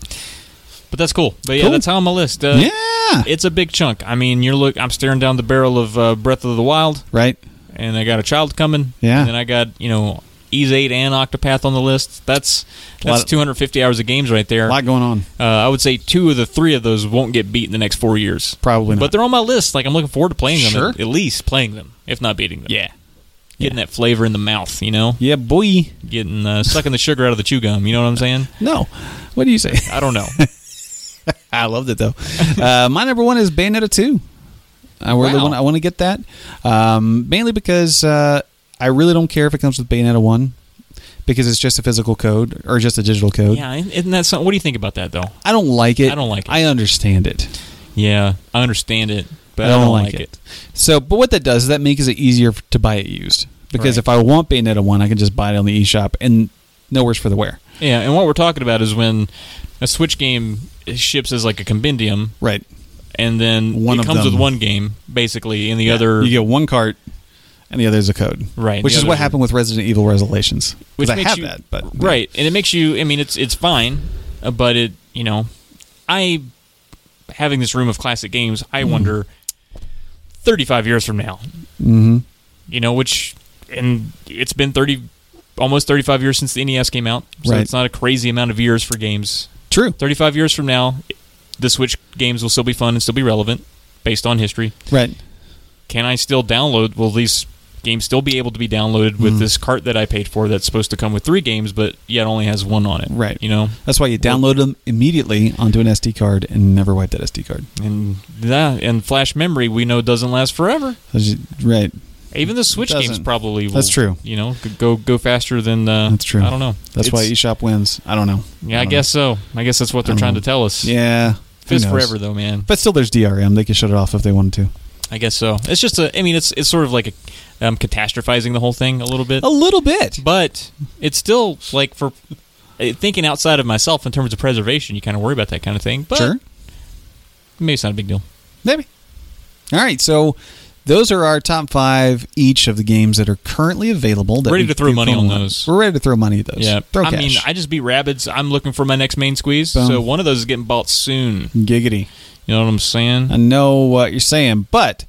Speaker 2: But that's cool. But yeah,
Speaker 3: Cool.
Speaker 2: that's how on my list. Uh,
Speaker 3: yeah,
Speaker 2: It's a big chunk. I mean, you're look. I'm staring down the barrel of uh, Breath of the Wild.
Speaker 3: right.
Speaker 2: and I got a child coming.
Speaker 3: Yeah.
Speaker 2: And then I got, you know, Ease 8 and Octopath on the list. That's that's
Speaker 3: Lot-
Speaker 2: 250 hours of games right
Speaker 3: A
Speaker 2: there. Uh,
Speaker 3: lot going on.
Speaker 2: I would say two of the three of those won't get beat in the next four years.
Speaker 3: Probably
Speaker 2: But
Speaker 3: not.
Speaker 2: they're on my list. Like, I'm looking forward to playing them.
Speaker 3: Sure.
Speaker 2: At, at least playing them, if not beating them.
Speaker 3: yeah,
Speaker 2: Getting that flavor in the mouth, you know?
Speaker 3: yeah, boy.
Speaker 2: Getting, uh, sucking the sugar out of the chew gum. You know what I'm saying?
Speaker 3: No, what do you say?
Speaker 2: I don't
Speaker 3: *laughs*
Speaker 2: know.
Speaker 3: I loved it though. uh, my number one is Bayonetta two. I really
Speaker 2: Wow.
Speaker 3: want. I want to get that um, mainly because uh, I really don't care if it comes with Bayonetta one because it's just a physical code or just a digital code.
Speaker 2: yeah. Isn't that something? What do you think about that, though?
Speaker 3: I don't like it.
Speaker 2: I don't like it.
Speaker 3: I understand it.
Speaker 2: Yeah. I understand it, but
Speaker 3: I don't, like, it. So, but what that does is that makes it easier f- to buy it used because
Speaker 2: Right.
Speaker 3: if I want Bayonetta one, I can just buy it on the eShop and no worse for the wear.
Speaker 2: Yeah. And what we're talking about is when a Switch game ships as like a compendium,
Speaker 3: Right.
Speaker 2: and then
Speaker 3: One
Speaker 2: it
Speaker 3: of
Speaker 2: comes
Speaker 3: them.
Speaker 2: with one game basically, and the
Speaker 3: Yeah.
Speaker 2: other
Speaker 3: you get one cart. And the other is a code,
Speaker 2: Right,
Speaker 3: Which
Speaker 2: the
Speaker 3: is what
Speaker 2: others are-
Speaker 3: happened with Resident Evil Revelations. 'Cause
Speaker 2: which
Speaker 3: I
Speaker 2: makes
Speaker 3: have
Speaker 2: you-
Speaker 3: that, but
Speaker 2: right, and it makes you. I mean, it's it's fine, uh, but it you know, I having this room of classic games, I wonder thirty five years from now,
Speaker 3: hmm
Speaker 2: you know, which and it's been thirty. Almost 35 years since the NES came out, so
Speaker 3: Right.
Speaker 2: it's not a crazy amount of years for games.
Speaker 3: True.
Speaker 2: 35 years from now, the Switch games will still be fun and still be relevant based on history.
Speaker 3: Right.
Speaker 2: can I still download? Will these games still be able to be downloaded
Speaker 3: Mm.
Speaker 2: with this cart that I paid for that's supposed to come with three games, but yet only has one on it.
Speaker 3: Right.
Speaker 2: You know,
Speaker 3: That's why you download them immediately onto an SD card and never wipe that SD card.
Speaker 2: and that and flash memory we know doesn't last forever.
Speaker 3: So it's- right.
Speaker 2: Even the Switch games
Speaker 3: Doesn't.
Speaker 2: probably will,
Speaker 3: That's true.
Speaker 2: You know, could go go faster than uh,
Speaker 3: That's true.
Speaker 2: I don't know.
Speaker 3: That's why
Speaker 2: It's-
Speaker 3: eShop wins. I don't know.
Speaker 2: Yeah, I,
Speaker 3: don't know.
Speaker 2: guess so. I guess that's what they're
Speaker 3: I don't
Speaker 2: trying
Speaker 3: know.
Speaker 2: to tell us.
Speaker 3: Yeah. who
Speaker 2: Fizz
Speaker 3: knows?
Speaker 2: forever though, man.
Speaker 3: But still, there's DRM. They could shut it off if they wanted to.
Speaker 2: I guess so. It's just a. I mean, it's it's sort of like a. I'm catastrophizing the whole thing a little bit,
Speaker 3: A little bit.
Speaker 2: but it's still like for eh, thinking outside of myself in terms of preservation. You kind of worry about that kind of thing, but
Speaker 3: sure.
Speaker 2: maybe it's not a big deal.
Speaker 3: Maybe. All right. So those are our top five each of the games that are currently available. That
Speaker 2: Ready
Speaker 3: we
Speaker 2: to throw
Speaker 3: do
Speaker 2: money
Speaker 3: phone
Speaker 2: on
Speaker 3: lines.
Speaker 2: those.
Speaker 3: We're ready to throw money at those.
Speaker 2: Yeah,
Speaker 3: Throw
Speaker 2: I
Speaker 3: cash.
Speaker 2: mean, I just beat rabbits. I'm looking for my next main squeeze,
Speaker 3: Boom.
Speaker 2: so one of those is getting bought soon.
Speaker 3: Giggity.
Speaker 2: You know what I'm saying?
Speaker 3: I know what you're saying, but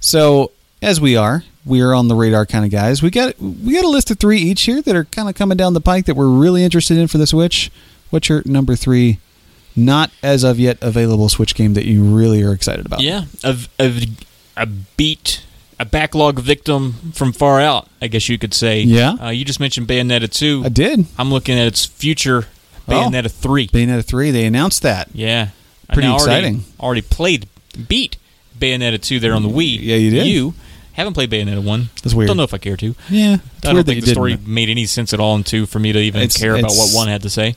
Speaker 3: so as we are, we are on the radar kind of guys. We got we got a list of three each here that are kind of coming down the pike that we're really interested in for the Switch. What's your number three? Not as of yet available Switch game that you really are excited about.
Speaker 2: Yeah, a, a, a beat, a backlog victim from far out, I guess you could say.
Speaker 3: Yeah.
Speaker 2: Uh, you just mentioned Bayonetta 2.
Speaker 3: I did. Oh.
Speaker 2: I'm looking at its future Bayonetta 3.
Speaker 3: Bayonetta three, they announced that.
Speaker 2: Yeah. I
Speaker 3: Pretty
Speaker 2: now already-
Speaker 3: exciting.
Speaker 2: Already played, beat Bayonetta 2 there on the Wii.
Speaker 3: Yeah, you did.
Speaker 2: You haven't played Bayonetta 1.
Speaker 3: That's weird.
Speaker 2: Don't know if I care to.
Speaker 3: Yeah, it's
Speaker 2: I don't
Speaker 3: weird that you
Speaker 2: think the story
Speaker 3: didn't.
Speaker 2: made any sense at all in 2 for me to even
Speaker 3: It's-
Speaker 2: care about
Speaker 3: it's-
Speaker 2: what 1 had to say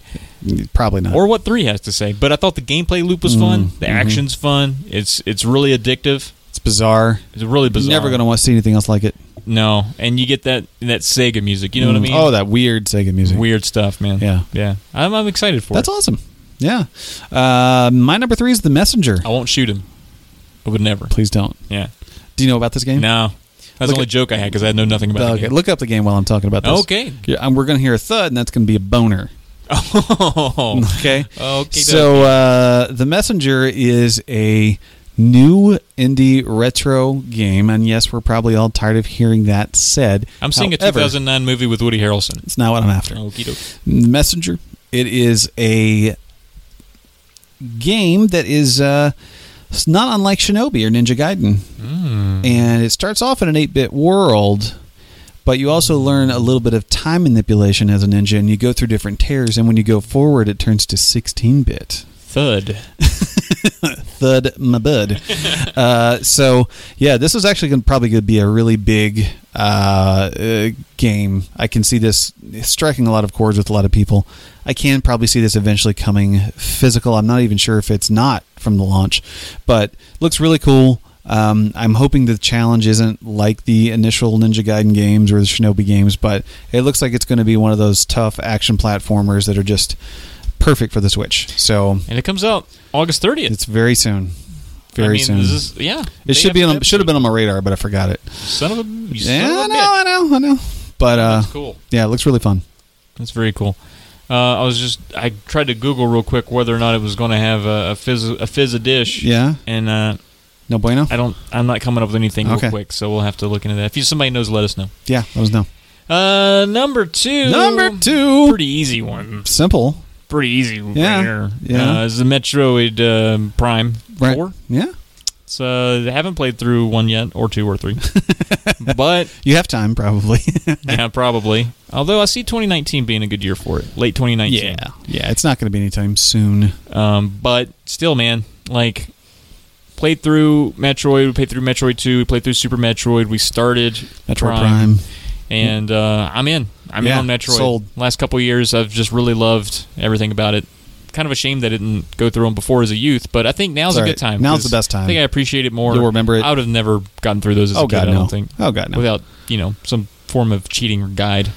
Speaker 3: Probably not.
Speaker 2: or what 3 has to say. But I thought the gameplay loop was fun.
Speaker 3: Mm-hmm.
Speaker 2: The action's fun. It's it's really addictive.
Speaker 3: it's bizarre.
Speaker 2: It's really
Speaker 3: You're
Speaker 2: bizarre.
Speaker 3: Never going to want to see anything else like it.
Speaker 2: No, and you get that that Sega music. You know what I mean?
Speaker 3: Oh, that weird Sega music.
Speaker 2: weird stuff, man.
Speaker 3: Yeah.
Speaker 2: yeah. I'm, I'm excited for
Speaker 3: That's
Speaker 2: it.
Speaker 3: awesome. Yeah. Uh, my number three is The Messenger.
Speaker 2: I won't shoot him. I would never.
Speaker 3: Please don't.
Speaker 2: Yeah.
Speaker 3: Do you know about this game?
Speaker 2: No, that's the
Speaker 3: Look
Speaker 2: only
Speaker 3: at-
Speaker 2: joke I had because I know nothing about
Speaker 3: okay,
Speaker 2: it.
Speaker 3: look up the game while I'm talking about this.
Speaker 2: Okay.
Speaker 3: Yeah, and we're going to hear a thud, and that's going to be a boner. *laughs*
Speaker 2: Oh,
Speaker 3: Okay.
Speaker 2: okay. then.
Speaker 3: So uh, the messenger is a new indie retro game, and yes, we're probably all tired of hearing that said.
Speaker 2: *laughs* I'm seeing a Oh.
Speaker 3: However,
Speaker 2: 2009 movie with Woody Harrelson.
Speaker 3: It's not what I'm after.
Speaker 2: Okie doke.
Speaker 3: The messenger. It is a game that is uh, it's not unlike Shinobi or Ninja Gaiden, Hmm. and it starts off in an 8-bit world. But you also learn a little bit of time manipulation as a ninja, and you go through different tiers. And when you go forward, it turns to 16-bit.
Speaker 2: Thud.
Speaker 3: Thud, my bud. uh, so, yeah, this is actually gonna, probably going to be a really big uh, uh, game. I can see this striking a lot of chords with a lot of people. I can probably see this eventually coming physical. I'm not even sure if it's not from the launch, but looks really cool. Um, I'm hoping the challenge isn't like the initial Ninja Gaiden games or the Shinobi games, but it looks like it's going to be one of those tough action platformers that are just perfect for the Switch. So
Speaker 2: And it comes out August 30th.
Speaker 3: it's very soon.
Speaker 2: I
Speaker 3: Very
Speaker 2: mean,
Speaker 3: soon.
Speaker 2: This is, yeah.
Speaker 3: it should be on. Should have been on my radar, but I forgot it.
Speaker 2: Son of a. You
Speaker 3: Yeah,
Speaker 2: son of
Speaker 3: I
Speaker 2: a
Speaker 3: know,
Speaker 2: bitch.
Speaker 3: I know, I know. But uh,
Speaker 2: That's cool.
Speaker 3: yeah, it looks really fun.
Speaker 2: That's very cool. Uh, I was just I tried to Google real quick whether or not it was going to have a, a fizz a fizz a dish.
Speaker 3: Yeah.
Speaker 2: And uh,
Speaker 3: No bueno.
Speaker 2: I don't I'm not coming up with anything
Speaker 3: Okay.
Speaker 2: real quick, so we'll have to look into that. If you, somebody knows, let us know.
Speaker 3: Yeah, that was no.
Speaker 2: Uh, number two.
Speaker 3: Number two.
Speaker 2: Pretty easy one.
Speaker 3: Simple.
Speaker 2: Pretty easy.
Speaker 3: Yeah,
Speaker 2: There.
Speaker 3: yeah.
Speaker 2: Uh, is the Metroid um Prime
Speaker 3: Right.
Speaker 2: Four?
Speaker 3: Yeah.
Speaker 2: So I haven't played through one yet, or two, or
Speaker 3: *laughs*
Speaker 2: three, but
Speaker 3: You have time, probably. *laughs*
Speaker 2: yeah, probably. Although I see 2019 being a good year for it, late 2019.
Speaker 3: Yeah, it's not going to be anytime soon.
Speaker 2: Um, but still, man, like played through Metroid, we played through Metroid Two, we played through Super Metroid, we started
Speaker 3: Metroid Prime.
Speaker 2: and uh, I'm in. I'm
Speaker 3: Yeah,
Speaker 2: in on Metroid.
Speaker 3: sold.
Speaker 2: Last couple of years, I've just really loved everything about it. Kind of a shame that I didn't go through them before as a youth, but I think now's
Speaker 3: It's all
Speaker 2: a
Speaker 3: right.
Speaker 2: good time.
Speaker 3: Now's
Speaker 2: 'cause
Speaker 3: the best time.
Speaker 2: I think I appreciate it more.
Speaker 3: You'll remember it.
Speaker 2: I would have never gotten through those as
Speaker 3: Oh
Speaker 2: a kid.
Speaker 3: god,
Speaker 2: I don't
Speaker 3: no.
Speaker 2: think.
Speaker 3: Oh god, no.
Speaker 2: Without you know some form of cheating or guide.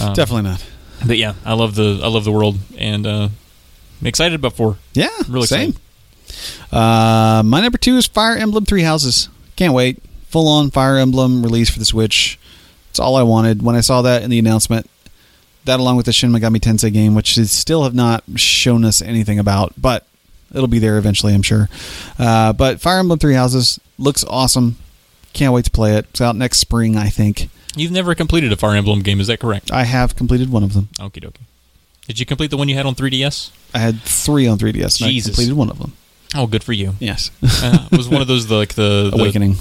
Speaker 2: Um,
Speaker 3: Definitely not.
Speaker 2: But yeah, I love the I love the world and uh, I'm excited about four.
Speaker 3: Yeah.
Speaker 2: Really
Speaker 3: same.
Speaker 2: excited.
Speaker 3: Uh, my number two is Fire Emblem Three Houses. Can't wait. Full on Fire Emblem release for the Switch. It's all I wanted. When I saw that in the announcement, that along with the Shin Megami Tensei game, which they still have not shown us anything about, but it'll be there eventually, I'm sure. Uh, but Fire Emblem Three Houses looks awesome. Can't wait to play it. It's out next spring, I think.
Speaker 2: You've never completed a Fire Emblem game, is that correct?
Speaker 3: I have completed one of them.
Speaker 2: Okie dokie. Did you complete the one you had on 3DS?
Speaker 3: I had three on 3DS, and
Speaker 2: Jesus.
Speaker 3: I completed one of them.
Speaker 2: Oh, good for you.
Speaker 3: Yes.
Speaker 2: Uh, was one of those the, like the, the
Speaker 3: *laughs* Awakening.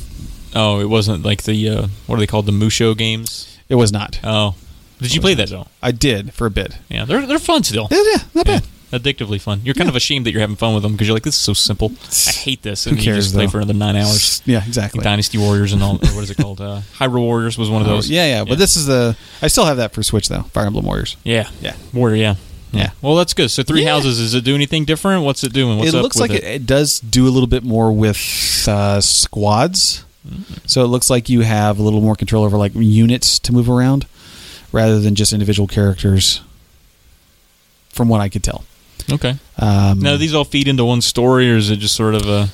Speaker 2: Oh, it wasn't like the uh, what are they called? The Musho games.
Speaker 3: It was not.
Speaker 2: Oh, did you play that though?
Speaker 3: I did for a bit.
Speaker 2: Yeah, they're they're fun still.
Speaker 3: Yeah, yeah not
Speaker 2: Yeah,
Speaker 3: bad.
Speaker 2: addictively fun. You're kind of ashamed that you're having fun with them because you're like, this is so simple. I hate this. And
Speaker 3: Who
Speaker 2: You
Speaker 3: cares,
Speaker 2: just play
Speaker 3: though?
Speaker 2: for another nine hours.
Speaker 3: Yeah, *laughs* exactly.
Speaker 2: Dynasty Warriors and all. Or what is it called? Uh, Hyrule Warriors was one of
Speaker 3: Oh,
Speaker 2: those.
Speaker 3: yeah, yeah, But this is the. I still have that for Switch though. Fire Emblem Warriors.
Speaker 2: Yeah.
Speaker 3: Yeah.
Speaker 2: Warrior. Yeah.
Speaker 3: Yeah.
Speaker 2: Well, that's good. So three
Speaker 3: Yeah.
Speaker 2: houses. Does it do anything different? What's it doing? What's
Speaker 3: it
Speaker 2: up
Speaker 3: looks
Speaker 2: with
Speaker 3: like it? it does do a little bit more with uh, squads.
Speaker 2: Mm.
Speaker 3: So it looks like you have a little more control over like units to move around rather than just individual characters. From what I could tell.
Speaker 2: Okay.
Speaker 3: Um,
Speaker 2: Now, do these all feed into one story, or is it just sort of a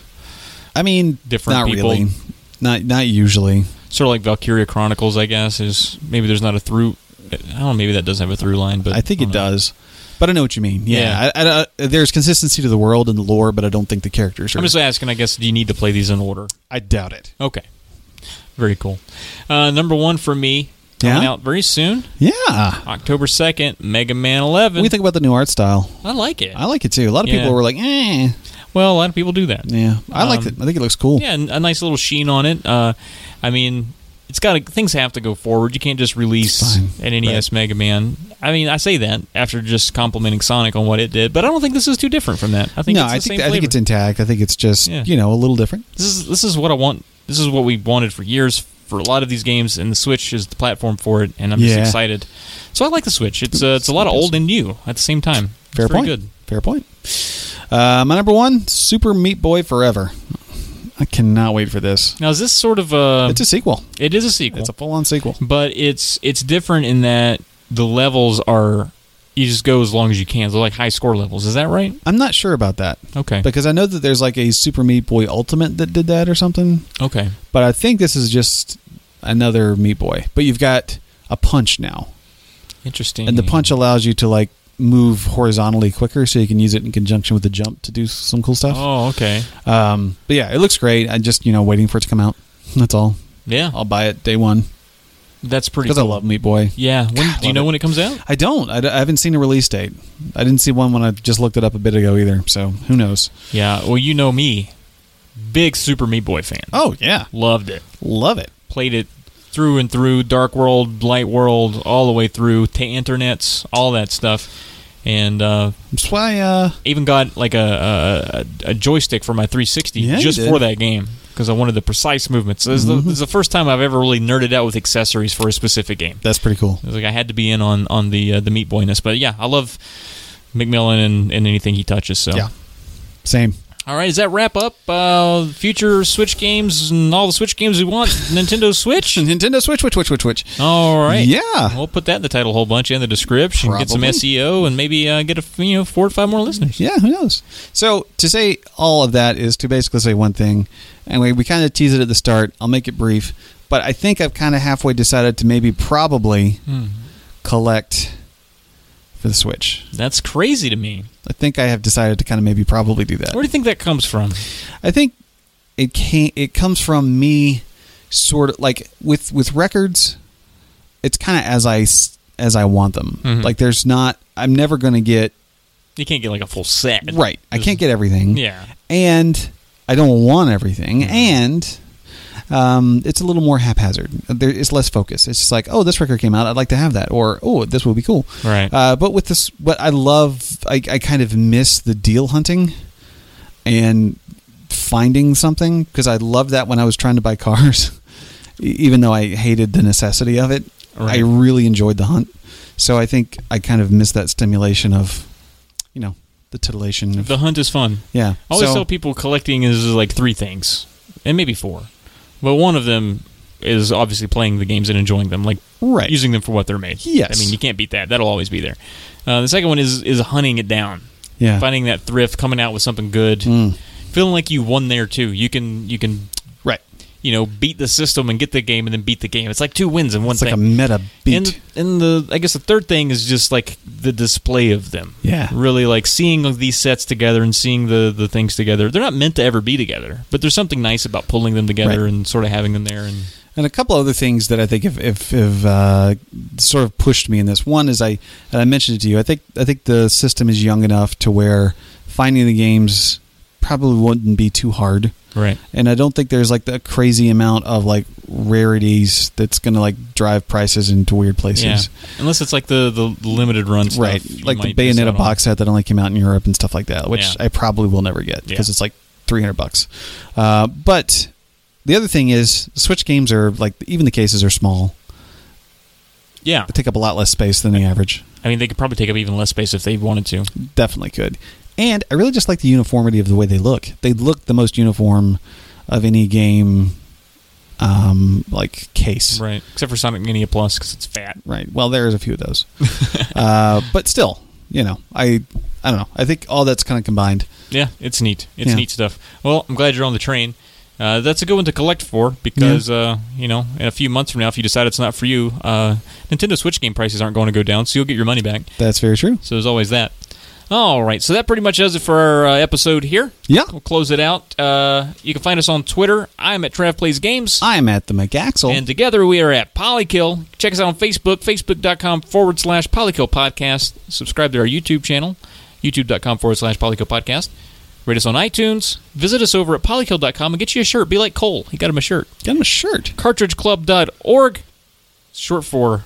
Speaker 3: I mean,
Speaker 2: different
Speaker 3: Not
Speaker 2: people.
Speaker 3: really. Not not usually.
Speaker 2: sort of like Valkyria Chronicles? I guess is maybe there's not a through. I don't know. Maybe that does have a through line, but
Speaker 3: I think
Speaker 2: I
Speaker 3: it
Speaker 2: don't know.
Speaker 3: does. But I know what you mean. Yeah,
Speaker 2: Yeah.
Speaker 3: I, I, I- there's consistency to the world and the lore, but I don't think the characters are.
Speaker 2: I'm just asking. I guess do you need to play these in order?
Speaker 3: I doubt it.
Speaker 2: Okay. Very cool. Uh, number one for me coming
Speaker 3: Yeah?
Speaker 2: out very soon,
Speaker 3: Yeah,
Speaker 2: October second, Mega Man Eleven.
Speaker 3: we think about the new art style.
Speaker 2: I like it.
Speaker 3: I like it too. A lot of
Speaker 2: Yeah.
Speaker 3: people were like, "Eh,
Speaker 2: well, a lot of people do that.
Speaker 3: yeah." I like
Speaker 2: Um,
Speaker 3: it. I think it looks cool.
Speaker 2: Yeah, and a nice little sheen on it. Uh, I mean, it's got to, things have to go forward. You can't just release
Speaker 3: Fine.
Speaker 2: an NES Mega Man. I mean, I say that after just complimenting Sonic on what it did, but I don't think this is too different from that. I think
Speaker 3: no,
Speaker 2: it's the
Speaker 3: I
Speaker 2: same
Speaker 3: think I think
Speaker 2: flavor.
Speaker 3: it's intact. I think it's just
Speaker 2: Yeah.
Speaker 3: you know a little different.
Speaker 2: this is this is what I want. This is what we wanted for years for a lot of these games, and the Switch is the platform for it. And I'm just
Speaker 3: Yeah.
Speaker 2: excited. So I like the Switch. It's uh, it's a lot of old and new at the same time. It's
Speaker 3: Fair
Speaker 2: very
Speaker 3: point.
Speaker 2: Good.
Speaker 3: Fair point. Uh, my number one, Super Meat Boy Forever. I cannot wait for this.
Speaker 2: Now is this sort of a?
Speaker 3: It's a sequel.
Speaker 2: it is a sequel,
Speaker 3: It's a full on sequel.
Speaker 2: but it's it's different in that the levels are. You just go as long as you can. They're like high score levels. Is that right?
Speaker 3: I'm not sure about that
Speaker 2: Okay.
Speaker 3: because I know that there's like a Super Meat Boy Ultimate that did that or something.
Speaker 2: okay.
Speaker 3: But I think this is just another Meat Boy. But you've got a punch now,
Speaker 2: Interesting.
Speaker 3: and the punch allows you to like move horizontally quicker, so you can use it in conjunction with the jump to do some cool stuff.
Speaker 2: Oh, okay.
Speaker 3: Um, but yeah, it looks great. I just you know waiting for it to come out. That's all.
Speaker 2: Yeah,
Speaker 3: I'll buy it day one
Speaker 2: that's pretty.
Speaker 3: Oh, because
Speaker 2: Cool.
Speaker 3: I love Meat Boy.
Speaker 2: Yeah. When,
Speaker 3: God,
Speaker 2: do you
Speaker 3: love
Speaker 2: know
Speaker 3: it.
Speaker 2: when it comes out?
Speaker 3: I don't. I, d- I haven't seen a release date. I didn't see one when I just looked it up a bit ago either. So who knows?
Speaker 2: Yeah. Well, you know me, big Super Meat Boy fan.
Speaker 3: Oh yeah,
Speaker 2: Loved it.
Speaker 3: love it.
Speaker 2: Played it through and through, Dark World, Light World, all the way through to internets, all that stuff, and uh,
Speaker 3: That's why. Uh,
Speaker 2: even got like a, a a joystick for my 360
Speaker 3: Yeah, you
Speaker 2: just
Speaker 3: did. Mm-hmm.
Speaker 2: for that game because I wanted the precise movements. This, is the, this is the first time I've ever really nerded out with accessories for a specific game.
Speaker 3: that's pretty cool.
Speaker 2: It was like I had to be in on on the uh, the meat boyness, but yeah, I love McMillan and, and anything he touches. So
Speaker 3: Yeah. Same.
Speaker 2: All right, does that wrap up uh, future Switch games and all the Switch games we want? *laughs* Nintendo Switch.
Speaker 3: Nintendo Switch, Switch, Switch, Switch, Switch.
Speaker 2: All right.
Speaker 3: Yeah.
Speaker 2: We'll put that in the title a whole bunch in the description. Get some
Speaker 3: Probably.
Speaker 2: SEO and maybe uh, get a f- you know four or five more listeners.
Speaker 3: Yeah, who knows? So to say all of that is to basically say one thing, and we, we kind of tease it at the start. I'll make it brief, but I think I've kind of halfway decided to maybe probably
Speaker 2: Hmm.
Speaker 3: collect for the Switch.
Speaker 2: That's crazy to me.
Speaker 3: I think I have decided to kind of maybe probably do that.
Speaker 2: Where do you think that comes from?
Speaker 3: I think it can It comes from me, sort of like with with records. It's kind of as I s- as I want them.
Speaker 2: Mhm.
Speaker 3: Like there's not. I'm never going to get
Speaker 2: You can't get like a full set,
Speaker 3: right. I can't get everything.
Speaker 2: Yeah.
Speaker 3: and I don't want everything, and um, it's a little more haphazard. There, it's less focus. It's just like, oh, this record came out, I'd like to have that, or oh, this will be cool.
Speaker 2: Right.
Speaker 3: Uh, but with this, what I love, I, I kind of miss the deal hunting and finding something because I loved that when I was trying to buy cars, *laughs* E- even though I hated the necessity of it.
Speaker 2: Right.
Speaker 3: I really enjoyed the hunt, so I think I kind of miss that stimulation of, you know, the titillation of
Speaker 2: The hunt is fun.
Speaker 3: yeah.
Speaker 2: I always
Speaker 3: So-
Speaker 2: tell people collecting is like three things, and maybe four, but one of them is obviously playing the games and enjoying them, like
Speaker 3: Right.
Speaker 2: using them for what they're made.
Speaker 3: Yes.
Speaker 2: I mean you can't beat that. That'll always be there. Uh, the second one is is hunting it down,
Speaker 3: yeah.
Speaker 2: finding that thrift, coming out with something good,
Speaker 3: Mm.
Speaker 2: feeling like you won there too. You can you can
Speaker 3: Right.
Speaker 2: you know beat the system and get the game and then beat the game. It's like two wins in one
Speaker 3: It's
Speaker 2: thing.
Speaker 3: like a meta beat.
Speaker 2: And, and the I guess the third thing is just like the display of them.
Speaker 3: Yeah.
Speaker 2: Really like seeing these sets together and seeing the, the things together. They're not meant to ever be together, but there's something nice about pulling them together
Speaker 3: Right.
Speaker 2: and sort of having them there and
Speaker 3: And a couple other things that I think have, have, have uh, sort of pushed me in this. One is I and I mentioned it to you. I think I think the system is young enough to where finding the games probably wouldn't be too hard.
Speaker 2: Right.
Speaker 3: and I don't think there's like the crazy amount of like rarities that's going to like drive prices into weird
Speaker 2: Yeah.
Speaker 3: places.
Speaker 2: Unless it's like the, the limited run stuff.
Speaker 3: Right,
Speaker 2: you
Speaker 3: like the
Speaker 2: might miss out
Speaker 3: Bayonetta
Speaker 2: on.
Speaker 3: box set that only came out in Europe and stuff like that, which
Speaker 2: Yeah.
Speaker 3: I probably will never get
Speaker 2: Yeah.
Speaker 3: because it's like three hundred bucks. Uh, but the other thing is, Switch games are like even the cases are small;
Speaker 2: Yeah.
Speaker 3: they take up a lot less space than the average.
Speaker 2: I mean, they could probably take up even less space if they wanted to.
Speaker 3: Definitely could. And I really just like the uniformity of the way they look. They look the most uniform of any game, um, like case.
Speaker 2: Right. Except for Sonic Mania Plus because it's fat.
Speaker 3: right. Well, there's a few
Speaker 2: *laughs*
Speaker 3: of those, uh, but still, you know, I, I don't know. I think all that's kind of combined.
Speaker 2: Yeah, it's neat. It's
Speaker 3: Yeah.
Speaker 2: neat stuff. Well, I'm glad you're on the train. Uh, that's a good one to collect for because uh, you know in a few months from now, if you decide it's not for you, uh, Nintendo Switch game prices aren't going to go down, so you'll get your money back.
Speaker 3: That's very true.
Speaker 2: So there's always that. All right, so that pretty much does it for our uh, episode here.
Speaker 3: Yeah.
Speaker 2: we'll close it out. Uh, you can find us on Twitter. I'm at Trav Plays Games.
Speaker 3: I'm at the McAxel.
Speaker 2: And together we are at Polykill. Check us out on Facebook, facebook.com forward slash Polykill Podcast. Subscribe to our YouTube channel, youtube.com forward slash Polykill Podcast. Rate us on iTunes. Visit us over at polykill.com and get you a shirt. Be like Cole. He got him a shirt.
Speaker 3: Got him a shirt.
Speaker 2: Cartridgeclub.org, short for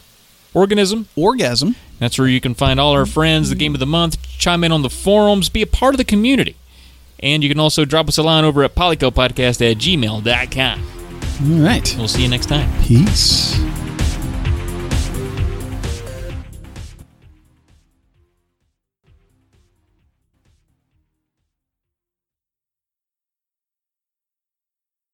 Speaker 2: organism.
Speaker 3: Orgasm.
Speaker 2: That's where you can find all our friends, the game of the month, chime in on the forums, be a part of the community. And you can also drop us a line over at polycopodcast at gmail.com.
Speaker 3: All right.
Speaker 2: We'll see you next time.
Speaker 3: Peace.